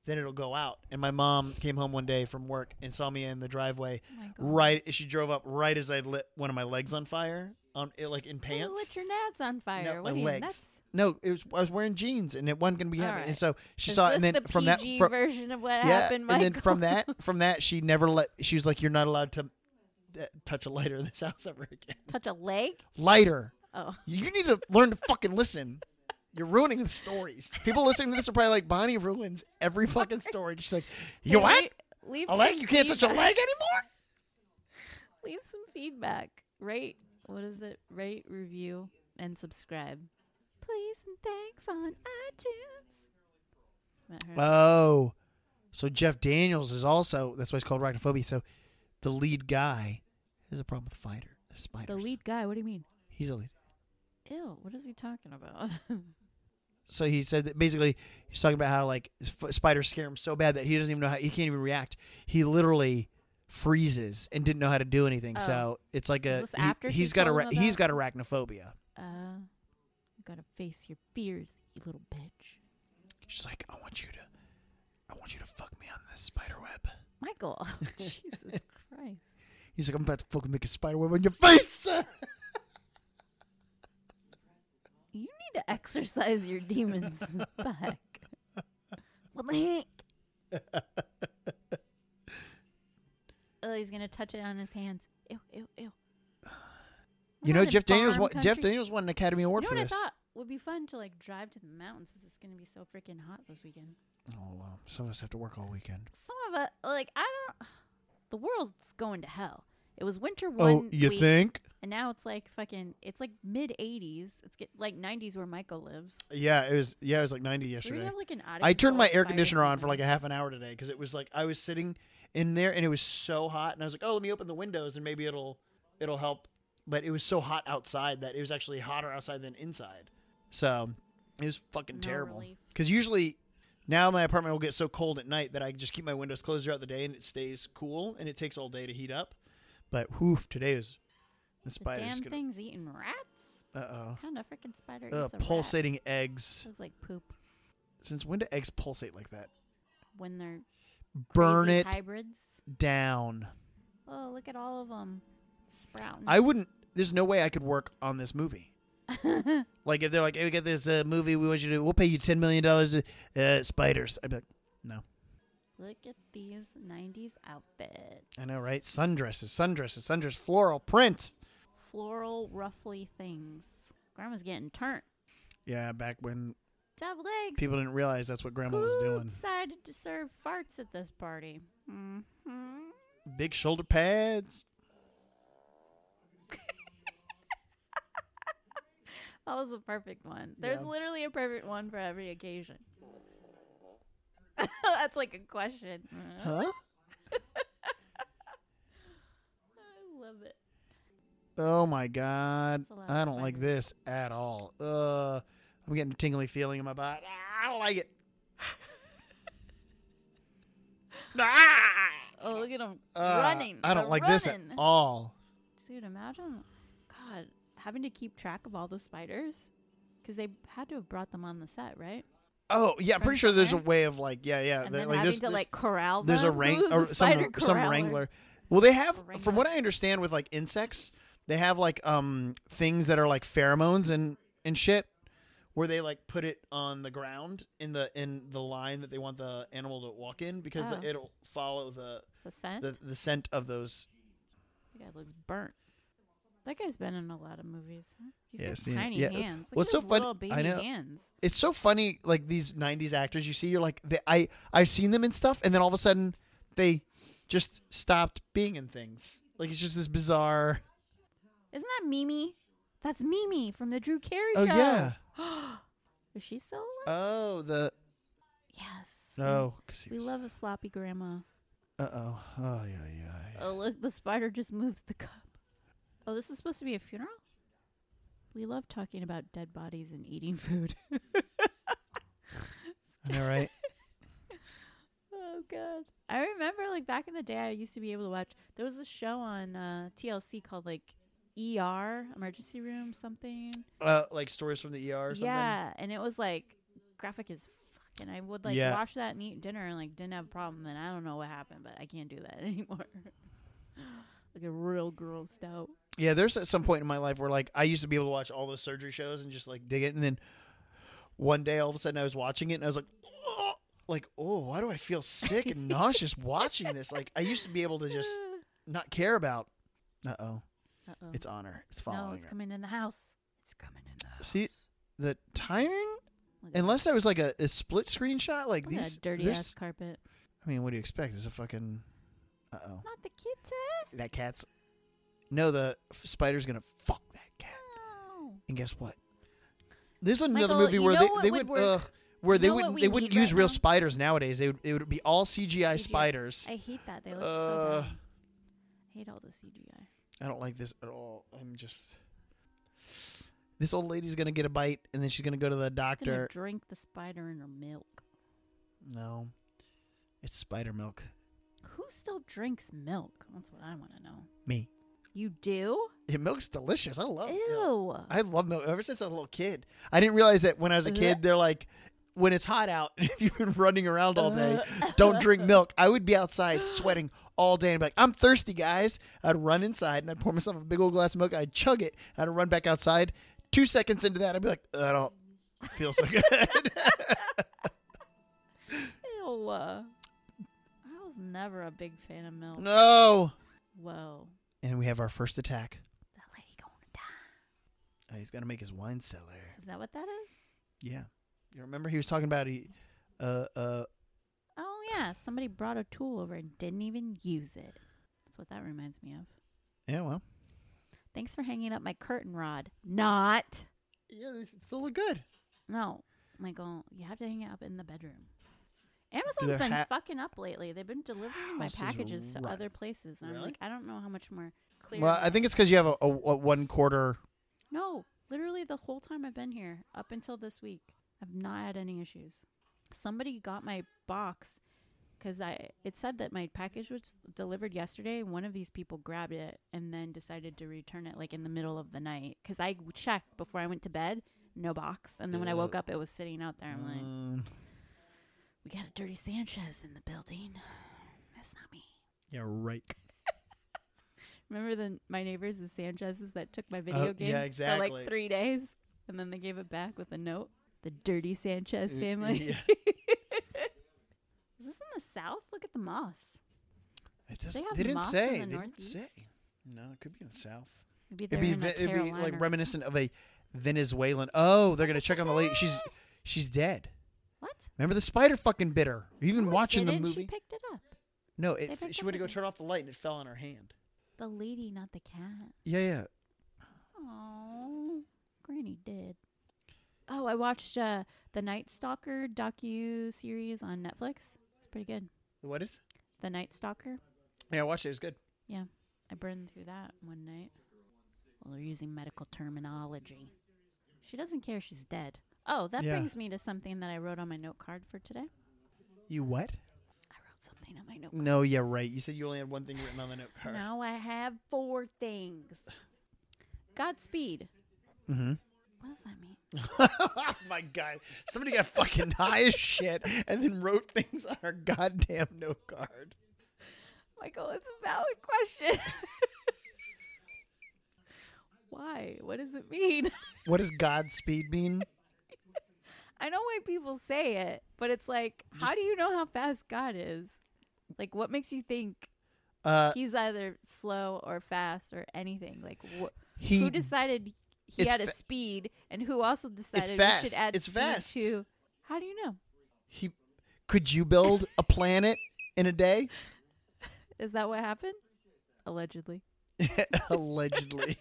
[SPEAKER 1] then it'll go out. And my mom came home one day from work and saw me in the driveway
[SPEAKER 2] Oh my God.
[SPEAKER 1] right she drove up right as I lit one of my legs on fire on like in
[SPEAKER 2] Who
[SPEAKER 1] pants.
[SPEAKER 2] Lit your nads on fire.
[SPEAKER 1] No, my
[SPEAKER 2] what are you,
[SPEAKER 1] legs.
[SPEAKER 2] nuts?
[SPEAKER 1] No, it was I was wearing jeans, and it wasn't gonna be
[SPEAKER 2] All
[SPEAKER 1] happening. And
[SPEAKER 2] right.
[SPEAKER 1] so she
[SPEAKER 2] Is
[SPEAKER 1] saw, it,
[SPEAKER 2] this
[SPEAKER 1] and then
[SPEAKER 2] the
[SPEAKER 1] from that,
[SPEAKER 2] PG
[SPEAKER 1] from,
[SPEAKER 2] version of what
[SPEAKER 1] yeah,
[SPEAKER 2] happened,
[SPEAKER 1] and then
[SPEAKER 2] Michael.
[SPEAKER 1] from that, from that, she never let. She was like, "You're not allowed to uh, touch a lighter in this house ever again."
[SPEAKER 2] touch a leg.
[SPEAKER 1] Lighter,
[SPEAKER 2] Oh,
[SPEAKER 1] you need to learn to fucking listen. You're ruining the stories. People listening to this are probably like, "Bonnie ruins every fucking story." She's like, "You
[SPEAKER 2] Hey,
[SPEAKER 1] what?
[SPEAKER 2] le- Leave
[SPEAKER 1] A leg?
[SPEAKER 2] some
[SPEAKER 1] You can't touch a
[SPEAKER 2] feedback-
[SPEAKER 1] leg anymore?"
[SPEAKER 2] Leave some feedback. Rate. What is it? Rate, review, and subscribe. Please and thanks on iTunes. Met her.
[SPEAKER 1] Oh, so Jeff Daniels is also that's why it's called Arachnophobia. So the lead guy has a problem with fighter spiders.
[SPEAKER 2] the lead guy. What do you mean?
[SPEAKER 1] He's a lead.
[SPEAKER 2] Ew. What is he talking about?
[SPEAKER 1] So he said that basically he's talking about how like f- spiders scare him so bad that he doesn't even know how he can't even react. He literally freezes and didn't know how to do anything.
[SPEAKER 2] Oh.
[SPEAKER 1] So it's like
[SPEAKER 2] Is
[SPEAKER 1] a
[SPEAKER 2] this
[SPEAKER 1] he,
[SPEAKER 2] after she
[SPEAKER 1] has got
[SPEAKER 2] told
[SPEAKER 1] a
[SPEAKER 2] him
[SPEAKER 1] he's
[SPEAKER 2] about-
[SPEAKER 1] got arachnophobia.
[SPEAKER 2] uh, you gotta face your fears, you little bitch.
[SPEAKER 1] She's like, I want you to, I want you to fuck me on this spider web.
[SPEAKER 2] Michael. Jesus Christ.
[SPEAKER 1] He's like, I'm about to fucking make a spider web on your face.
[SPEAKER 2] You need to exercise your demons back. What the heck? oh, he's gonna touch it on his hands. Ew, ew, ew. We're
[SPEAKER 1] you know,
[SPEAKER 2] not in
[SPEAKER 1] Jeff Daniels.
[SPEAKER 2] farm
[SPEAKER 1] Won, Jeff
[SPEAKER 2] country.
[SPEAKER 1] Daniels won an Academy Award
[SPEAKER 2] you know
[SPEAKER 1] for
[SPEAKER 2] what
[SPEAKER 1] this.
[SPEAKER 2] I thought would be fun to like drive to the mountains since it's gonna be so freaking hot this weekend.
[SPEAKER 1] Oh wow, some of us have to work all weekend.
[SPEAKER 2] Some of it, like I don't. The world's going to hell. It was winter one week,
[SPEAKER 1] Oh, think?
[SPEAKER 2] and now it's like fucking. It's like mid eighties. It's get, like nineties where Michael lives.
[SPEAKER 1] Yeah, it was. Yeah, it was like 90
[SPEAKER 2] Do we
[SPEAKER 1] yesterday.
[SPEAKER 2] have like an out of
[SPEAKER 1] I turned
[SPEAKER 2] control
[SPEAKER 1] my air
[SPEAKER 2] spider
[SPEAKER 1] conditioner on for
[SPEAKER 2] season?
[SPEAKER 1] like a half an hour today because it was like I was sitting in there and it was so hot, and I was like, oh, let me open the windows and maybe it'll it'll help. But it was so hot outside that it was actually hotter outside than inside. So it was fucking
[SPEAKER 2] No
[SPEAKER 1] terrible.
[SPEAKER 2] relief.
[SPEAKER 1] Because usually now my apartment will get so cold at night that I just keep my windows closed throughout the day and it stays cool and it takes all day to heat up. But whoof, today is the
[SPEAKER 2] The
[SPEAKER 1] spider's
[SPEAKER 2] damn
[SPEAKER 1] gonna
[SPEAKER 2] thing's eating rats.
[SPEAKER 1] uh oh.
[SPEAKER 2] What kind of freaking spider
[SPEAKER 1] Uh,
[SPEAKER 2] eats a rat?
[SPEAKER 1] pulsating eggs.
[SPEAKER 2] Looks like poop
[SPEAKER 1] Since when do eggs pulsate like that?
[SPEAKER 2] when they're
[SPEAKER 1] Burn
[SPEAKER 2] crazy
[SPEAKER 1] it
[SPEAKER 2] hybrids.
[SPEAKER 1] down.
[SPEAKER 2] Oh, look at all of them sprouting.
[SPEAKER 1] I wouldn't. There's no way I could work on this movie. like if they're like, "Hey, we got this uh, movie. We want you to. We'll pay you ten million dollars. Uh, spiders." I'd be like, "No,
[SPEAKER 2] look at these '90s outfits.
[SPEAKER 1] I know, right? Sundresses, sundresses, sundress, floral print."
[SPEAKER 2] floral ruffly things. Grandma's getting turnt.
[SPEAKER 1] Yeah, back when
[SPEAKER 2] Dub legs.
[SPEAKER 1] people didn't realize that's what Grandma
[SPEAKER 2] Who
[SPEAKER 1] was doing.
[SPEAKER 2] decided to serve farts at this party? Mm-hmm.
[SPEAKER 1] Big shoulder pads.
[SPEAKER 2] That was the perfect one. There's
[SPEAKER 1] Yeah.
[SPEAKER 2] literally a perfect one for every occasion. That's like a question.
[SPEAKER 1] Huh?
[SPEAKER 2] I love it.
[SPEAKER 1] Oh my god,
[SPEAKER 2] It's a lot of
[SPEAKER 1] I don't like
[SPEAKER 2] spiders.
[SPEAKER 1] this at all. Uh, I'm getting a tingly feeling in my body. Ah, I don't like it. ah!
[SPEAKER 2] Oh, look at him
[SPEAKER 1] Uh,
[SPEAKER 2] running.
[SPEAKER 1] I don't
[SPEAKER 2] They're
[SPEAKER 1] like this at
[SPEAKER 2] running.
[SPEAKER 1] all.
[SPEAKER 2] Dude, imagine, God, having to keep track of all the spiders because they had to have brought them on the set, right?
[SPEAKER 1] Oh yeah, I'm
[SPEAKER 2] From
[SPEAKER 1] pretty sure there's a
[SPEAKER 2] somewhere?
[SPEAKER 1] way of like yeah yeah
[SPEAKER 2] and
[SPEAKER 1] that-
[SPEAKER 2] then
[SPEAKER 1] Uh, like
[SPEAKER 2] having
[SPEAKER 1] there's
[SPEAKER 2] to like corral them.
[SPEAKER 1] there's a rank
[SPEAKER 2] Who's the
[SPEAKER 1] or
[SPEAKER 2] spider
[SPEAKER 1] some some
[SPEAKER 2] corraller?
[SPEAKER 1] wrangler. Well, they have
[SPEAKER 2] A
[SPEAKER 1] from what I understand with like insects, they have like um things that are like pheromones and and shit where they like put it on the ground in the in the line that they want the animal to walk in because
[SPEAKER 2] Oh.
[SPEAKER 1] the, it'll follow the,
[SPEAKER 2] The scent.
[SPEAKER 1] the the scent of those
[SPEAKER 2] that guy looks burnt. That guy's been in a lot of movies. Huh? He's
[SPEAKER 1] Yeah,
[SPEAKER 2] got
[SPEAKER 1] seen it.
[SPEAKER 2] tiny
[SPEAKER 1] Yeah. uh,
[SPEAKER 2] hands. Look
[SPEAKER 1] What's
[SPEAKER 2] at
[SPEAKER 1] so
[SPEAKER 2] his
[SPEAKER 1] funny-
[SPEAKER 2] Little baby
[SPEAKER 1] I know.
[SPEAKER 2] hands.
[SPEAKER 1] it's so funny like these 90s actors you see you're like they, i i've seen them in stuff and then all of a sudden they just stopped being in things like it's just this bizarre
[SPEAKER 2] Isn't that Mimi? That's Mimi from the Drew Carey
[SPEAKER 1] oh
[SPEAKER 2] show.
[SPEAKER 1] yeah
[SPEAKER 2] Is she still alive?
[SPEAKER 1] oh the
[SPEAKER 2] Yes. We-
[SPEAKER 1] oh because he
[SPEAKER 2] We
[SPEAKER 1] was
[SPEAKER 2] love a sloppy grandma.
[SPEAKER 1] uh-oh oh yeah yeah, yeah.
[SPEAKER 2] Oh look, the spider just moves the cup. Oh, this is supposed to be a funeral. We love talking about dead bodies and eating food.
[SPEAKER 1] i know right
[SPEAKER 2] Oh god. I remember like back in the day I used to be able to watch there was a show on uh TLC called like ER, emergency room something.
[SPEAKER 1] uh like stories from the er or something
[SPEAKER 2] Yeah, and it was like graphic as fuck and I would like
[SPEAKER 1] Yeah.
[SPEAKER 2] watch that and eat dinner and like didn't have a problem then I don't know what happened, but I can't do that anymore. like a real grossed out.
[SPEAKER 1] yeah there's at some point in my life where like i used to be able to watch all those surgery shows and just like dig it and then one day all of a sudden i was watching it and i was like oh, like oh why do i feel sick and nauseous watching this like i used to be able to just not care about. Uh oh,
[SPEAKER 2] Uh oh.
[SPEAKER 1] it's honor. It's
[SPEAKER 2] No,
[SPEAKER 1] following
[SPEAKER 2] it's
[SPEAKER 1] her.
[SPEAKER 2] coming in the house. It's coming in the house.
[SPEAKER 1] See, the timing,
[SPEAKER 2] Look at
[SPEAKER 1] unless that was like a, a split screenshot, like
[SPEAKER 2] that- look at
[SPEAKER 1] these.
[SPEAKER 2] that dirty
[SPEAKER 1] this-
[SPEAKER 2] ass carpet.
[SPEAKER 1] I mean, what do you expect? It's a fucking. Uh oh,
[SPEAKER 2] Not the kitten.
[SPEAKER 1] that cat's. No, the f- spider's gonna fuck that cat.
[SPEAKER 2] No.
[SPEAKER 1] And guess what? There's another
[SPEAKER 2] Michael,
[SPEAKER 1] movie
[SPEAKER 2] you
[SPEAKER 1] where
[SPEAKER 2] know
[SPEAKER 1] they,
[SPEAKER 2] what
[SPEAKER 1] they
[SPEAKER 2] would
[SPEAKER 1] would,
[SPEAKER 2] work?
[SPEAKER 1] ugh, where they
[SPEAKER 2] know what
[SPEAKER 1] wouldn't
[SPEAKER 2] we
[SPEAKER 1] they wouldn't
[SPEAKER 2] need
[SPEAKER 1] use
[SPEAKER 2] right
[SPEAKER 1] real
[SPEAKER 2] now?
[SPEAKER 1] spiders nowadays. They would it would be all CGI,
[SPEAKER 2] CGI.
[SPEAKER 1] spiders.
[SPEAKER 2] I hate that. They look
[SPEAKER 1] Uh,
[SPEAKER 2] so bad. I hate all the CGI.
[SPEAKER 1] I don't like this at all. I'm just this old lady's gonna get a bite and then she's gonna go to the
[SPEAKER 2] I'm gonna
[SPEAKER 1] doctor.
[SPEAKER 2] drink the spider in her milk.
[SPEAKER 1] No, it's spider milk.
[SPEAKER 2] Who still drinks milk? That's what I want to know.
[SPEAKER 1] Me,
[SPEAKER 2] You do?
[SPEAKER 1] it milk's delicious. I love.
[SPEAKER 2] Ew.
[SPEAKER 1] Milk. Oh, I love milk ever since I was a little kid. I didn't realize that when I was a kid, they're like, when it's hot out, if you've been running around all day, don't drink milk. I would be outside sweating all day and be like, I'm thirsty, guys. I'd run inside and I'd pour myself a big old glass of milk. I'd chug it. I'd run back outside. Two seconds into that, I'd be like, I don't feel so good.
[SPEAKER 2] Ew. I was never a big fan of milk.
[SPEAKER 1] no.
[SPEAKER 2] Whoa.
[SPEAKER 1] And we have our first attack.
[SPEAKER 2] That lady going to die.
[SPEAKER 1] Uh, he's got to make his wine cellar.
[SPEAKER 2] Is that what that is?
[SPEAKER 1] Yeah. You remember he was talking about he, uh, uh,
[SPEAKER 2] Oh, yeah. Somebody brought a tool over and didn't even use it. That's what that reminds me of.
[SPEAKER 1] yeah, well.
[SPEAKER 2] Thanks for hanging up my curtain rod. Not.
[SPEAKER 1] Yeah, they still look good.
[SPEAKER 2] No, Michael, you have to hang it up in the bedroom.
[SPEAKER 1] Their
[SPEAKER 2] Amazon's been
[SPEAKER 1] ha-
[SPEAKER 2] fucking up lately. They've been delivering my
[SPEAKER 1] House is
[SPEAKER 2] packages to
[SPEAKER 1] rotten.
[SPEAKER 2] other places, and I'm
[SPEAKER 1] Really?
[SPEAKER 2] like, I don't know how much more clear.
[SPEAKER 1] Well, I think it's because you have a, a, a one quarter.
[SPEAKER 2] no. Literally, the whole time I've been here up until this week, I've not had any issues. Somebody got my box because I it said that my package was delivered yesterday. One of these people grabbed it and then decided to return it like in the middle of the night because I checked before I went to bed, no box, and then when I
[SPEAKER 1] Ugh.
[SPEAKER 2] woke up, it was sitting out there. I'm like.
[SPEAKER 1] Mm,
[SPEAKER 2] We got a dirty Sanchez in the building. That's not me.
[SPEAKER 1] yeah, right.
[SPEAKER 2] Remember the my neighbors, the Sanchez's that took my video
[SPEAKER 1] Oh, yeah,
[SPEAKER 2] game for
[SPEAKER 1] exactly.
[SPEAKER 2] like three days, and then they gave it back with a note. The dirty Sanchez
[SPEAKER 1] Uh,
[SPEAKER 2] family.
[SPEAKER 1] yeah.
[SPEAKER 2] Is this in the south? Look at the moss.
[SPEAKER 1] It just,
[SPEAKER 2] They
[SPEAKER 1] they,
[SPEAKER 2] have
[SPEAKER 1] didn't
[SPEAKER 2] moss in
[SPEAKER 1] say.
[SPEAKER 2] the
[SPEAKER 1] they didn't
[SPEAKER 2] Northeast?
[SPEAKER 1] say. No, it could be in the South.
[SPEAKER 2] Maybe
[SPEAKER 1] It'd
[SPEAKER 2] they're
[SPEAKER 1] be,
[SPEAKER 2] in
[SPEAKER 1] ve-
[SPEAKER 2] like
[SPEAKER 1] it'd be
[SPEAKER 2] Carolina.
[SPEAKER 1] like reminiscent of a Venezuelan. Oh, they're gonna check on the lady. She's she's dead.
[SPEAKER 2] what?
[SPEAKER 1] Remember the spider fucking bit her. Even
[SPEAKER 2] No, it
[SPEAKER 1] watching the
[SPEAKER 2] didn't.
[SPEAKER 1] movie.
[SPEAKER 2] She picked it up.
[SPEAKER 1] no,
[SPEAKER 2] they
[SPEAKER 1] it,
[SPEAKER 2] picked
[SPEAKER 1] she
[SPEAKER 2] up
[SPEAKER 1] went to
[SPEAKER 2] on
[SPEAKER 1] go
[SPEAKER 2] it.
[SPEAKER 1] turn off the light and it fell on her hand.
[SPEAKER 2] The lady, not the cat.
[SPEAKER 1] Yeah, yeah.
[SPEAKER 2] Oh, Granny did. Oh, I watched uh, the Night Stalker docu series on Netflix. It's pretty good.
[SPEAKER 1] What is?
[SPEAKER 2] The Night Stalker.
[SPEAKER 1] Yeah, I watched it. It was good.
[SPEAKER 2] I burned through that one night. Well, they're using medical terminology. She doesn't care she's dead. Oh, that
[SPEAKER 1] Yeah.
[SPEAKER 2] brings me to something that I wrote on my note card for today.
[SPEAKER 1] You what?
[SPEAKER 2] I wrote something on my note
[SPEAKER 1] No, yeah, right. You said you only had one thing written on the note card.
[SPEAKER 2] card. Now I have four things. Godspeed.
[SPEAKER 1] Mm-hmm.
[SPEAKER 2] What does that mean?
[SPEAKER 1] oh my god! Somebody got fucking high as shit and then wrote things on her goddamn note card.
[SPEAKER 2] Michael, it's a valid question. Why? What does it mean?
[SPEAKER 1] What does Godspeed mean?
[SPEAKER 2] I know why people say it, but it's like, how do you know how fast God is? Like, what makes you think
[SPEAKER 1] Uh,
[SPEAKER 2] he's either slow or fast or anything? Like, wh-
[SPEAKER 1] he
[SPEAKER 2] who decided he
[SPEAKER 1] It's
[SPEAKER 2] had a
[SPEAKER 1] fa-
[SPEAKER 2] speed, and who also decided we
[SPEAKER 1] fast.
[SPEAKER 2] should add
[SPEAKER 1] It's
[SPEAKER 2] speed
[SPEAKER 1] fast.
[SPEAKER 2] to? How do you know?
[SPEAKER 1] he could you build a planet in a day?
[SPEAKER 2] Is that what happened? Allegedly.
[SPEAKER 1] Allegedly,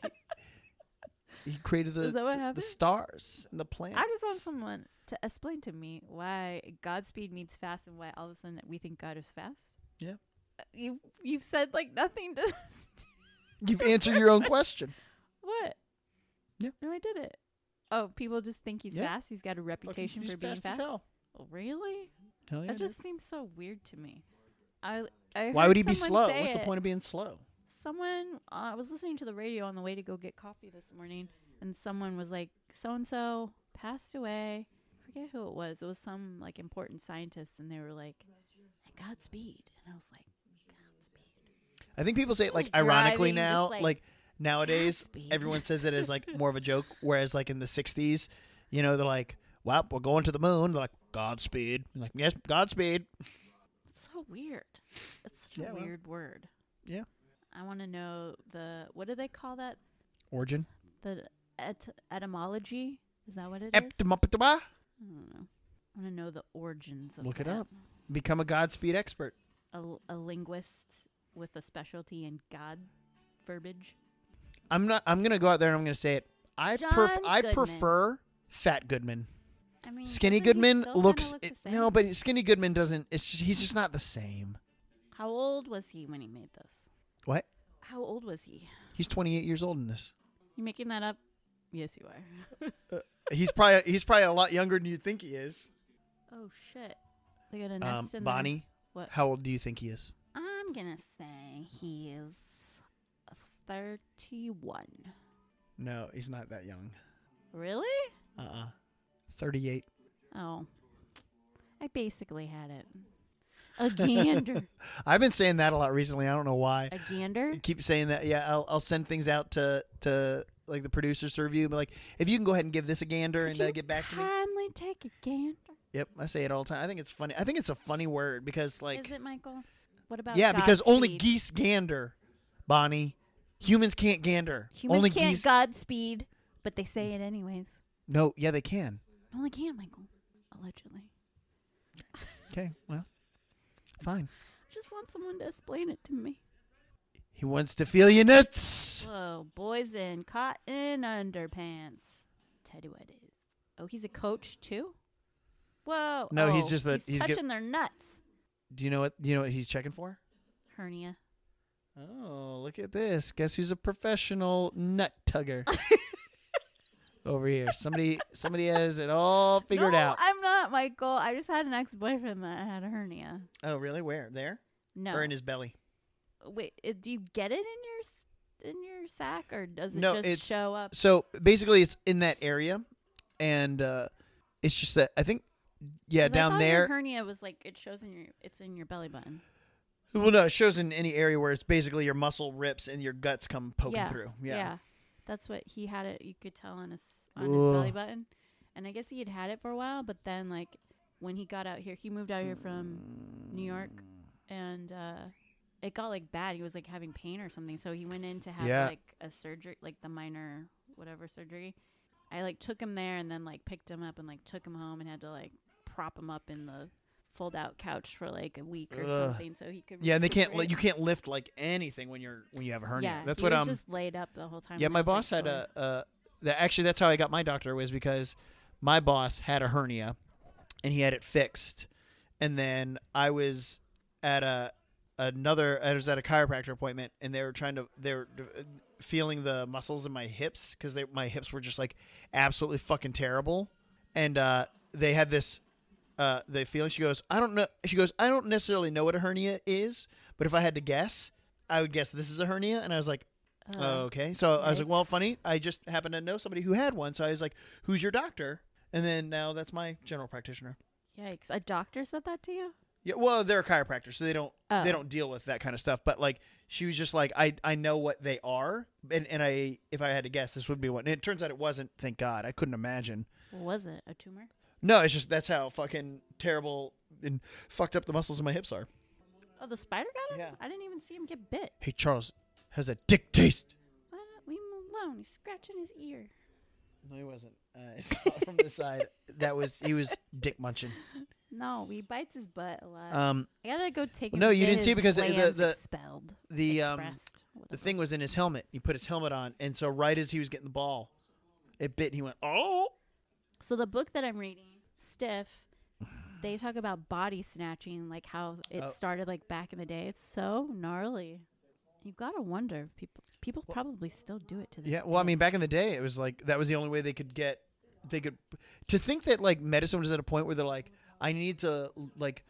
[SPEAKER 1] he created
[SPEAKER 2] Is that
[SPEAKER 1] the
[SPEAKER 2] what
[SPEAKER 1] the
[SPEAKER 2] happened?
[SPEAKER 1] stars and the planets.
[SPEAKER 2] I just want someone to explain to me why Godspeed means fast and why all of a sudden we think God is fast.
[SPEAKER 1] Yeah.
[SPEAKER 2] Uh, You you've said like nothing to
[SPEAKER 1] You've answered your own question.
[SPEAKER 2] what?
[SPEAKER 1] Yeah.
[SPEAKER 2] No, I did it. Oh, people just think he's
[SPEAKER 1] Yeah.
[SPEAKER 2] fast. He's got a reputation
[SPEAKER 1] Fucking-
[SPEAKER 2] for
[SPEAKER 1] he's
[SPEAKER 2] being
[SPEAKER 1] fast
[SPEAKER 2] fast.
[SPEAKER 1] as hell.
[SPEAKER 2] Oh, Really?
[SPEAKER 1] Hell yeah,
[SPEAKER 2] that
[SPEAKER 1] dude.
[SPEAKER 2] just seems so weird to me. I I
[SPEAKER 1] Why
[SPEAKER 2] heard
[SPEAKER 1] would he be
[SPEAKER 2] someone
[SPEAKER 1] slow?
[SPEAKER 2] say
[SPEAKER 1] What's the
[SPEAKER 2] it.
[SPEAKER 1] point of being slow?
[SPEAKER 2] someone uh, I was listening to the radio on the way to go get coffee this morning, and someone was like, "So and so passed away." I forget who it was. It was some like important scientist, and they were like, "And "Godspeed," and I was like, "Godspeed."
[SPEAKER 1] I think people say it like
[SPEAKER 2] Just
[SPEAKER 1] ironically
[SPEAKER 2] driving, just,
[SPEAKER 1] now,
[SPEAKER 2] like,
[SPEAKER 1] like, nowadays,
[SPEAKER 2] Godspeed.
[SPEAKER 1] everyone says it as like more of a joke. Whereas like in the '60s, you know, they're like, "Well, we're going to the moon." They're like, "Godspeed." I'm like, yes, Godspeed.
[SPEAKER 2] It's so weird. It's such
[SPEAKER 1] Yeah,
[SPEAKER 2] a
[SPEAKER 1] well.
[SPEAKER 2] weird word.
[SPEAKER 1] Yeah.
[SPEAKER 2] I want to know the what do they call that?
[SPEAKER 1] Origin.
[SPEAKER 2] The et- etymology is that what it is?
[SPEAKER 1] Eptimoptima.
[SPEAKER 2] I don't know. I want to know the origins of
[SPEAKER 1] Look it
[SPEAKER 2] that.
[SPEAKER 1] up. Become a Godspeed expert.
[SPEAKER 2] a, l- a linguist with a specialty in God verbiage.
[SPEAKER 1] I'm not. I'm gonna go out there and I'm gonna say it. I
[SPEAKER 2] John
[SPEAKER 1] pref- I
[SPEAKER 2] Goodman.
[SPEAKER 1] prefer Fat Goodman.
[SPEAKER 2] I mean,
[SPEAKER 1] Skinny
[SPEAKER 2] doesn't he
[SPEAKER 1] Goodman
[SPEAKER 2] still kinda
[SPEAKER 1] looks
[SPEAKER 2] look the
[SPEAKER 1] it-
[SPEAKER 2] same?
[SPEAKER 1] no, but Skinny Goodman doesn't. It's just, he's just not the same.
[SPEAKER 2] How old was he when he made this?
[SPEAKER 1] What?
[SPEAKER 2] How old was he?
[SPEAKER 1] He's 28 years old in this.
[SPEAKER 2] You making that up? Yes, you are.
[SPEAKER 1] He's probably he's probably a lot younger than you think he is.
[SPEAKER 2] oh shit! They got a
[SPEAKER 1] Um,
[SPEAKER 2] nest in
[SPEAKER 1] Bonnie,
[SPEAKER 2] What?
[SPEAKER 1] how old do you think he is?
[SPEAKER 2] There. I'm gonna say he is thirty-one.
[SPEAKER 1] No, he's not that young.
[SPEAKER 2] Really?
[SPEAKER 1] Uh uh 38.
[SPEAKER 2] Oh, I basically had it. A gander.
[SPEAKER 1] I've been saying that a lot recently. I don't know why.
[SPEAKER 2] a gander.
[SPEAKER 1] I keep saying that. Yeah, I'll, I'll send things out to to like the producers to review. But like, if you can go ahead and give this a gander
[SPEAKER 2] Could
[SPEAKER 1] and uh,
[SPEAKER 2] you
[SPEAKER 1] get back to me.
[SPEAKER 2] Kindly take a gander.
[SPEAKER 1] Yep, I say it all the time. I think it's funny. I think it's a funny word because like
[SPEAKER 2] is it Michael? What about?
[SPEAKER 1] yeah, because only
[SPEAKER 2] Godspeed?
[SPEAKER 1] geese gander, Bonnie. Humans can't gander.
[SPEAKER 2] humans
[SPEAKER 1] only
[SPEAKER 2] can't
[SPEAKER 1] geese.
[SPEAKER 2] Godspeed, but they say it anyways.
[SPEAKER 1] no, yeah, they can.
[SPEAKER 2] No, they can't, Michael. Allegedly.
[SPEAKER 1] Okay, well, fine.
[SPEAKER 2] Just want someone to explain it to me.
[SPEAKER 1] He wants to feel your nuts.
[SPEAKER 2] Whoa, boys in cotton underpants. Teddy what is. Oh, he's a coach too? Whoa.
[SPEAKER 1] No, he's
[SPEAKER 2] oh,
[SPEAKER 1] just the-
[SPEAKER 2] he's
[SPEAKER 1] he's get-
[SPEAKER 2] touching their nuts.
[SPEAKER 1] Do you know what? Do you know what he's checking for?
[SPEAKER 2] Hernia.
[SPEAKER 1] Oh, look at this. Guess who's a professional nut tugger? Over here. Somebody somebody has it all figured
[SPEAKER 2] no,
[SPEAKER 1] out.
[SPEAKER 2] I'm not Michael. I just had an ex boyfriend that had a hernia.
[SPEAKER 1] oh, really? Where? There?
[SPEAKER 2] No.
[SPEAKER 1] Or in his belly?
[SPEAKER 2] Wait, uh, do you get it in your s- in your sack or does it
[SPEAKER 1] No,
[SPEAKER 2] just
[SPEAKER 1] it's-
[SPEAKER 2] show up?
[SPEAKER 1] So basically it's in that area and uh it's just that I think yeah,
[SPEAKER 2] 'Cause I
[SPEAKER 1] down
[SPEAKER 2] thought your
[SPEAKER 1] there.
[SPEAKER 2] hernia was like it shows in your it's in your belly button.
[SPEAKER 1] well no, it shows in any area where it's basically your muscle rips and your guts come poking through. Yeah.
[SPEAKER 2] That's what he had it. You could tell on his on his
[SPEAKER 1] Ugh.
[SPEAKER 2] belly button, and I guess he had had it for a while. But then, like when he got out here, he moved out here from New York,
[SPEAKER 1] Mm.
[SPEAKER 2] and uh, it got like bad. He was like having pain or something, so he went in to have
[SPEAKER 1] Yeah.
[SPEAKER 2] like a surgery, like the minor whatever surgery. I like took him there and then like picked him up and like took him home and had to like prop him up in the fold out couch for like a week or
[SPEAKER 1] Ugh.
[SPEAKER 2] something so he could
[SPEAKER 1] Yeah, and they can't
[SPEAKER 2] recuperate.
[SPEAKER 1] li- you can't lift like anything when you're when you have a hernia.
[SPEAKER 2] yeah
[SPEAKER 1] That's
[SPEAKER 2] he
[SPEAKER 1] what
[SPEAKER 2] was
[SPEAKER 1] um
[SPEAKER 2] just laid up the whole time
[SPEAKER 1] Yeah,
[SPEAKER 2] and
[SPEAKER 1] my
[SPEAKER 2] I was, like,
[SPEAKER 1] boss had
[SPEAKER 2] sore.
[SPEAKER 1] a. Uh, that actually, that's how I got my doctor was because my boss had a hernia, and he had it fixed, and then I was at a another. I was at a chiropractor appointment, and they were trying to they were uh, feeling the muscles in my hips because my hips were just like absolutely fucking terrible, and uh, they had this. Uh, the feeling she goes, I don't know. She goes, I don't necessarily know what a hernia is, but if I had to guess, I would guess this is a hernia. And I was like,
[SPEAKER 2] Uh,
[SPEAKER 1] okay. So I was like, well,
[SPEAKER 2] yikes.
[SPEAKER 1] funny. I just happened to know somebody who had one. So I was like, who's your doctor? And then now that's my general practitioner.
[SPEAKER 2] Yikes! A doctor said that to you?
[SPEAKER 1] Yeah, well, they're a chiropractor, so they don't
[SPEAKER 2] Oh.
[SPEAKER 1] they don't deal with that kind of stuff. But like, she was just like, I I know what they are, and and I if I had to guess, this would be one. And it turns out it wasn't. Thank God, I couldn't imagine.
[SPEAKER 2] What was it? A tumor?
[SPEAKER 1] No, it's just that's how fucking terrible and fucked up the muscles in my hips are.
[SPEAKER 2] Oh, the spider got him.
[SPEAKER 1] Yeah.
[SPEAKER 2] I didn't even see him get bit.
[SPEAKER 1] Hey, Charles has a dick taste.
[SPEAKER 2] Why not leave him alone? He's scratching his ear.
[SPEAKER 1] No, he wasn't. I saw from the side that was he was dick munching.
[SPEAKER 2] No, he bites his butt a lot.
[SPEAKER 1] Um,
[SPEAKER 2] I gotta go take.
[SPEAKER 1] well,
[SPEAKER 2] him
[SPEAKER 1] no,
[SPEAKER 2] to
[SPEAKER 1] you
[SPEAKER 2] get
[SPEAKER 1] didn't see
[SPEAKER 2] his
[SPEAKER 1] because the- the-
[SPEAKER 2] glands
[SPEAKER 1] the-
[SPEAKER 2] expelled,
[SPEAKER 1] the um,
[SPEAKER 2] expressed.
[SPEAKER 1] the
[SPEAKER 2] whatever.
[SPEAKER 1] thing was in his helmet. He put his helmet on, and so right as he was getting the ball, it bit. And he went, "Oh!"
[SPEAKER 2] So the book that I'm reading, Stiff, they talk about body snatching, like how it
[SPEAKER 1] Oh.
[SPEAKER 2] started, like back in the day. It's so gnarly. You gotta wonder if people people probably still do it to this.
[SPEAKER 1] Yeah. Well, I
[SPEAKER 2] day.
[SPEAKER 1] mean, back in the day, it was like that was the only way they could get. They could to think that like medicine was at a point where they're like, "I need to like."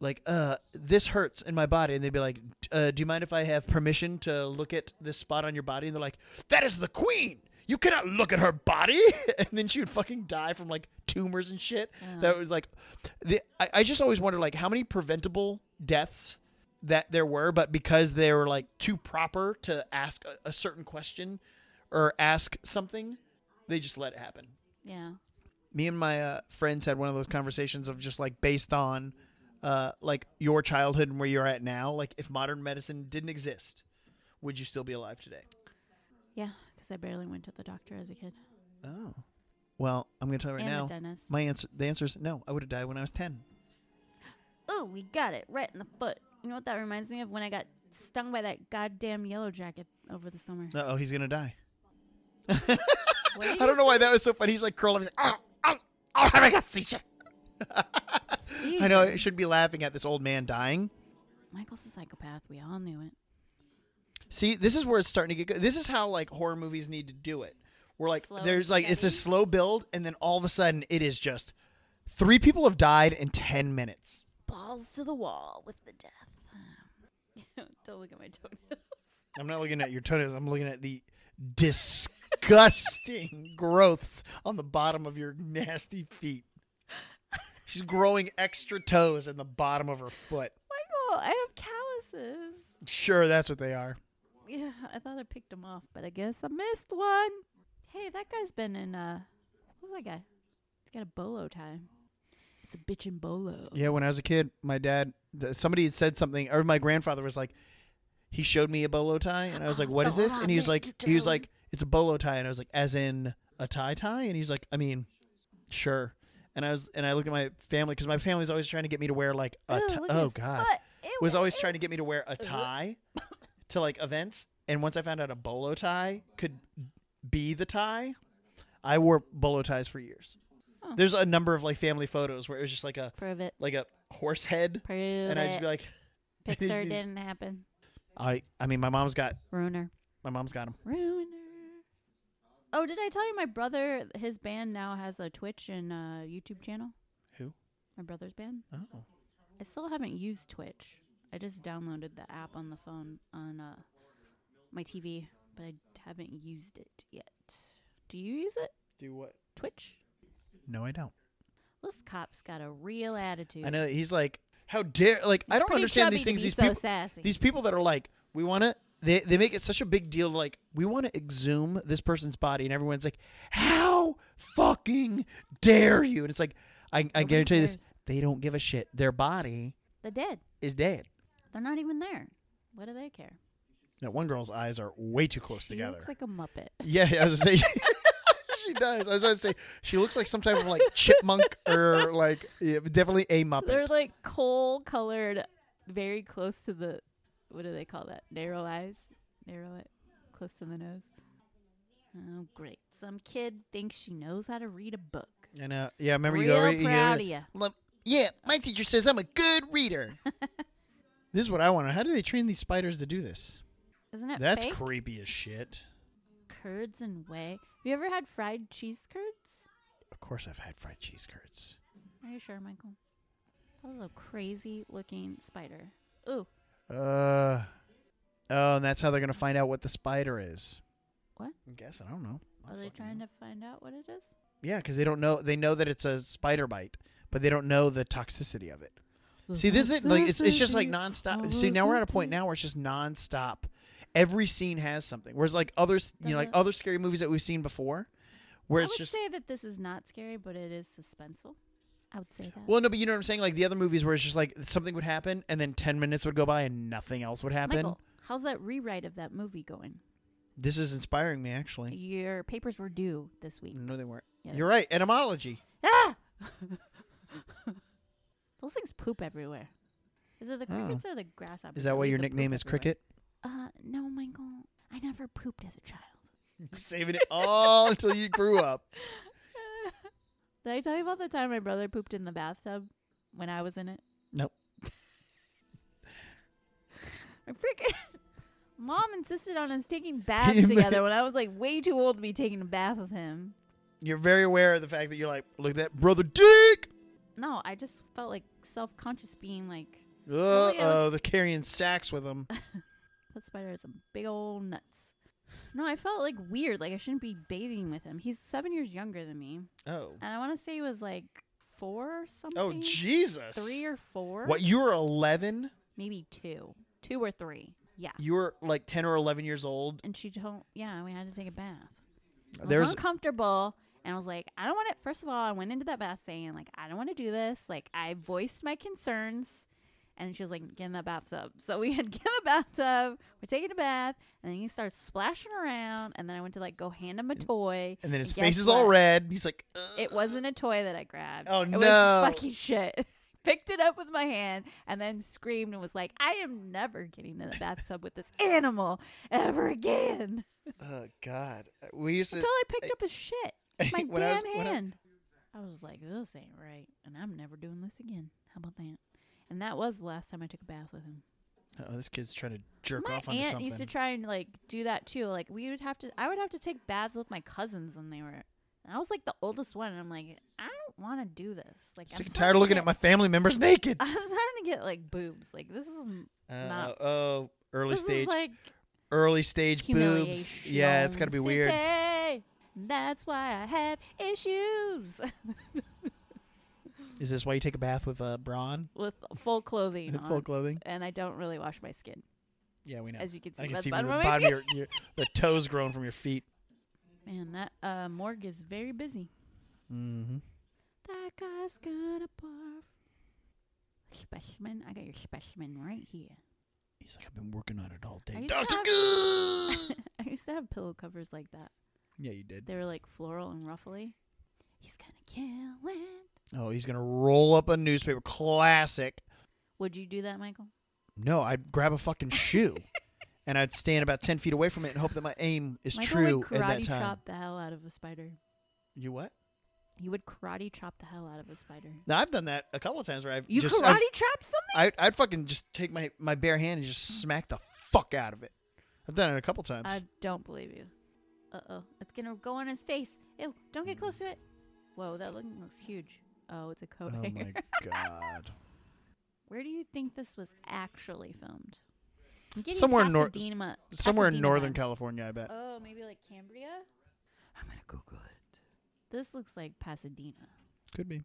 [SPEAKER 1] Like uh, this hurts in my body, and they'd be like, uh, "Do you mind if I have permission to look at this spot on your body?" And they're like, "That is the queen. You cannot look at her body." and then she would fucking die from like tumors and shit.
[SPEAKER 2] Uh-huh.
[SPEAKER 1] That was like, the I, I just always wonder like how many preventable deaths that there were, but because they were like too proper to ask a, a certain question or ask something, they just let it happen.
[SPEAKER 2] yeah.
[SPEAKER 1] Me and my uh, friends had one of those conversations of just like based on uh, like your childhood and where you're at now. Like if modern medicine didn't exist, would you still be alive today?
[SPEAKER 2] Yeah, because I barely went to the doctor as a kid.
[SPEAKER 1] Oh, well, I'm gonna tell you right
[SPEAKER 2] and
[SPEAKER 1] now.
[SPEAKER 2] a dentist.
[SPEAKER 1] My answer, the answer is no. I would have died when I was ten.
[SPEAKER 2] oh, we got it right in the foot. You know what that reminds me of? When I got stung by that goddamn yellow jacket over the summer.
[SPEAKER 1] Uh oh, he's gonna die.
[SPEAKER 2] What did
[SPEAKER 1] I
[SPEAKER 2] you
[SPEAKER 1] don't know why that was so funny. He's like curled up. He's like, "Ow, ow, I'm having a seizure. I know I
[SPEAKER 2] Seizure.
[SPEAKER 1] shouldn't be laughing at this old man dying.
[SPEAKER 2] Michael's a psychopath. We all knew it.
[SPEAKER 1] See, this is where it's starting to get good. This is how like horror movies need to do it. We're like
[SPEAKER 2] Slow and
[SPEAKER 1] there's like it's a
[SPEAKER 2] steady.
[SPEAKER 1] slow build and then all of a sudden it is just three people have died in 10 minutes.
[SPEAKER 2] Balls to the wall with the death. Don't look at my toenails.
[SPEAKER 1] I'm not looking at your toenails. I'm looking at the disgusting growths on the bottom of your nasty feet. She's growing extra toes in the bottom of her foot.
[SPEAKER 2] Michael, I have calluses.
[SPEAKER 1] Sure, that's what they are.
[SPEAKER 2] Yeah, I thought I picked them off, but I guess I missed one. Hey, that guy's been in uh who's that guy? He's got a bolo tie. It's a bitchin' bolo.
[SPEAKER 1] Yeah, when I was a kid, my dad, th- somebody had said something, or my grandfather was like, he showed me a bolo tie, and I was like, "What is
[SPEAKER 2] Oh,
[SPEAKER 1] this?" And he was like, he was like, "It's a bolo tie," and I was like, "As in a tie tie?" And he's like, "I mean, sure." And I was, and I looked at my family because my family's always trying to get me to wear like a.
[SPEAKER 2] Ew,
[SPEAKER 1] T-
[SPEAKER 2] look at
[SPEAKER 1] oh
[SPEAKER 2] his
[SPEAKER 1] god,
[SPEAKER 2] foot. Ew,
[SPEAKER 1] was
[SPEAKER 2] ew,
[SPEAKER 1] always
[SPEAKER 2] ew. Uh-huh.
[SPEAKER 1] trying to get me to wear a tie to like events, and once I found out a bolo tie could be the tie, I wore bolo ties for years.
[SPEAKER 2] Huh.
[SPEAKER 1] There's a number of like family photos where it was just like a
[SPEAKER 2] Prove it.
[SPEAKER 1] like a horse head,
[SPEAKER 2] Prove
[SPEAKER 1] and I'd just
[SPEAKER 2] it.
[SPEAKER 1] be like, I just
[SPEAKER 2] Pixar
[SPEAKER 1] be-
[SPEAKER 2] didn't happen.
[SPEAKER 1] I, I mean, my mom's got,
[SPEAKER 2] Ruiner.
[SPEAKER 1] my mom's got him.
[SPEAKER 2] Ruiner. Oh, did I tell you my brother? His band now has a Twitch and uh, YouTube channel.
[SPEAKER 1] Who?
[SPEAKER 2] My brother's band.
[SPEAKER 1] Oh,
[SPEAKER 2] I still haven't used Twitch. I just downloaded the app on the phone on uh, my TV, but I haven't used it yet. Do you use it?
[SPEAKER 1] do what?
[SPEAKER 2] Twitch?
[SPEAKER 1] No, I don't.
[SPEAKER 2] This cop's got a real attitude.
[SPEAKER 1] I know he's like, how dare? Like,
[SPEAKER 2] He's
[SPEAKER 1] I don't
[SPEAKER 2] pretty
[SPEAKER 1] understand these
[SPEAKER 2] chubby
[SPEAKER 1] things.
[SPEAKER 2] to be
[SPEAKER 1] These
[SPEAKER 2] so
[SPEAKER 1] people,
[SPEAKER 2] sassy.
[SPEAKER 1] these people that are like, we want to. They, they make it such a big deal to like we want to exhume this person's body and everyone's like how fucking dare you and it's like I, I
[SPEAKER 2] Nobody
[SPEAKER 1] guarantee you this
[SPEAKER 2] cares.
[SPEAKER 1] they don't give a shit their body
[SPEAKER 2] They're dead.
[SPEAKER 1] is dead
[SPEAKER 2] They're not even there. What do they care?
[SPEAKER 1] that one girl's eyes are way too close
[SPEAKER 2] She
[SPEAKER 1] together
[SPEAKER 2] looks like a muppet.
[SPEAKER 1] Yeah, I was gonna say she does. I was going to say she looks like some type of like chipmunk or like yeah, definitely a muppet.
[SPEAKER 2] They're like coal colored, very close to the what do they call that? Narrow eyes, narrow it, close to the nose. Oh, great! Some kid thinks she knows how to read a book.
[SPEAKER 1] and uh, yeah, remember you
[SPEAKER 2] Real
[SPEAKER 1] already
[SPEAKER 2] proud
[SPEAKER 1] hear,
[SPEAKER 2] of
[SPEAKER 1] Lem- Yeah, my teacher says I'm a good reader. this is what I want. How do they train these spiders to do this?
[SPEAKER 2] you. Isn't it
[SPEAKER 1] That's
[SPEAKER 2] fake?
[SPEAKER 1] creepy as shit.
[SPEAKER 2] curds and whey. Have you ever had fried cheese curds?
[SPEAKER 1] Of course, I've had fried cheese curds.
[SPEAKER 2] Are you sure, Michael? That was a crazy looking spider. Ooh,
[SPEAKER 1] Uh, oh, and that's how they're gonna find out what the spider is.
[SPEAKER 2] What?
[SPEAKER 1] I'm guessing. I don't know.
[SPEAKER 2] are they trying to find out what it is?
[SPEAKER 1] Yeah, because they don't know. They know that it's a spider bite, but they don't know the toxicity of it. See, this is like it's, it's just like nonstop. See, now we're at a point now where it's just nonstop. Every scene has something. Whereas like other, s- you know, like
[SPEAKER 2] Doesn't-
[SPEAKER 1] other scary movies that we've seen before, where
[SPEAKER 2] Uh-huh. I
[SPEAKER 1] it's
[SPEAKER 2] would
[SPEAKER 1] just
[SPEAKER 2] say that this is not scary, but it is suspenseful. I would say that.
[SPEAKER 1] well, no, but you know what I'm saying. Like the other movies where it's just like something would happen and then ten minutes would go by and nothing else would happen.
[SPEAKER 2] Michael, how's that rewrite of that movie going?
[SPEAKER 1] This is inspiring me actually.
[SPEAKER 2] Your papers were due this week.
[SPEAKER 1] No, they weren't.
[SPEAKER 2] Yeah, they
[SPEAKER 1] You're right. Etymology.
[SPEAKER 2] Ah! Those things poop everywhere. Is it the
[SPEAKER 1] Oh.
[SPEAKER 2] crickets or the grasshoppers?
[SPEAKER 1] Is that
[SPEAKER 2] that
[SPEAKER 1] why
[SPEAKER 2] leave
[SPEAKER 1] your
[SPEAKER 2] the poop
[SPEAKER 1] nickname is
[SPEAKER 2] everywhere?
[SPEAKER 1] Cricket?
[SPEAKER 2] Uh, no, Michael. I never pooped as a child.
[SPEAKER 1] Saving it all until you grew up.
[SPEAKER 2] Did I tell you about the time my brother pooped in the bathtub when I was in it?
[SPEAKER 1] Nope.
[SPEAKER 2] My freaking mom insisted on us taking baths
[SPEAKER 1] You
[SPEAKER 2] together when I was like way too old to be taking a bath with him.
[SPEAKER 1] You're very aware of the fact that you're like, look at that brother dick.
[SPEAKER 2] No, I just felt like self conscious being like,
[SPEAKER 1] Uh
[SPEAKER 2] Well, yeah, it
[SPEAKER 1] oh,
[SPEAKER 2] was-
[SPEAKER 1] they're carrying sacks with them.
[SPEAKER 2] that spider is a big old nuts. No, I felt like weird. Like I shouldn't be bathing with him. He's seven years younger than me.
[SPEAKER 1] Oh.
[SPEAKER 2] And I want to say he was like four or something.
[SPEAKER 1] Oh Jesus!
[SPEAKER 2] Three or four?
[SPEAKER 1] What? You were eleven.
[SPEAKER 2] Maybe two. Two or three. Yeah.
[SPEAKER 1] You were like ten or eleven years old.
[SPEAKER 2] And she told, yeah, we had to take a bath. I was
[SPEAKER 1] There's
[SPEAKER 2] uncomfortable. And I was like, I don't want it. First of all, I went into that bath saying, like, I don't want to do this. Like, I voiced my concerns. And she was like, get in that bathtub. So we had get in the bathtub. We're taking a bath. And then he starts splashing around. And then I went to, like, go hand him a toy.
[SPEAKER 1] and then his
[SPEAKER 2] guess
[SPEAKER 1] face is all
[SPEAKER 2] what?
[SPEAKER 1] red. He's like, "Ugh."
[SPEAKER 2] It wasn't a toy that I grabbed.
[SPEAKER 1] Oh,
[SPEAKER 2] it
[SPEAKER 1] no.
[SPEAKER 2] was fucking shit. Picked it up with my hand and then screamed and was like, I am never getting in the bathtub with this animal ever again.
[SPEAKER 1] oh God. We used to.
[SPEAKER 2] Until I picked up his shit. with My
[SPEAKER 1] When I was-
[SPEAKER 2] damn
[SPEAKER 1] when I-
[SPEAKER 2] hand. I was like, this ain't right. And I'm never doing this again. How about that? And that was the last time I took a bath with him.
[SPEAKER 1] Oh, this kid's trying to jerk
[SPEAKER 2] my
[SPEAKER 1] off onto
[SPEAKER 2] aunt
[SPEAKER 1] something.
[SPEAKER 2] used to try and like do that too. Like we would have to, I would have to take baths with my cousins when they were. And I was like the oldest one, and I'm like, I don't want to do this. Like,
[SPEAKER 1] Sick
[SPEAKER 2] I'm
[SPEAKER 1] and tired of looking
[SPEAKER 2] starting to
[SPEAKER 1] at my family members naked.
[SPEAKER 2] get- I'm starting to get like boobs. Like this is
[SPEAKER 1] Uh,
[SPEAKER 2] not-
[SPEAKER 1] oh, oh, early
[SPEAKER 2] this
[SPEAKER 1] stage,
[SPEAKER 2] is like
[SPEAKER 1] early stage boobs.
[SPEAKER 2] humiliation.
[SPEAKER 1] Yeah, it's gotta be weird.
[SPEAKER 2] city. That's why I have issues
[SPEAKER 1] Is this why you take a bath with uh, brawn
[SPEAKER 2] with full clothing
[SPEAKER 1] in
[SPEAKER 2] on,
[SPEAKER 1] full clothing?
[SPEAKER 2] and I don't really wash my skin,
[SPEAKER 1] Yeah, we know.
[SPEAKER 2] as you can see.
[SPEAKER 1] I can
[SPEAKER 2] that's
[SPEAKER 1] see
[SPEAKER 2] bottom
[SPEAKER 1] from the
[SPEAKER 2] of my
[SPEAKER 1] bottom of your, your the toes growing from your feet.
[SPEAKER 2] Man, that uh, morgue is very busy.
[SPEAKER 1] Mm-hmm.
[SPEAKER 2] That guy's gonna barf. Specimen, I got your specimen right here.
[SPEAKER 1] He's like, I've been working on it all
[SPEAKER 2] I
[SPEAKER 1] day.
[SPEAKER 2] used to
[SPEAKER 1] Doctor
[SPEAKER 2] have-
[SPEAKER 1] Good.
[SPEAKER 2] I used to have pillow covers like that.
[SPEAKER 1] yeah, you did.
[SPEAKER 2] They were like floral and ruffly. He's gonna kill it.
[SPEAKER 1] Oh, he's gonna roll up a newspaper. Classic.
[SPEAKER 2] Would you do that, Michael?
[SPEAKER 1] No, I'd grab a fucking shoe, and I'd stand about ten feet away from it and hope that my aim is
[SPEAKER 2] Michael
[SPEAKER 1] true
[SPEAKER 2] would
[SPEAKER 1] at
[SPEAKER 2] karate
[SPEAKER 1] that time.
[SPEAKER 2] chop the hell out of a spider.
[SPEAKER 1] You what?
[SPEAKER 2] He would karate chop the hell out of a spider.
[SPEAKER 1] Now I've done that a couple of times where I've
[SPEAKER 2] You
[SPEAKER 1] just
[SPEAKER 2] karate
[SPEAKER 1] I've-
[SPEAKER 2] chopped something?
[SPEAKER 1] I, I'd fucking just take my, my bare hand and just smack the fuck out of it. I've done it a couple times.
[SPEAKER 2] I don't believe you. Uh oh, it's gonna go on his face. Ew! Don't get close to it. Whoa, that looking looks huge. Oh, it's a
[SPEAKER 1] oh
[SPEAKER 2] coat hanger.
[SPEAKER 1] my god!
[SPEAKER 2] Where do you think this was actually filmed? I'm getting
[SPEAKER 1] Somewhere in Nor-
[SPEAKER 2] Pasadena. Nor-
[SPEAKER 1] Somewhere in Northern California, I bet.
[SPEAKER 2] Oh, maybe like Cambria. I'm gonna Google it. This looks like Pasadena.
[SPEAKER 1] Could be.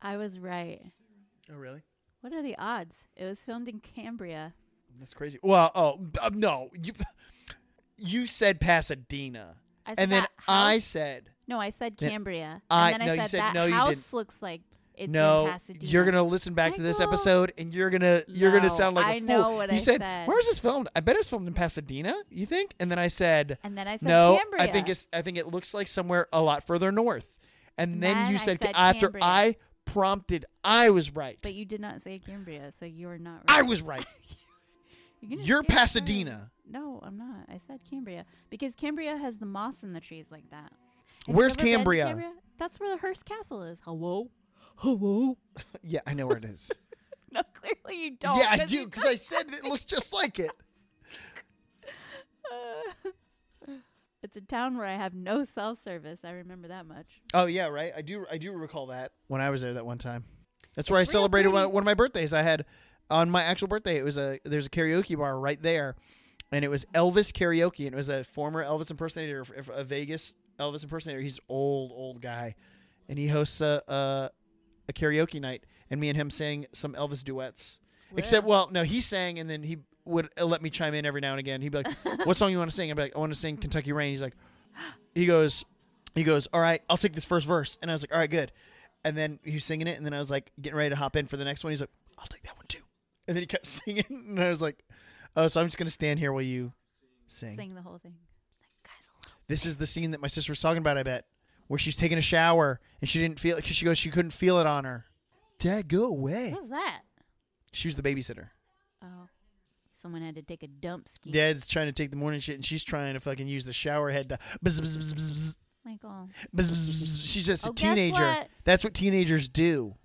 [SPEAKER 2] I was right.
[SPEAKER 1] Oh really?
[SPEAKER 2] What are the odds? It was filmed in Cambria.
[SPEAKER 1] That's crazy. Well, oh b- um, no, you you said Pasadena,
[SPEAKER 2] I said
[SPEAKER 1] and then
[SPEAKER 2] that
[SPEAKER 1] I
[SPEAKER 2] house-
[SPEAKER 1] said
[SPEAKER 2] no, I said
[SPEAKER 1] Yeah,
[SPEAKER 2] Cambria,
[SPEAKER 1] I-
[SPEAKER 2] and then
[SPEAKER 1] no,
[SPEAKER 2] I
[SPEAKER 1] you
[SPEAKER 2] said,
[SPEAKER 1] said-
[SPEAKER 2] that
[SPEAKER 1] no, you
[SPEAKER 2] house
[SPEAKER 1] didn't.
[SPEAKER 2] looks like it's in
[SPEAKER 1] no.
[SPEAKER 2] Pasadena.
[SPEAKER 1] You're gonna listen back to this
[SPEAKER 2] Michael.
[SPEAKER 1] episode, and you're gonna you're gonna
[SPEAKER 2] No,
[SPEAKER 1] sound like a
[SPEAKER 2] I
[SPEAKER 1] fool.
[SPEAKER 2] know what
[SPEAKER 1] you
[SPEAKER 2] I
[SPEAKER 1] said.
[SPEAKER 2] said.
[SPEAKER 1] Where is this filmed? I bet it's filmed in Pasadena. You think? And then I said.
[SPEAKER 2] and then I said
[SPEAKER 1] No,
[SPEAKER 2] Cambria.
[SPEAKER 1] I think it's. I think it looks like somewhere a lot further north. And
[SPEAKER 2] And
[SPEAKER 1] then
[SPEAKER 2] then
[SPEAKER 1] you
[SPEAKER 2] I
[SPEAKER 1] said,
[SPEAKER 2] said
[SPEAKER 1] after
[SPEAKER 2] Cambria.
[SPEAKER 1] I prompted, I was right.
[SPEAKER 2] But you did not say Cambria, so you are not. Right.
[SPEAKER 1] I was right.
[SPEAKER 2] You're, gonna
[SPEAKER 1] You're
[SPEAKER 2] get it right.
[SPEAKER 1] Pasadena.
[SPEAKER 2] No, I'm not. I said Cambria because Cambria has the moss in the trees like that. Have you
[SPEAKER 1] Where's
[SPEAKER 2] ever been to
[SPEAKER 1] Cambria?
[SPEAKER 2] That's where the Hearst Castle is. Hello, hello.
[SPEAKER 1] Yeah, I know where it is.
[SPEAKER 2] No, clearly you don't.
[SPEAKER 1] yeah, I
[SPEAKER 2] 'cause
[SPEAKER 1] do
[SPEAKER 2] you-
[SPEAKER 1] because I said it looks just like it.
[SPEAKER 2] it's a town where I have no cell service. I remember that much.
[SPEAKER 1] Oh yeah, right. I do. I do recall that when I was there that one time. That's where I
[SPEAKER 2] real
[SPEAKER 1] celebrated one
[SPEAKER 2] pretty.
[SPEAKER 1] one of my birthdays. I had on my actual birthday. It was a there's a karaoke bar right there, and it was Elvis karaoke, and it was a former Elvis impersonator, f- a Vegas Elvis impersonator. He's old old guy, and he hosts a a, a karaoke night, and me and him sang some Elvis duets. Except,
[SPEAKER 2] Wow.
[SPEAKER 1] well, no, he sang, and then he would uh, let me chime in every now and again. He'd be like, "What song you want to sing?" I'd be like, "I want to sing Kentucky Rain." He's like, he goes, he goes, "All right, I'll take this first verse," and I was like, "All right, good." And then he was singing it, and then I was like getting ready to hop in for the next one. He's like, "I'll take that one too," and then he kept singing, and I was like, "Oh, so I'm just gonna stand here while you sing."
[SPEAKER 2] sing the whole thing. That guy's a little.
[SPEAKER 1] This is the scene that my sister was talking about. I bet where she's taking a shower and she didn't feel it because she goes she couldn't feel it on her. Dad, go away.
[SPEAKER 2] What was that?
[SPEAKER 1] She was the babysitter.
[SPEAKER 2] Oh, someone had to take a dump ski.
[SPEAKER 1] Dad's trying to take the morning shit, and she's trying to fucking use the shower head to. Bzz, bzz, bzz, bzz, bzz,
[SPEAKER 2] Michael,
[SPEAKER 1] bzz, bzz, bzz, bzz. She's just
[SPEAKER 2] Oh,
[SPEAKER 1] a
[SPEAKER 2] guess
[SPEAKER 1] teenager.
[SPEAKER 2] what?
[SPEAKER 1] That's what teenagers do.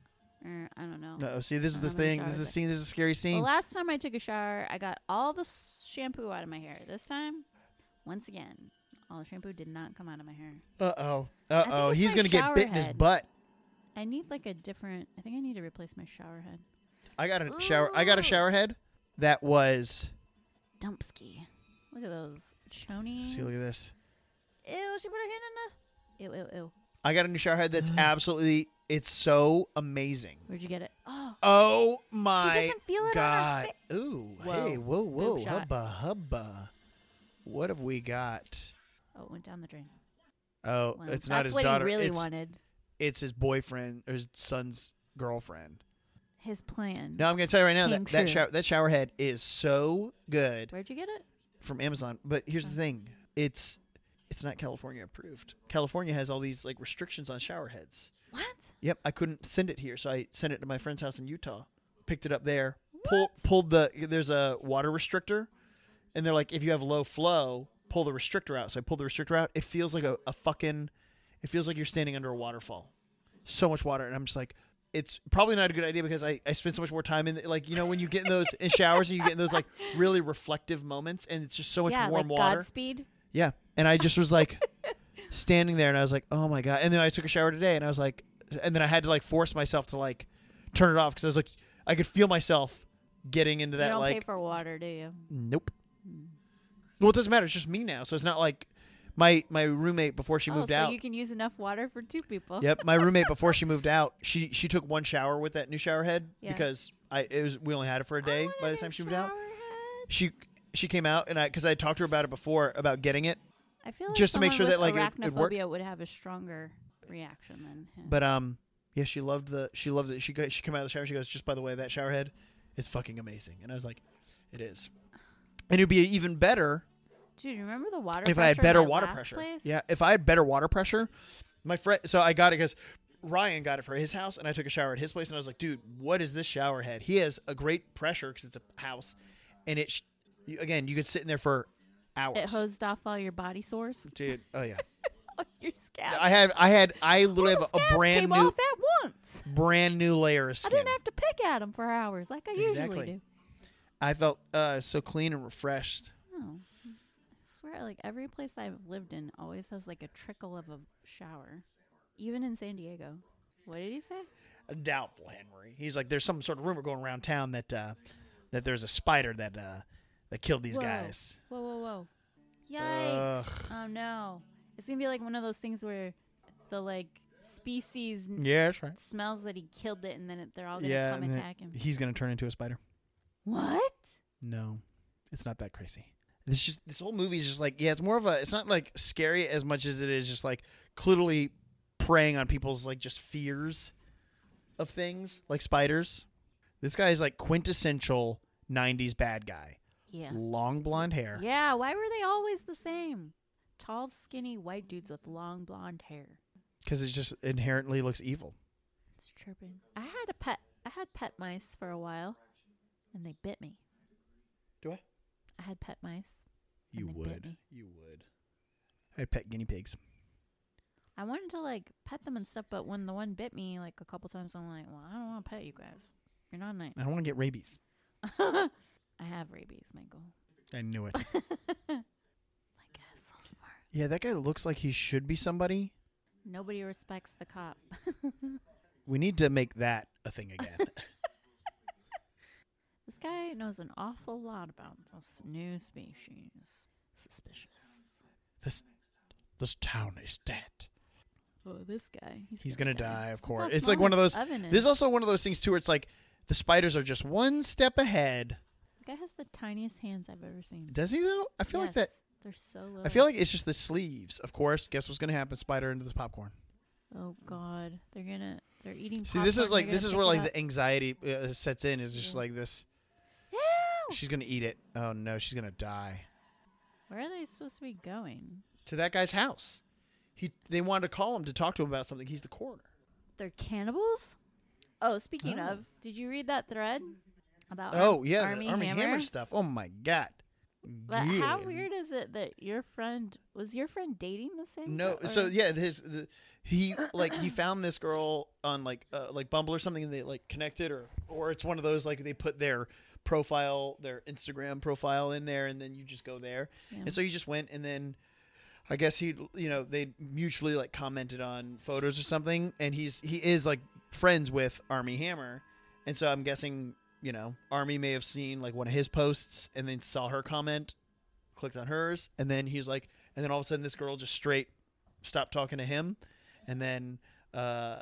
[SPEAKER 2] or I don't know.
[SPEAKER 1] No, see, this is
[SPEAKER 2] I
[SPEAKER 1] the
[SPEAKER 2] don't know
[SPEAKER 1] thing.
[SPEAKER 2] what
[SPEAKER 1] This is
[SPEAKER 2] shower
[SPEAKER 1] the
[SPEAKER 2] is
[SPEAKER 1] scene. This is a scary
[SPEAKER 2] The
[SPEAKER 1] scene.
[SPEAKER 2] last time I took a shower, I got all the s- shampoo out of my hair. This time, once again, all the shampoo did not come out of my hair.
[SPEAKER 1] Uh oh. Uh oh.
[SPEAKER 2] it's
[SPEAKER 1] He's
[SPEAKER 2] my
[SPEAKER 1] gonna get
[SPEAKER 2] shower
[SPEAKER 1] bit in his
[SPEAKER 2] head.
[SPEAKER 1] butt.
[SPEAKER 2] I need like a different. I think I need to replace my shower head.
[SPEAKER 1] I got a shower. I
[SPEAKER 2] Oh.
[SPEAKER 1] got a shower head that was.
[SPEAKER 2] Dumpski. Look at those chonies.
[SPEAKER 1] See, look at this.
[SPEAKER 2] Ew, she put her hand in the. Ew, ew, ew.
[SPEAKER 1] I got a new shower head that's absolutely. It's so amazing.
[SPEAKER 2] Where'd you get it? Oh,
[SPEAKER 1] Oh my
[SPEAKER 2] doesn't feel it on her
[SPEAKER 1] god!
[SPEAKER 2] fa-
[SPEAKER 1] Ooh,
[SPEAKER 2] Whoa.
[SPEAKER 1] hey, whoa, whoa,
[SPEAKER 2] shot.
[SPEAKER 1] hubba, hubba. What have we got?
[SPEAKER 2] oh, it went down the drain.
[SPEAKER 1] Oh,
[SPEAKER 2] Well,
[SPEAKER 1] it's
[SPEAKER 2] that's
[SPEAKER 1] not his
[SPEAKER 2] what
[SPEAKER 1] daughter.
[SPEAKER 2] he really
[SPEAKER 1] it's,
[SPEAKER 2] wanted.
[SPEAKER 1] it's his boyfriend or his son's girlfriend.
[SPEAKER 2] His plan.
[SPEAKER 1] No, I'm gonna tell you right now
[SPEAKER 2] Came
[SPEAKER 1] that that
[SPEAKER 2] true.
[SPEAKER 1] shower that shower head is so good
[SPEAKER 2] Where'd you get it?
[SPEAKER 1] from Amazon. But here's the thing, it's it's not California approved. California has all these like restrictions on shower heads.
[SPEAKER 2] What?
[SPEAKER 1] Yep, I couldn't send it here, so I sent it to my friend's house in Utah. Picked it up there. Pull,
[SPEAKER 2] What?
[SPEAKER 1] pulled the there's a water restrictor, and they're like, if you have low flow, pull the restrictor out. So I pulled the restrictor out. It feels like a, a fucking, It feels like you're standing under a waterfall. So much water, and I'm just like, it's probably not a good idea because I, I spend so much more time in the, like you know when you get in those in showers and you get in those like really reflective moments and it's just so much
[SPEAKER 2] yeah,
[SPEAKER 1] warm
[SPEAKER 2] like
[SPEAKER 1] water.
[SPEAKER 2] Godspeed.
[SPEAKER 1] Yeah. And I just was like standing there and I was like, oh my God. And then I took a shower today and I was like, and then I had to like force myself to like turn it off because I was like, I could feel myself getting into
[SPEAKER 2] you
[SPEAKER 1] that
[SPEAKER 2] don't
[SPEAKER 1] like,
[SPEAKER 2] pay for Mm. water, do you?
[SPEAKER 1] nope. Well, it doesn't matter. It's just me now. So it's not like my, my roommate before she
[SPEAKER 2] oh,
[SPEAKER 1] moved
[SPEAKER 2] so
[SPEAKER 1] out.
[SPEAKER 2] you can use enough water for two people.
[SPEAKER 1] yep. My roommate before she moved out, she, she took one shower with that new shower head
[SPEAKER 2] Yeah.
[SPEAKER 1] because I, it was, we only had it for a day by the time she moved out. She, she came out and I, cause I had talked to her about it before about getting it.
[SPEAKER 2] I feel like
[SPEAKER 1] Just to make
[SPEAKER 2] someone
[SPEAKER 1] sure
[SPEAKER 2] with
[SPEAKER 1] that, like, it- it worked.
[SPEAKER 2] arachnophobia would have a stronger reaction than him.
[SPEAKER 1] But um, yeah, she loved the she loved it. She go, she came out of the shower. She goes, just by the way, that shower head is fucking amazing. And I was like, it is. And it'd be even better
[SPEAKER 2] Dude, remember the water?
[SPEAKER 1] if
[SPEAKER 2] pressure
[SPEAKER 1] I had better
[SPEAKER 2] in my
[SPEAKER 1] water
[SPEAKER 2] last
[SPEAKER 1] pressure.
[SPEAKER 2] Place?
[SPEAKER 1] Yeah, if I had better water pressure, my friend. So I got it because Ryan got it for his house, and I took a shower at his place, and I was like, dude, what is this shower head? He has a great pressure because it's a house, and it. Sh- you, again, you could sit in there for hours.
[SPEAKER 2] It hosed off all your body sores,
[SPEAKER 1] Dude, oh yeah,
[SPEAKER 2] all your scabs.
[SPEAKER 1] I have, I had, I literally
[SPEAKER 2] Those
[SPEAKER 1] have a
[SPEAKER 2] scabs
[SPEAKER 1] brand
[SPEAKER 2] came
[SPEAKER 1] new,
[SPEAKER 2] off at once.
[SPEAKER 1] brand new layer of
[SPEAKER 2] I
[SPEAKER 1] skin.
[SPEAKER 2] didn't have to pick at them for hours like I usually
[SPEAKER 1] Exactly.
[SPEAKER 2] do.
[SPEAKER 1] I felt uh, so clean and refreshed.
[SPEAKER 2] Oh. I swear, like every place I've lived in always has like a trickle of a shower, even in San Diego. What did he say?
[SPEAKER 1] Doubtful, Henry. He's like, there's some sort of rumor going around town that uh, that there's a spider that uh, that killed these
[SPEAKER 2] Whoa.
[SPEAKER 1] guys.
[SPEAKER 2] Whoa, whoa, whoa! Yikes!
[SPEAKER 1] Ugh.
[SPEAKER 2] Oh no, it's gonna be like one of those things where the like species n-
[SPEAKER 1] Yeah, that's right.
[SPEAKER 2] smells that he killed it, and then it, they're all gonna
[SPEAKER 1] yeah,
[SPEAKER 2] come
[SPEAKER 1] and then
[SPEAKER 2] attack him.
[SPEAKER 1] he's gonna turn into a spider.
[SPEAKER 2] What?
[SPEAKER 1] No, it's not that crazy. This just this whole movie is just like yeah, it's more of a. It's not like scary as much as it is just like clearly preying on people's like just fears of things like spiders. This guy is like quintessential '90s bad guy.
[SPEAKER 2] Yeah.
[SPEAKER 1] Long blonde hair.
[SPEAKER 2] Yeah. Why were they always the same? Tall, skinny white dudes with long blonde hair.
[SPEAKER 1] because it just inherently looks evil.
[SPEAKER 2] It's chirping. I had a pet. I had pet mice for a while, and they bit me.
[SPEAKER 1] Do I?
[SPEAKER 2] I had pet mice. and
[SPEAKER 1] You
[SPEAKER 2] they bit
[SPEAKER 1] would.
[SPEAKER 2] me.
[SPEAKER 1] You would. I pet guinea pigs.
[SPEAKER 2] I wanted to like pet them and stuff, but when the one bit me like a couple times, I'm like, well, I don't want to pet you guys. You're not nice.
[SPEAKER 1] I don't want to get rabies.
[SPEAKER 2] I have rabies, Michael.
[SPEAKER 1] I knew it.
[SPEAKER 2] Like, uh, so smart.
[SPEAKER 1] yeah, that guy looks like he should be somebody.
[SPEAKER 2] Nobody respects the cop.
[SPEAKER 1] We need to make that a thing again.
[SPEAKER 2] This guy knows an awful lot about this new species. Suspicious.
[SPEAKER 1] this this town is dead.
[SPEAKER 2] Oh, this guy. He's,
[SPEAKER 1] He's gonna die, of
[SPEAKER 2] Look how
[SPEAKER 1] course. It's
[SPEAKER 2] small
[SPEAKER 1] like one of
[SPEAKER 2] his
[SPEAKER 1] those.
[SPEAKER 2] Oven is.
[SPEAKER 1] This is also one of those things too, where it's like the spiders are just one step ahead.
[SPEAKER 2] The guy has the tiniest hands I've ever seen.
[SPEAKER 1] Does he though? I feel like that.
[SPEAKER 2] Yes, They're so little.
[SPEAKER 1] I feel like it's just the sleeves. Of course, guess what's gonna happen? Spider into the popcorn.
[SPEAKER 2] Oh God, they're gonna. They're eating.
[SPEAKER 1] See, this
[SPEAKER 2] popcorn,
[SPEAKER 1] is like
[SPEAKER 2] they're
[SPEAKER 1] this
[SPEAKER 2] gonna
[SPEAKER 1] is
[SPEAKER 2] pick
[SPEAKER 1] where
[SPEAKER 2] it
[SPEAKER 1] like
[SPEAKER 2] up.
[SPEAKER 1] the anxiety uh, sets in. Is just
[SPEAKER 2] Yeah.
[SPEAKER 1] like this.
[SPEAKER 2] Ew!
[SPEAKER 1] She's gonna eat it. Oh no, she's gonna die.
[SPEAKER 2] Where are they supposed to be going?
[SPEAKER 1] To that guy's house. He they wanted to call him to talk to him about something. He's the coroner.
[SPEAKER 2] They're cannibals. Oh, speaking
[SPEAKER 1] Oh.
[SPEAKER 2] of, did you read that thread about Ar-
[SPEAKER 1] Oh yeah, the
[SPEAKER 2] Army,
[SPEAKER 1] Army
[SPEAKER 2] Hammer?
[SPEAKER 1] stuff. Oh my god.
[SPEAKER 2] But how
[SPEAKER 1] Yeah.
[SPEAKER 2] weird is it that your friend was your friend dating the same?
[SPEAKER 1] No,
[SPEAKER 2] guy,
[SPEAKER 1] so
[SPEAKER 2] or-
[SPEAKER 1] yeah, his the, he like he found this girl on like uh, like Bumble or something, and they like connected, or or it's one of those like they put their profile, their Instagram profile in there, and then you just go there,
[SPEAKER 2] Yeah.
[SPEAKER 1] and so you just went, and then I guess he you know they mutually like commented on photos or something, and he's he is like friends with Army Hammer, and so I'm guessing you know Army may have seen like one of his posts and then saw her comment, clicked on hers, and then he's like, and then all of a sudden this girl just straight stopped talking to him, and then uh,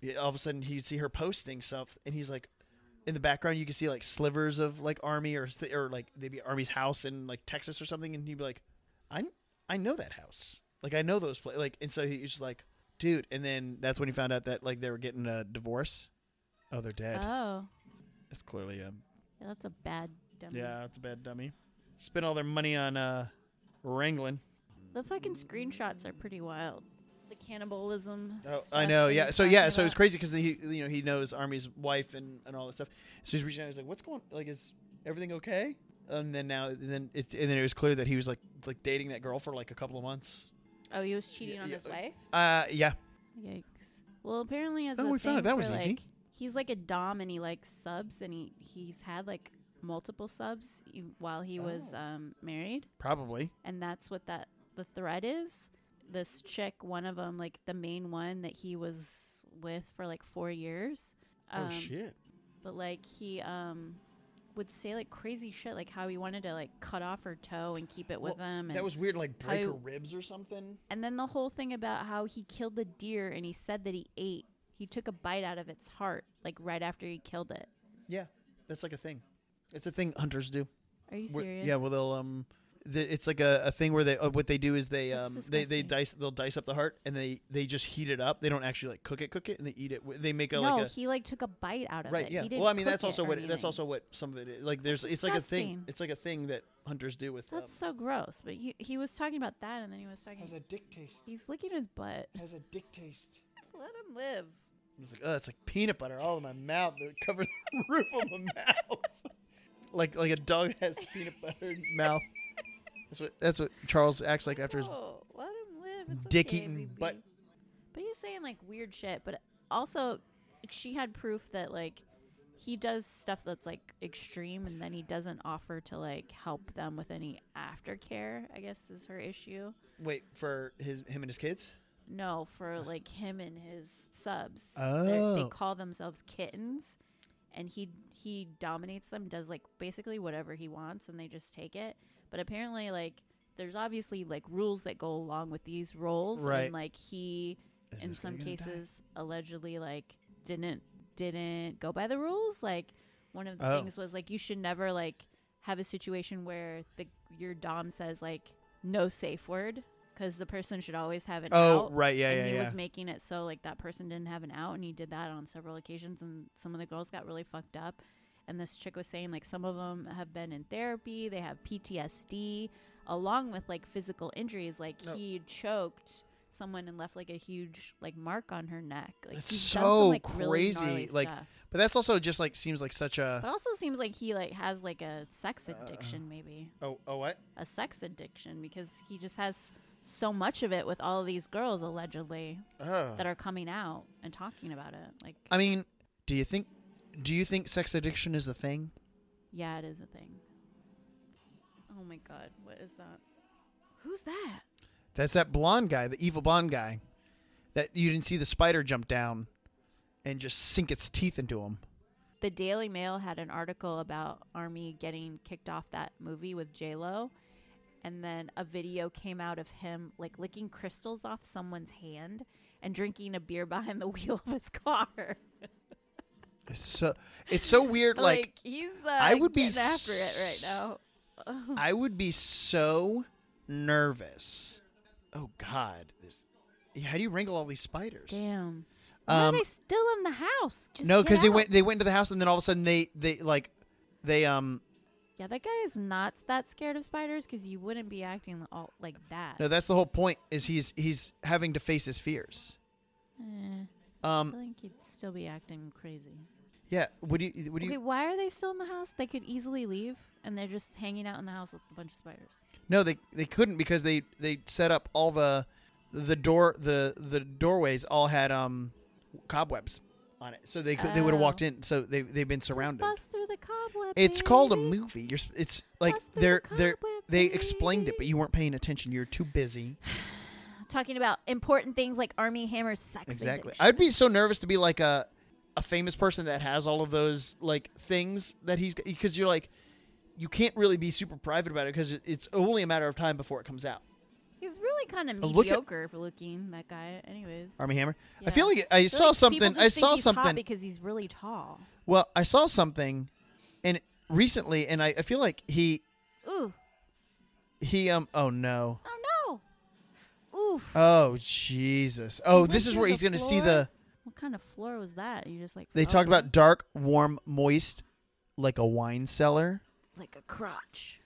[SPEAKER 1] yeah, all of a sudden he'd see her posting stuff, and he's like, in the background you can see like slivers of like Army or th- or like maybe Army's house in like Texas or something, and he'd be like, I I know that house, like I know those pla like, and so he- he's just like, dude, and then that's when he found out that like they were getting a divorce. Oh, they're dead.
[SPEAKER 2] Oh,
[SPEAKER 1] It's clearly a
[SPEAKER 2] yeah, that's a bad. Dummy.
[SPEAKER 1] yeah, it's a bad dummy. Spent all their money on uh wrangling.
[SPEAKER 2] The fucking screenshots are pretty wild. The cannibalism.
[SPEAKER 1] Oh,
[SPEAKER 2] stuff
[SPEAKER 1] I know.
[SPEAKER 2] that
[SPEAKER 1] Yeah.
[SPEAKER 2] he's
[SPEAKER 1] So yeah.
[SPEAKER 2] talking
[SPEAKER 1] So it's
[SPEAKER 2] about.
[SPEAKER 1] crazy because he, you know, he knows Army's wife and and all that stuff. So he's reaching out. He's like, "What's going? Like, is everything okay?" And then now, and then it's and then it was clear that he was like like dating that girl for like a couple of months.
[SPEAKER 2] Oh, he was cheating on
[SPEAKER 1] yeah.
[SPEAKER 2] his wife.
[SPEAKER 1] Uh, yeah.
[SPEAKER 2] Yikes. Well, apparently, as
[SPEAKER 1] Oh,
[SPEAKER 2] a
[SPEAKER 1] we found it.
[SPEAKER 2] thing
[SPEAKER 1] That
[SPEAKER 2] for,
[SPEAKER 1] was
[SPEAKER 2] like,
[SPEAKER 1] easy.
[SPEAKER 2] He's like a dom, and he like subs, and he he's had like multiple subs e- while he was
[SPEAKER 1] Oh.
[SPEAKER 2] um married,
[SPEAKER 1] Probably.
[SPEAKER 2] and that's what that the thread is. This chick, one of them, like the main one that he was with for like four years. Um,
[SPEAKER 1] oh shit.
[SPEAKER 2] But like he um would say like crazy shit, like how he wanted to like cut off her toe and keep it with
[SPEAKER 1] Well,
[SPEAKER 2] him. And
[SPEAKER 1] That was weird. Like break
[SPEAKER 2] I-
[SPEAKER 1] her ribs or something.
[SPEAKER 2] and then the whole thing about how he killed a deer and he said that he ate. He took a bite out of its heart, like right after he killed it.
[SPEAKER 1] Yeah, that's like a thing. It's a thing hunters do.
[SPEAKER 2] Are you
[SPEAKER 1] Where-
[SPEAKER 2] serious?
[SPEAKER 1] yeah, well they'll um, the, it's like a, a thing where they uh, what they do is they
[SPEAKER 2] That's
[SPEAKER 1] um they, they
[SPEAKER 2] disgusting.
[SPEAKER 1] dice they'll dice up the heart and they they just heat it up. They don't actually like cook it, cook it, and they eat it. wi- They make a
[SPEAKER 2] no,
[SPEAKER 1] like a
[SPEAKER 2] he like took a bite out of
[SPEAKER 1] right.
[SPEAKER 2] it.
[SPEAKER 1] Yeah.
[SPEAKER 2] He didn't
[SPEAKER 1] well, I mean
[SPEAKER 2] cook
[SPEAKER 1] that's
[SPEAKER 2] it
[SPEAKER 1] also
[SPEAKER 2] or
[SPEAKER 1] what that's
[SPEAKER 2] anything.
[SPEAKER 1] also what some of it is. like. There's it's like a thing.
[SPEAKER 2] disgusting.
[SPEAKER 1] It's like a thing that hunters do with. Um,
[SPEAKER 2] That's so gross. But he he was talking about that, and then he was talking.
[SPEAKER 1] a dick taste.
[SPEAKER 2] He's licking his butt.
[SPEAKER 1] Has a dick taste.
[SPEAKER 2] Let him live.
[SPEAKER 1] I was like, oh, it's like peanut butter all in my mouth that covered the roof of my mouth. like like a dog that has peanut butter in his mouth. That's what that's what Charles acts like after his
[SPEAKER 2] No, Oh, let him live. It's
[SPEAKER 1] dick
[SPEAKER 2] okay,
[SPEAKER 1] eating
[SPEAKER 2] baby.
[SPEAKER 1] butt.
[SPEAKER 2] But he's saying like weird shit. But also, she had proof that like he does stuff that's like extreme, and then he doesn't offer to like help them with any aftercare. I guess is her issue.
[SPEAKER 1] wait for his him and his kids.
[SPEAKER 2] No, for like him and his subs. They're- They
[SPEAKER 1] Oh.
[SPEAKER 2] call themselves kittens, and he he dominates them. Does like basically whatever he wants, and they just take it. But apparently, like there's obviously like rules that go along with these roles,
[SPEAKER 1] Right.
[SPEAKER 2] and like he
[SPEAKER 1] Is
[SPEAKER 2] in
[SPEAKER 1] this guy
[SPEAKER 2] some
[SPEAKER 1] gonna die?
[SPEAKER 2] cases allegedly like didn't didn't go by the rules like one of the
[SPEAKER 1] Oh.
[SPEAKER 2] things was like you should never like have a situation where the your dom says like no safe word because the person should always have an
[SPEAKER 1] Oh
[SPEAKER 2] out
[SPEAKER 1] right, yeah,
[SPEAKER 2] and
[SPEAKER 1] yeah,
[SPEAKER 2] he
[SPEAKER 1] yeah.
[SPEAKER 2] was making it so like that person didn't have an out and he did that on several occasions and some of the girls got really fucked up and this chick was saying like some of them have been in therapy they have ptsd along with like physical injuries like
[SPEAKER 1] No.
[SPEAKER 2] he choked someone and left like a huge like mark on her neck like
[SPEAKER 1] That's
[SPEAKER 2] he's done some,
[SPEAKER 1] so
[SPEAKER 2] like, really
[SPEAKER 1] crazy,
[SPEAKER 2] gnarly
[SPEAKER 1] like,
[SPEAKER 2] stuff.
[SPEAKER 1] but that's also just like seems like such
[SPEAKER 2] but
[SPEAKER 1] a
[SPEAKER 2] also seems like he like has like a sex
[SPEAKER 1] Uh.
[SPEAKER 2] addiction maybe
[SPEAKER 1] oh oh what
[SPEAKER 2] a sex addiction because he just has so much of it with all of these girls allegedly
[SPEAKER 1] oh.
[SPEAKER 2] that are coming out and talking about it. Like,
[SPEAKER 1] I mean, do you think do you think sex addiction is a thing?
[SPEAKER 2] yeah, it is a thing. Oh my god, what is that? Who's that?
[SPEAKER 1] That's that blonde guy, the evil blonde guy, that you didn't see the spider jump down and just sink its teeth into him.
[SPEAKER 2] The Daily Mail had an article about Army getting kicked off that movie with J Lo, and then a video came out of him like licking crystals off someone's hand and drinking a beer behind the wheel of his car.
[SPEAKER 1] It's so it's so weird.
[SPEAKER 2] like,
[SPEAKER 1] Like,
[SPEAKER 2] he's uh,
[SPEAKER 1] I would be
[SPEAKER 2] getting after it right
[SPEAKER 1] s-
[SPEAKER 2] now. hmm.
[SPEAKER 1] I would be so nervous. Oh God, this. yeah, How do you wrangle all these spiders?
[SPEAKER 2] Damn. Why are
[SPEAKER 1] Um,
[SPEAKER 2] they still in the house? Just
[SPEAKER 1] no,
[SPEAKER 2] get
[SPEAKER 1] because they
[SPEAKER 2] out.
[SPEAKER 1] went they went into the house and then all of a sudden they they like they um
[SPEAKER 2] Yeah, that guy is not that scared of spiders because you wouldn't be acting all like that.
[SPEAKER 1] no that's the whole point is he's he's having to face his fears.
[SPEAKER 2] Eh, I
[SPEAKER 1] Um
[SPEAKER 2] think he'd still be acting crazy.
[SPEAKER 1] yeah. What do you what do you
[SPEAKER 2] Okay, why are they still in the house? They could easily leave, and they're just hanging out in the house with a bunch of spiders.
[SPEAKER 1] No, they they couldn't because they they set up all the the door the the doorways all had um cobwebs on it, so they could they would have walked
[SPEAKER 2] Oh.
[SPEAKER 1] in. So they they've been
[SPEAKER 2] Just
[SPEAKER 1] surrounded.
[SPEAKER 2] bust through the cobweb.
[SPEAKER 1] It's called a
[SPEAKER 2] baby.
[SPEAKER 1] movie. You're s- it's like
[SPEAKER 2] Bust through the
[SPEAKER 1] they're they're
[SPEAKER 2] cobweb,
[SPEAKER 1] they explained it, but
[SPEAKER 2] baby.
[SPEAKER 1] you weren't paying attention. You're too busy.
[SPEAKER 2] Talking about important things like Army Hammer's sex.
[SPEAKER 1] Exactly.
[SPEAKER 2] addiction.
[SPEAKER 1] I'd be so nervous to be like a a famous person that has all of those like things that he's because you're like you can't really be super private about it because it's only a matter of time before it comes out.
[SPEAKER 2] He's really kind of
[SPEAKER 1] Uh, look at-
[SPEAKER 2] mediocre for looking that guy. Anyways,
[SPEAKER 1] Army Hammer. I
[SPEAKER 2] Yeah.
[SPEAKER 1] feel like I
[SPEAKER 2] feel
[SPEAKER 1] saw
[SPEAKER 2] like people
[SPEAKER 1] something.
[SPEAKER 2] just
[SPEAKER 1] I
[SPEAKER 2] think
[SPEAKER 1] saw
[SPEAKER 2] he's hot
[SPEAKER 1] something.
[SPEAKER 2] because he's really tall.
[SPEAKER 1] Well, I saw something, and recently, and I, I feel like he
[SPEAKER 2] Ooh,
[SPEAKER 1] he um oh no
[SPEAKER 2] oh no, oof.
[SPEAKER 1] oh Jesus oh
[SPEAKER 2] went
[SPEAKER 1] this is
[SPEAKER 2] through
[SPEAKER 1] where
[SPEAKER 2] the
[SPEAKER 1] he's gonna see
[SPEAKER 2] floor? Uh-huh.
[SPEAKER 1] the
[SPEAKER 2] What kind of floor was that? You just like
[SPEAKER 1] they
[SPEAKER 2] fell
[SPEAKER 1] talked
[SPEAKER 2] through?
[SPEAKER 1] about dark warm moist like a wine cellar.
[SPEAKER 2] like a crotch.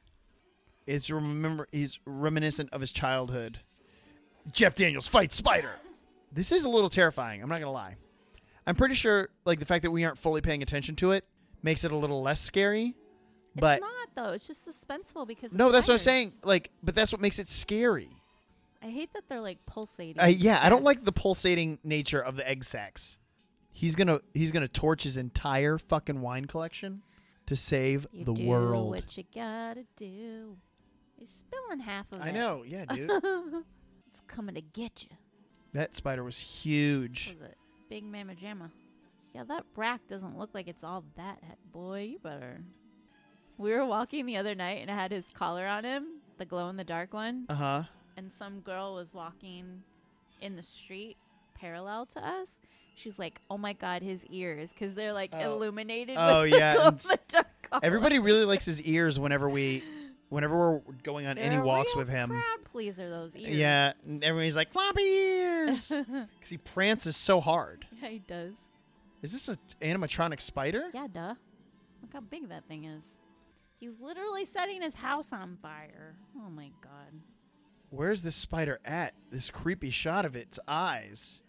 [SPEAKER 1] It's remember he's reminiscent of his childhood. Jeff Daniels fights spider. This is a little terrifying. I'm not gonna lie. I'm pretty sure like the fact that we aren't fully paying attention to it makes it a little less scary. But
[SPEAKER 2] it's not though. It's just suspenseful because of
[SPEAKER 1] no, that's what I'm
[SPEAKER 2] spiders.
[SPEAKER 1] saying. Like, but that's what makes it scary.
[SPEAKER 2] I I hate that they're like pulsating.
[SPEAKER 1] Uh, yeah, I don't like the
[SPEAKER 2] sacs.
[SPEAKER 1] pulsating nature of the egg sacs. He's gonna he's gonna torch his entire fucking wine collection to save
[SPEAKER 2] You
[SPEAKER 1] the
[SPEAKER 2] do
[SPEAKER 1] world.
[SPEAKER 2] What you gotta do. You're spilling half of it.
[SPEAKER 1] I know, yeah, dude.
[SPEAKER 2] it's coming to get you.
[SPEAKER 1] that spider was huge.
[SPEAKER 2] What was it? Big Mama Jamma. Yeah, that rack doesn't look like it's all that. he- Boy, you better. We were walking the other night and I had his collar on him, the glow in the dark one,
[SPEAKER 1] Uh huh.
[SPEAKER 2] and some girl was walking in the street parallel to us. She's like, "Oh my god, his ears cuz they're like
[SPEAKER 1] Oh.
[SPEAKER 2] illuminated
[SPEAKER 1] Oh,
[SPEAKER 2] with the
[SPEAKER 1] yeah,
[SPEAKER 2] glow in
[SPEAKER 1] and
[SPEAKER 2] the dark collar."
[SPEAKER 1] Everybody really likes his ears whenever we whenever we're going on
[SPEAKER 2] They're
[SPEAKER 1] any
[SPEAKER 2] a
[SPEAKER 1] walks
[SPEAKER 2] real
[SPEAKER 1] with him.
[SPEAKER 2] Crowd pleaser those ears.
[SPEAKER 1] Yeah, and everybody's like floppy ears because he prances so hard.
[SPEAKER 2] Yeah, he does.
[SPEAKER 1] Is this an animatronic spider?
[SPEAKER 2] Yeah, duh. Look how big that thing is. He's literally setting his house on fire. Oh my god.
[SPEAKER 1] Where's this spider at? This creepy shot of its eyes.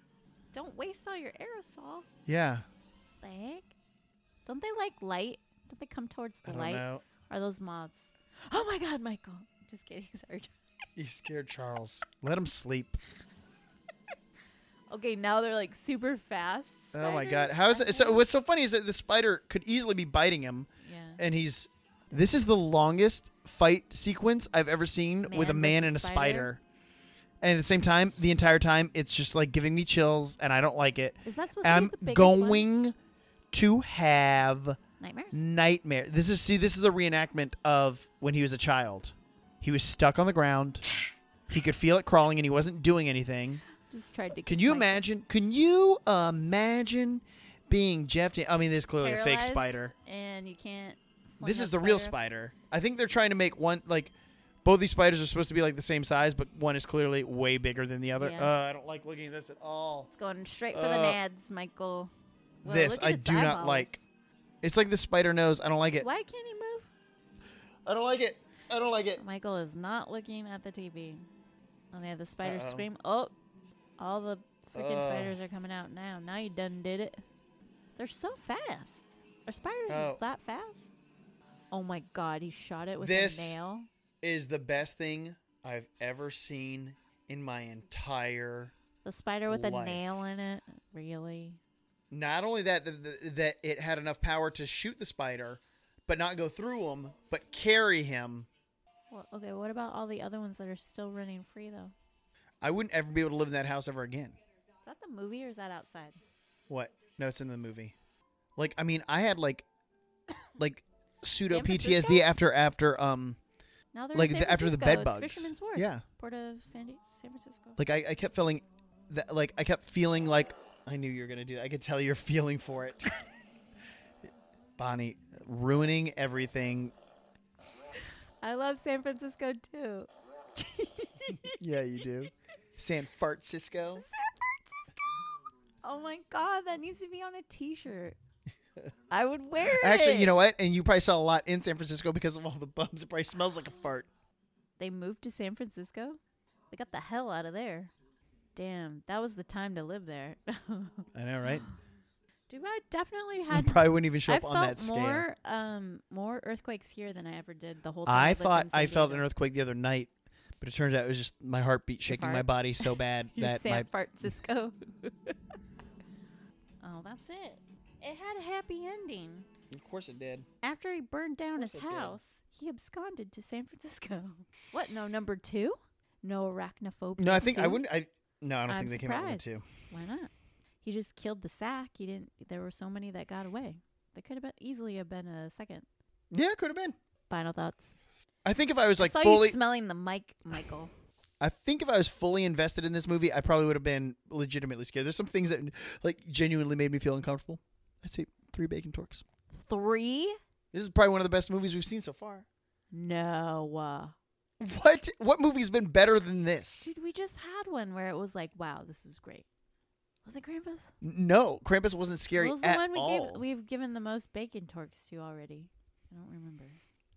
[SPEAKER 2] Don't waste all your aerosol.
[SPEAKER 1] Yeah,
[SPEAKER 2] The heck? Don't they like light? Don't they come towards
[SPEAKER 1] I
[SPEAKER 2] the
[SPEAKER 1] don't
[SPEAKER 2] light?
[SPEAKER 1] know.
[SPEAKER 2] Are those moths? Oh my god, Michael. Just kidding. Sorry.
[SPEAKER 1] You scared Charles. Let him sleep.
[SPEAKER 2] Okay, now they're like super fast.
[SPEAKER 1] Oh my
[SPEAKER 2] spiders,
[SPEAKER 1] god. How is
[SPEAKER 2] I
[SPEAKER 1] it? So
[SPEAKER 2] think.
[SPEAKER 1] what's so funny is that the spider could easily be biting him
[SPEAKER 2] Yeah.
[SPEAKER 1] and he's this is the longest fight sequence I've ever seen with a man
[SPEAKER 2] Man versus
[SPEAKER 1] and a spider.
[SPEAKER 2] spider?
[SPEAKER 1] And at the same time, the entire time it's just like giving me chills and I don't like it.
[SPEAKER 2] Is that supposed
[SPEAKER 1] I'm
[SPEAKER 2] to be the biggest one?
[SPEAKER 1] going to have
[SPEAKER 2] Nightmares?
[SPEAKER 1] nightmare. This is see this is the reenactment of when he was a child. He was stuck on the ground. He could feel it crawling and he wasn't doing anything.
[SPEAKER 2] Just tried to.
[SPEAKER 1] Can
[SPEAKER 2] keep
[SPEAKER 1] you
[SPEAKER 2] Michael
[SPEAKER 1] imagine? Can you imagine being Jeff? Dan- I mean, this is clearly a fake
[SPEAKER 2] paralyzed
[SPEAKER 1] spider.
[SPEAKER 2] And you can't. fling
[SPEAKER 1] This
[SPEAKER 2] a
[SPEAKER 1] is the real spider. I think they're trying to make one like both these spiders are supposed to be like the same size, but one is clearly way bigger than the other.
[SPEAKER 2] Yeah.
[SPEAKER 1] Uh, I don't like looking at this at all.
[SPEAKER 2] It's going straight for the
[SPEAKER 1] Uh,
[SPEAKER 2] nads, Michael. Whoa,
[SPEAKER 1] this
[SPEAKER 2] look at
[SPEAKER 1] I
[SPEAKER 2] its
[SPEAKER 1] do not
[SPEAKER 2] eyeballs.
[SPEAKER 1] like. It's like the spider nose. I don't like it.
[SPEAKER 2] Why can't he move?
[SPEAKER 1] I don't like it. I don't like it.
[SPEAKER 2] Michael is not looking at the TV. Oh yeah, the spiders
[SPEAKER 1] Uh-oh.
[SPEAKER 2] scream. Oh, all the freaking
[SPEAKER 1] Uh.
[SPEAKER 2] spiders are coming out now. Now you done did it. They're so fast. Are spiders
[SPEAKER 1] Oh.
[SPEAKER 2] that fast? Oh my god, he shot it with
[SPEAKER 1] This-
[SPEAKER 2] a nail.
[SPEAKER 1] Is the best thing I've ever seen in my entire
[SPEAKER 2] The spider with a
[SPEAKER 1] life.
[SPEAKER 2] nail in it. Really?
[SPEAKER 1] not only that th- th- that it had enough power to shoot the spider but not go through him but carry him
[SPEAKER 2] Well, okay. What about all the other ones that are still running free though?
[SPEAKER 1] i wouldn't ever be able to live in that house ever again
[SPEAKER 2] Is that the movie or is that outside?
[SPEAKER 1] what no it's in the movie like i mean i had like like pseudo
[SPEAKER 2] San Francisco?
[SPEAKER 1] ptsd after after um
[SPEAKER 2] Now they're
[SPEAKER 1] like
[SPEAKER 2] in San
[SPEAKER 1] the, after the
[SPEAKER 2] Francisco.
[SPEAKER 1] bed
[SPEAKER 2] It's
[SPEAKER 1] bugs
[SPEAKER 2] Fisherman's Wharf.
[SPEAKER 1] yeah
[SPEAKER 2] Port of San, Di- San Francisco.
[SPEAKER 1] like i, I kept feeling that like i kept feeling like i knew you were gonna do that i could tell you're feeling for it bonnie ruining everything
[SPEAKER 2] I love San Francisco too.
[SPEAKER 1] yeah you do san francisco
[SPEAKER 2] Oh my god, that needs to be on a T-shirt. I would wear it.
[SPEAKER 1] Actually, you know what? And you probably saw a lot in San Francisco because of all the bums. It probably smells like a fart.
[SPEAKER 2] they moved to San Francisco. They got the hell out of there. Damn, that was the time to live there.
[SPEAKER 1] I know, right?
[SPEAKER 2] Dude, I definitely
[SPEAKER 1] I
[SPEAKER 2] had.
[SPEAKER 1] probably wouldn't even show
[SPEAKER 2] I
[SPEAKER 1] up
[SPEAKER 2] felt
[SPEAKER 1] on that scale.
[SPEAKER 2] more um more earthquakes here than I ever did the whole time.
[SPEAKER 1] I
[SPEAKER 2] lived in
[SPEAKER 1] thought
[SPEAKER 2] San
[SPEAKER 1] I felt an
[SPEAKER 2] Diego.
[SPEAKER 1] earthquake the other night, but it turns out it was just my heartbeat shaking my
[SPEAKER 2] fart?
[SPEAKER 1] body so bad
[SPEAKER 2] Your
[SPEAKER 1] that my
[SPEAKER 2] San Francisco. oh, that's it. It had a happy ending.
[SPEAKER 1] Of course it did.
[SPEAKER 2] After he burned down his
[SPEAKER 1] course I did.
[SPEAKER 2] house, he absconded to San Francisco. What? No, number two? No arachnophobia.
[SPEAKER 1] No, I think I
[SPEAKER 2] two?
[SPEAKER 1] wouldn't I no, I don't
[SPEAKER 2] I'm
[SPEAKER 1] think they came out with two.
[SPEAKER 2] surprised. Why not? He just killed the sack. He didn't. There were so many that got away. There could have been easily have been a second.
[SPEAKER 1] Yeah, it could have been.
[SPEAKER 2] Final thoughts.
[SPEAKER 1] I think if I was like
[SPEAKER 2] I saw
[SPEAKER 1] fully
[SPEAKER 2] you smelling the mic, Michael.
[SPEAKER 1] I think if I was fully invested in this movie, I probably would have been legitimately scared. There's some things that like genuinely made me feel uncomfortable. I'd say three bacon torques.
[SPEAKER 2] Three?
[SPEAKER 1] This is probably one of the best movies we've seen so far.
[SPEAKER 2] No. uh,
[SPEAKER 1] What what movie's been better than this?
[SPEAKER 2] Dude, we just had one where it was like, wow, this was great. Was it Krampus?
[SPEAKER 1] No, Krampus wasn't scary
[SPEAKER 2] what was the
[SPEAKER 1] at
[SPEAKER 2] one we
[SPEAKER 1] all.
[SPEAKER 2] gave, we've given the most bacon torques to already? I don't remember.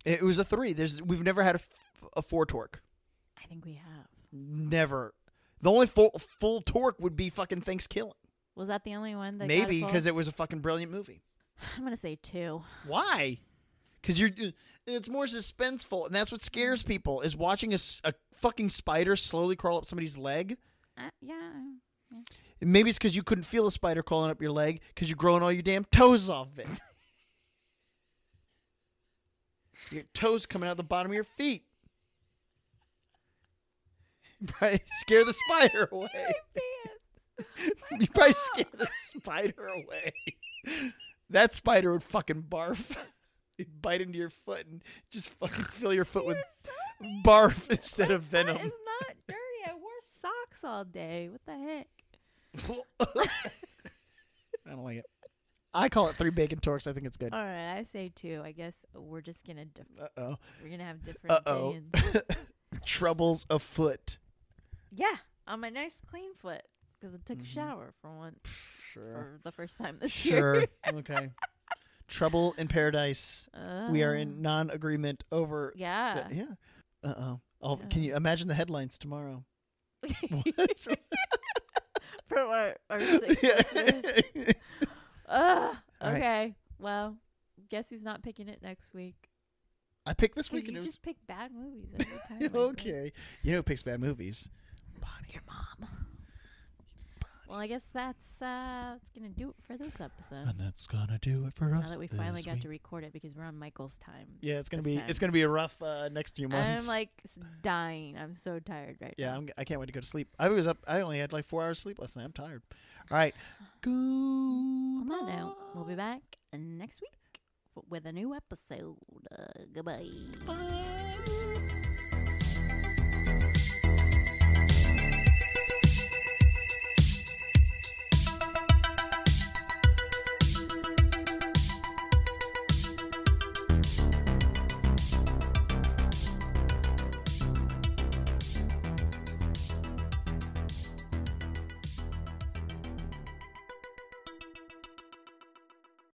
[SPEAKER 1] it was a three. There's we've never had a, f- a four torque.
[SPEAKER 2] I think we have.
[SPEAKER 1] Never. The only full full torque would be fucking Thanksgiving.
[SPEAKER 2] Was that the only one that
[SPEAKER 1] Maybe because
[SPEAKER 2] because
[SPEAKER 1] it was a fucking brilliant movie.
[SPEAKER 2] I'm gonna say two.
[SPEAKER 1] Why? because you're uh, it's more suspenseful, and that's what scares people is watching a, s- a fucking spider slowly crawl up somebody's leg.
[SPEAKER 2] Uh, yeah.
[SPEAKER 1] And Maybe it's because you couldn't feel a spider crawling up your leg because you're growing all your damn toes off of it. your toes coming out the bottom of your feet. You probably scare the spider away. You probably scare the spider away. That spider would fucking barf. He'd bite into your foot and just fucking fill your foot with
[SPEAKER 2] You're so mean.
[SPEAKER 1] barf instead
[SPEAKER 2] My
[SPEAKER 1] of
[SPEAKER 2] foot
[SPEAKER 1] venom.
[SPEAKER 2] is not dirty. I wore socks all day. What the heck?
[SPEAKER 1] I don't like it. I call it three bacon torques. I think it's good.
[SPEAKER 2] All right, I say two. I guess we're just gonna dif-
[SPEAKER 1] Uh oh.
[SPEAKER 2] we're gonna have different
[SPEAKER 1] Uh oh.
[SPEAKER 2] opinions.
[SPEAKER 1] Troubles afoot.
[SPEAKER 2] Yeah, on my nice clean foot because I took a shower for one
[SPEAKER 1] Sure.
[SPEAKER 2] for the first time this
[SPEAKER 1] Sure.
[SPEAKER 2] year.
[SPEAKER 1] okay. Trouble in paradise. We are in
[SPEAKER 2] Oh,
[SPEAKER 1] non-agreement over.
[SPEAKER 2] Yeah.
[SPEAKER 1] the- Um, yeah. Uh oh. Oh, can you imagine the headlines tomorrow? What's wrong?
[SPEAKER 2] From our, our six listeners.
[SPEAKER 1] Yeah.
[SPEAKER 2] Ugh.
[SPEAKER 1] All right.
[SPEAKER 2] Okay. Well, guess who's not picking it next week?
[SPEAKER 1] I picked this
[SPEAKER 2] Because
[SPEAKER 1] week. and
[SPEAKER 2] you
[SPEAKER 1] it was-
[SPEAKER 2] just pick bad movies every time. I go.
[SPEAKER 1] okay. You know who picks bad movies? Bonnie.
[SPEAKER 2] Your mom. Well, I guess that's uh, that's gonna do it for this episode.
[SPEAKER 1] And that's gonna do it for us.
[SPEAKER 2] Now that we finally
[SPEAKER 1] this
[SPEAKER 2] got
[SPEAKER 1] week.
[SPEAKER 2] to record it because we're on Michael's time.
[SPEAKER 1] Yeah, it's gonna
[SPEAKER 2] this
[SPEAKER 1] be
[SPEAKER 2] time.
[SPEAKER 1] it's gonna be a rough uh, next few months.
[SPEAKER 2] I'm like s- dying. I'm so tired right
[SPEAKER 1] Yeah,
[SPEAKER 2] now.
[SPEAKER 1] I'm, I can't wait to go to sleep. I was up. I only had like four hours sleep last night. I'm tired. All right. Go.
[SPEAKER 2] On that note, we'll
[SPEAKER 1] Ah.
[SPEAKER 2] be back next week f- with a new episode. Uh, goodbye.
[SPEAKER 1] Bye.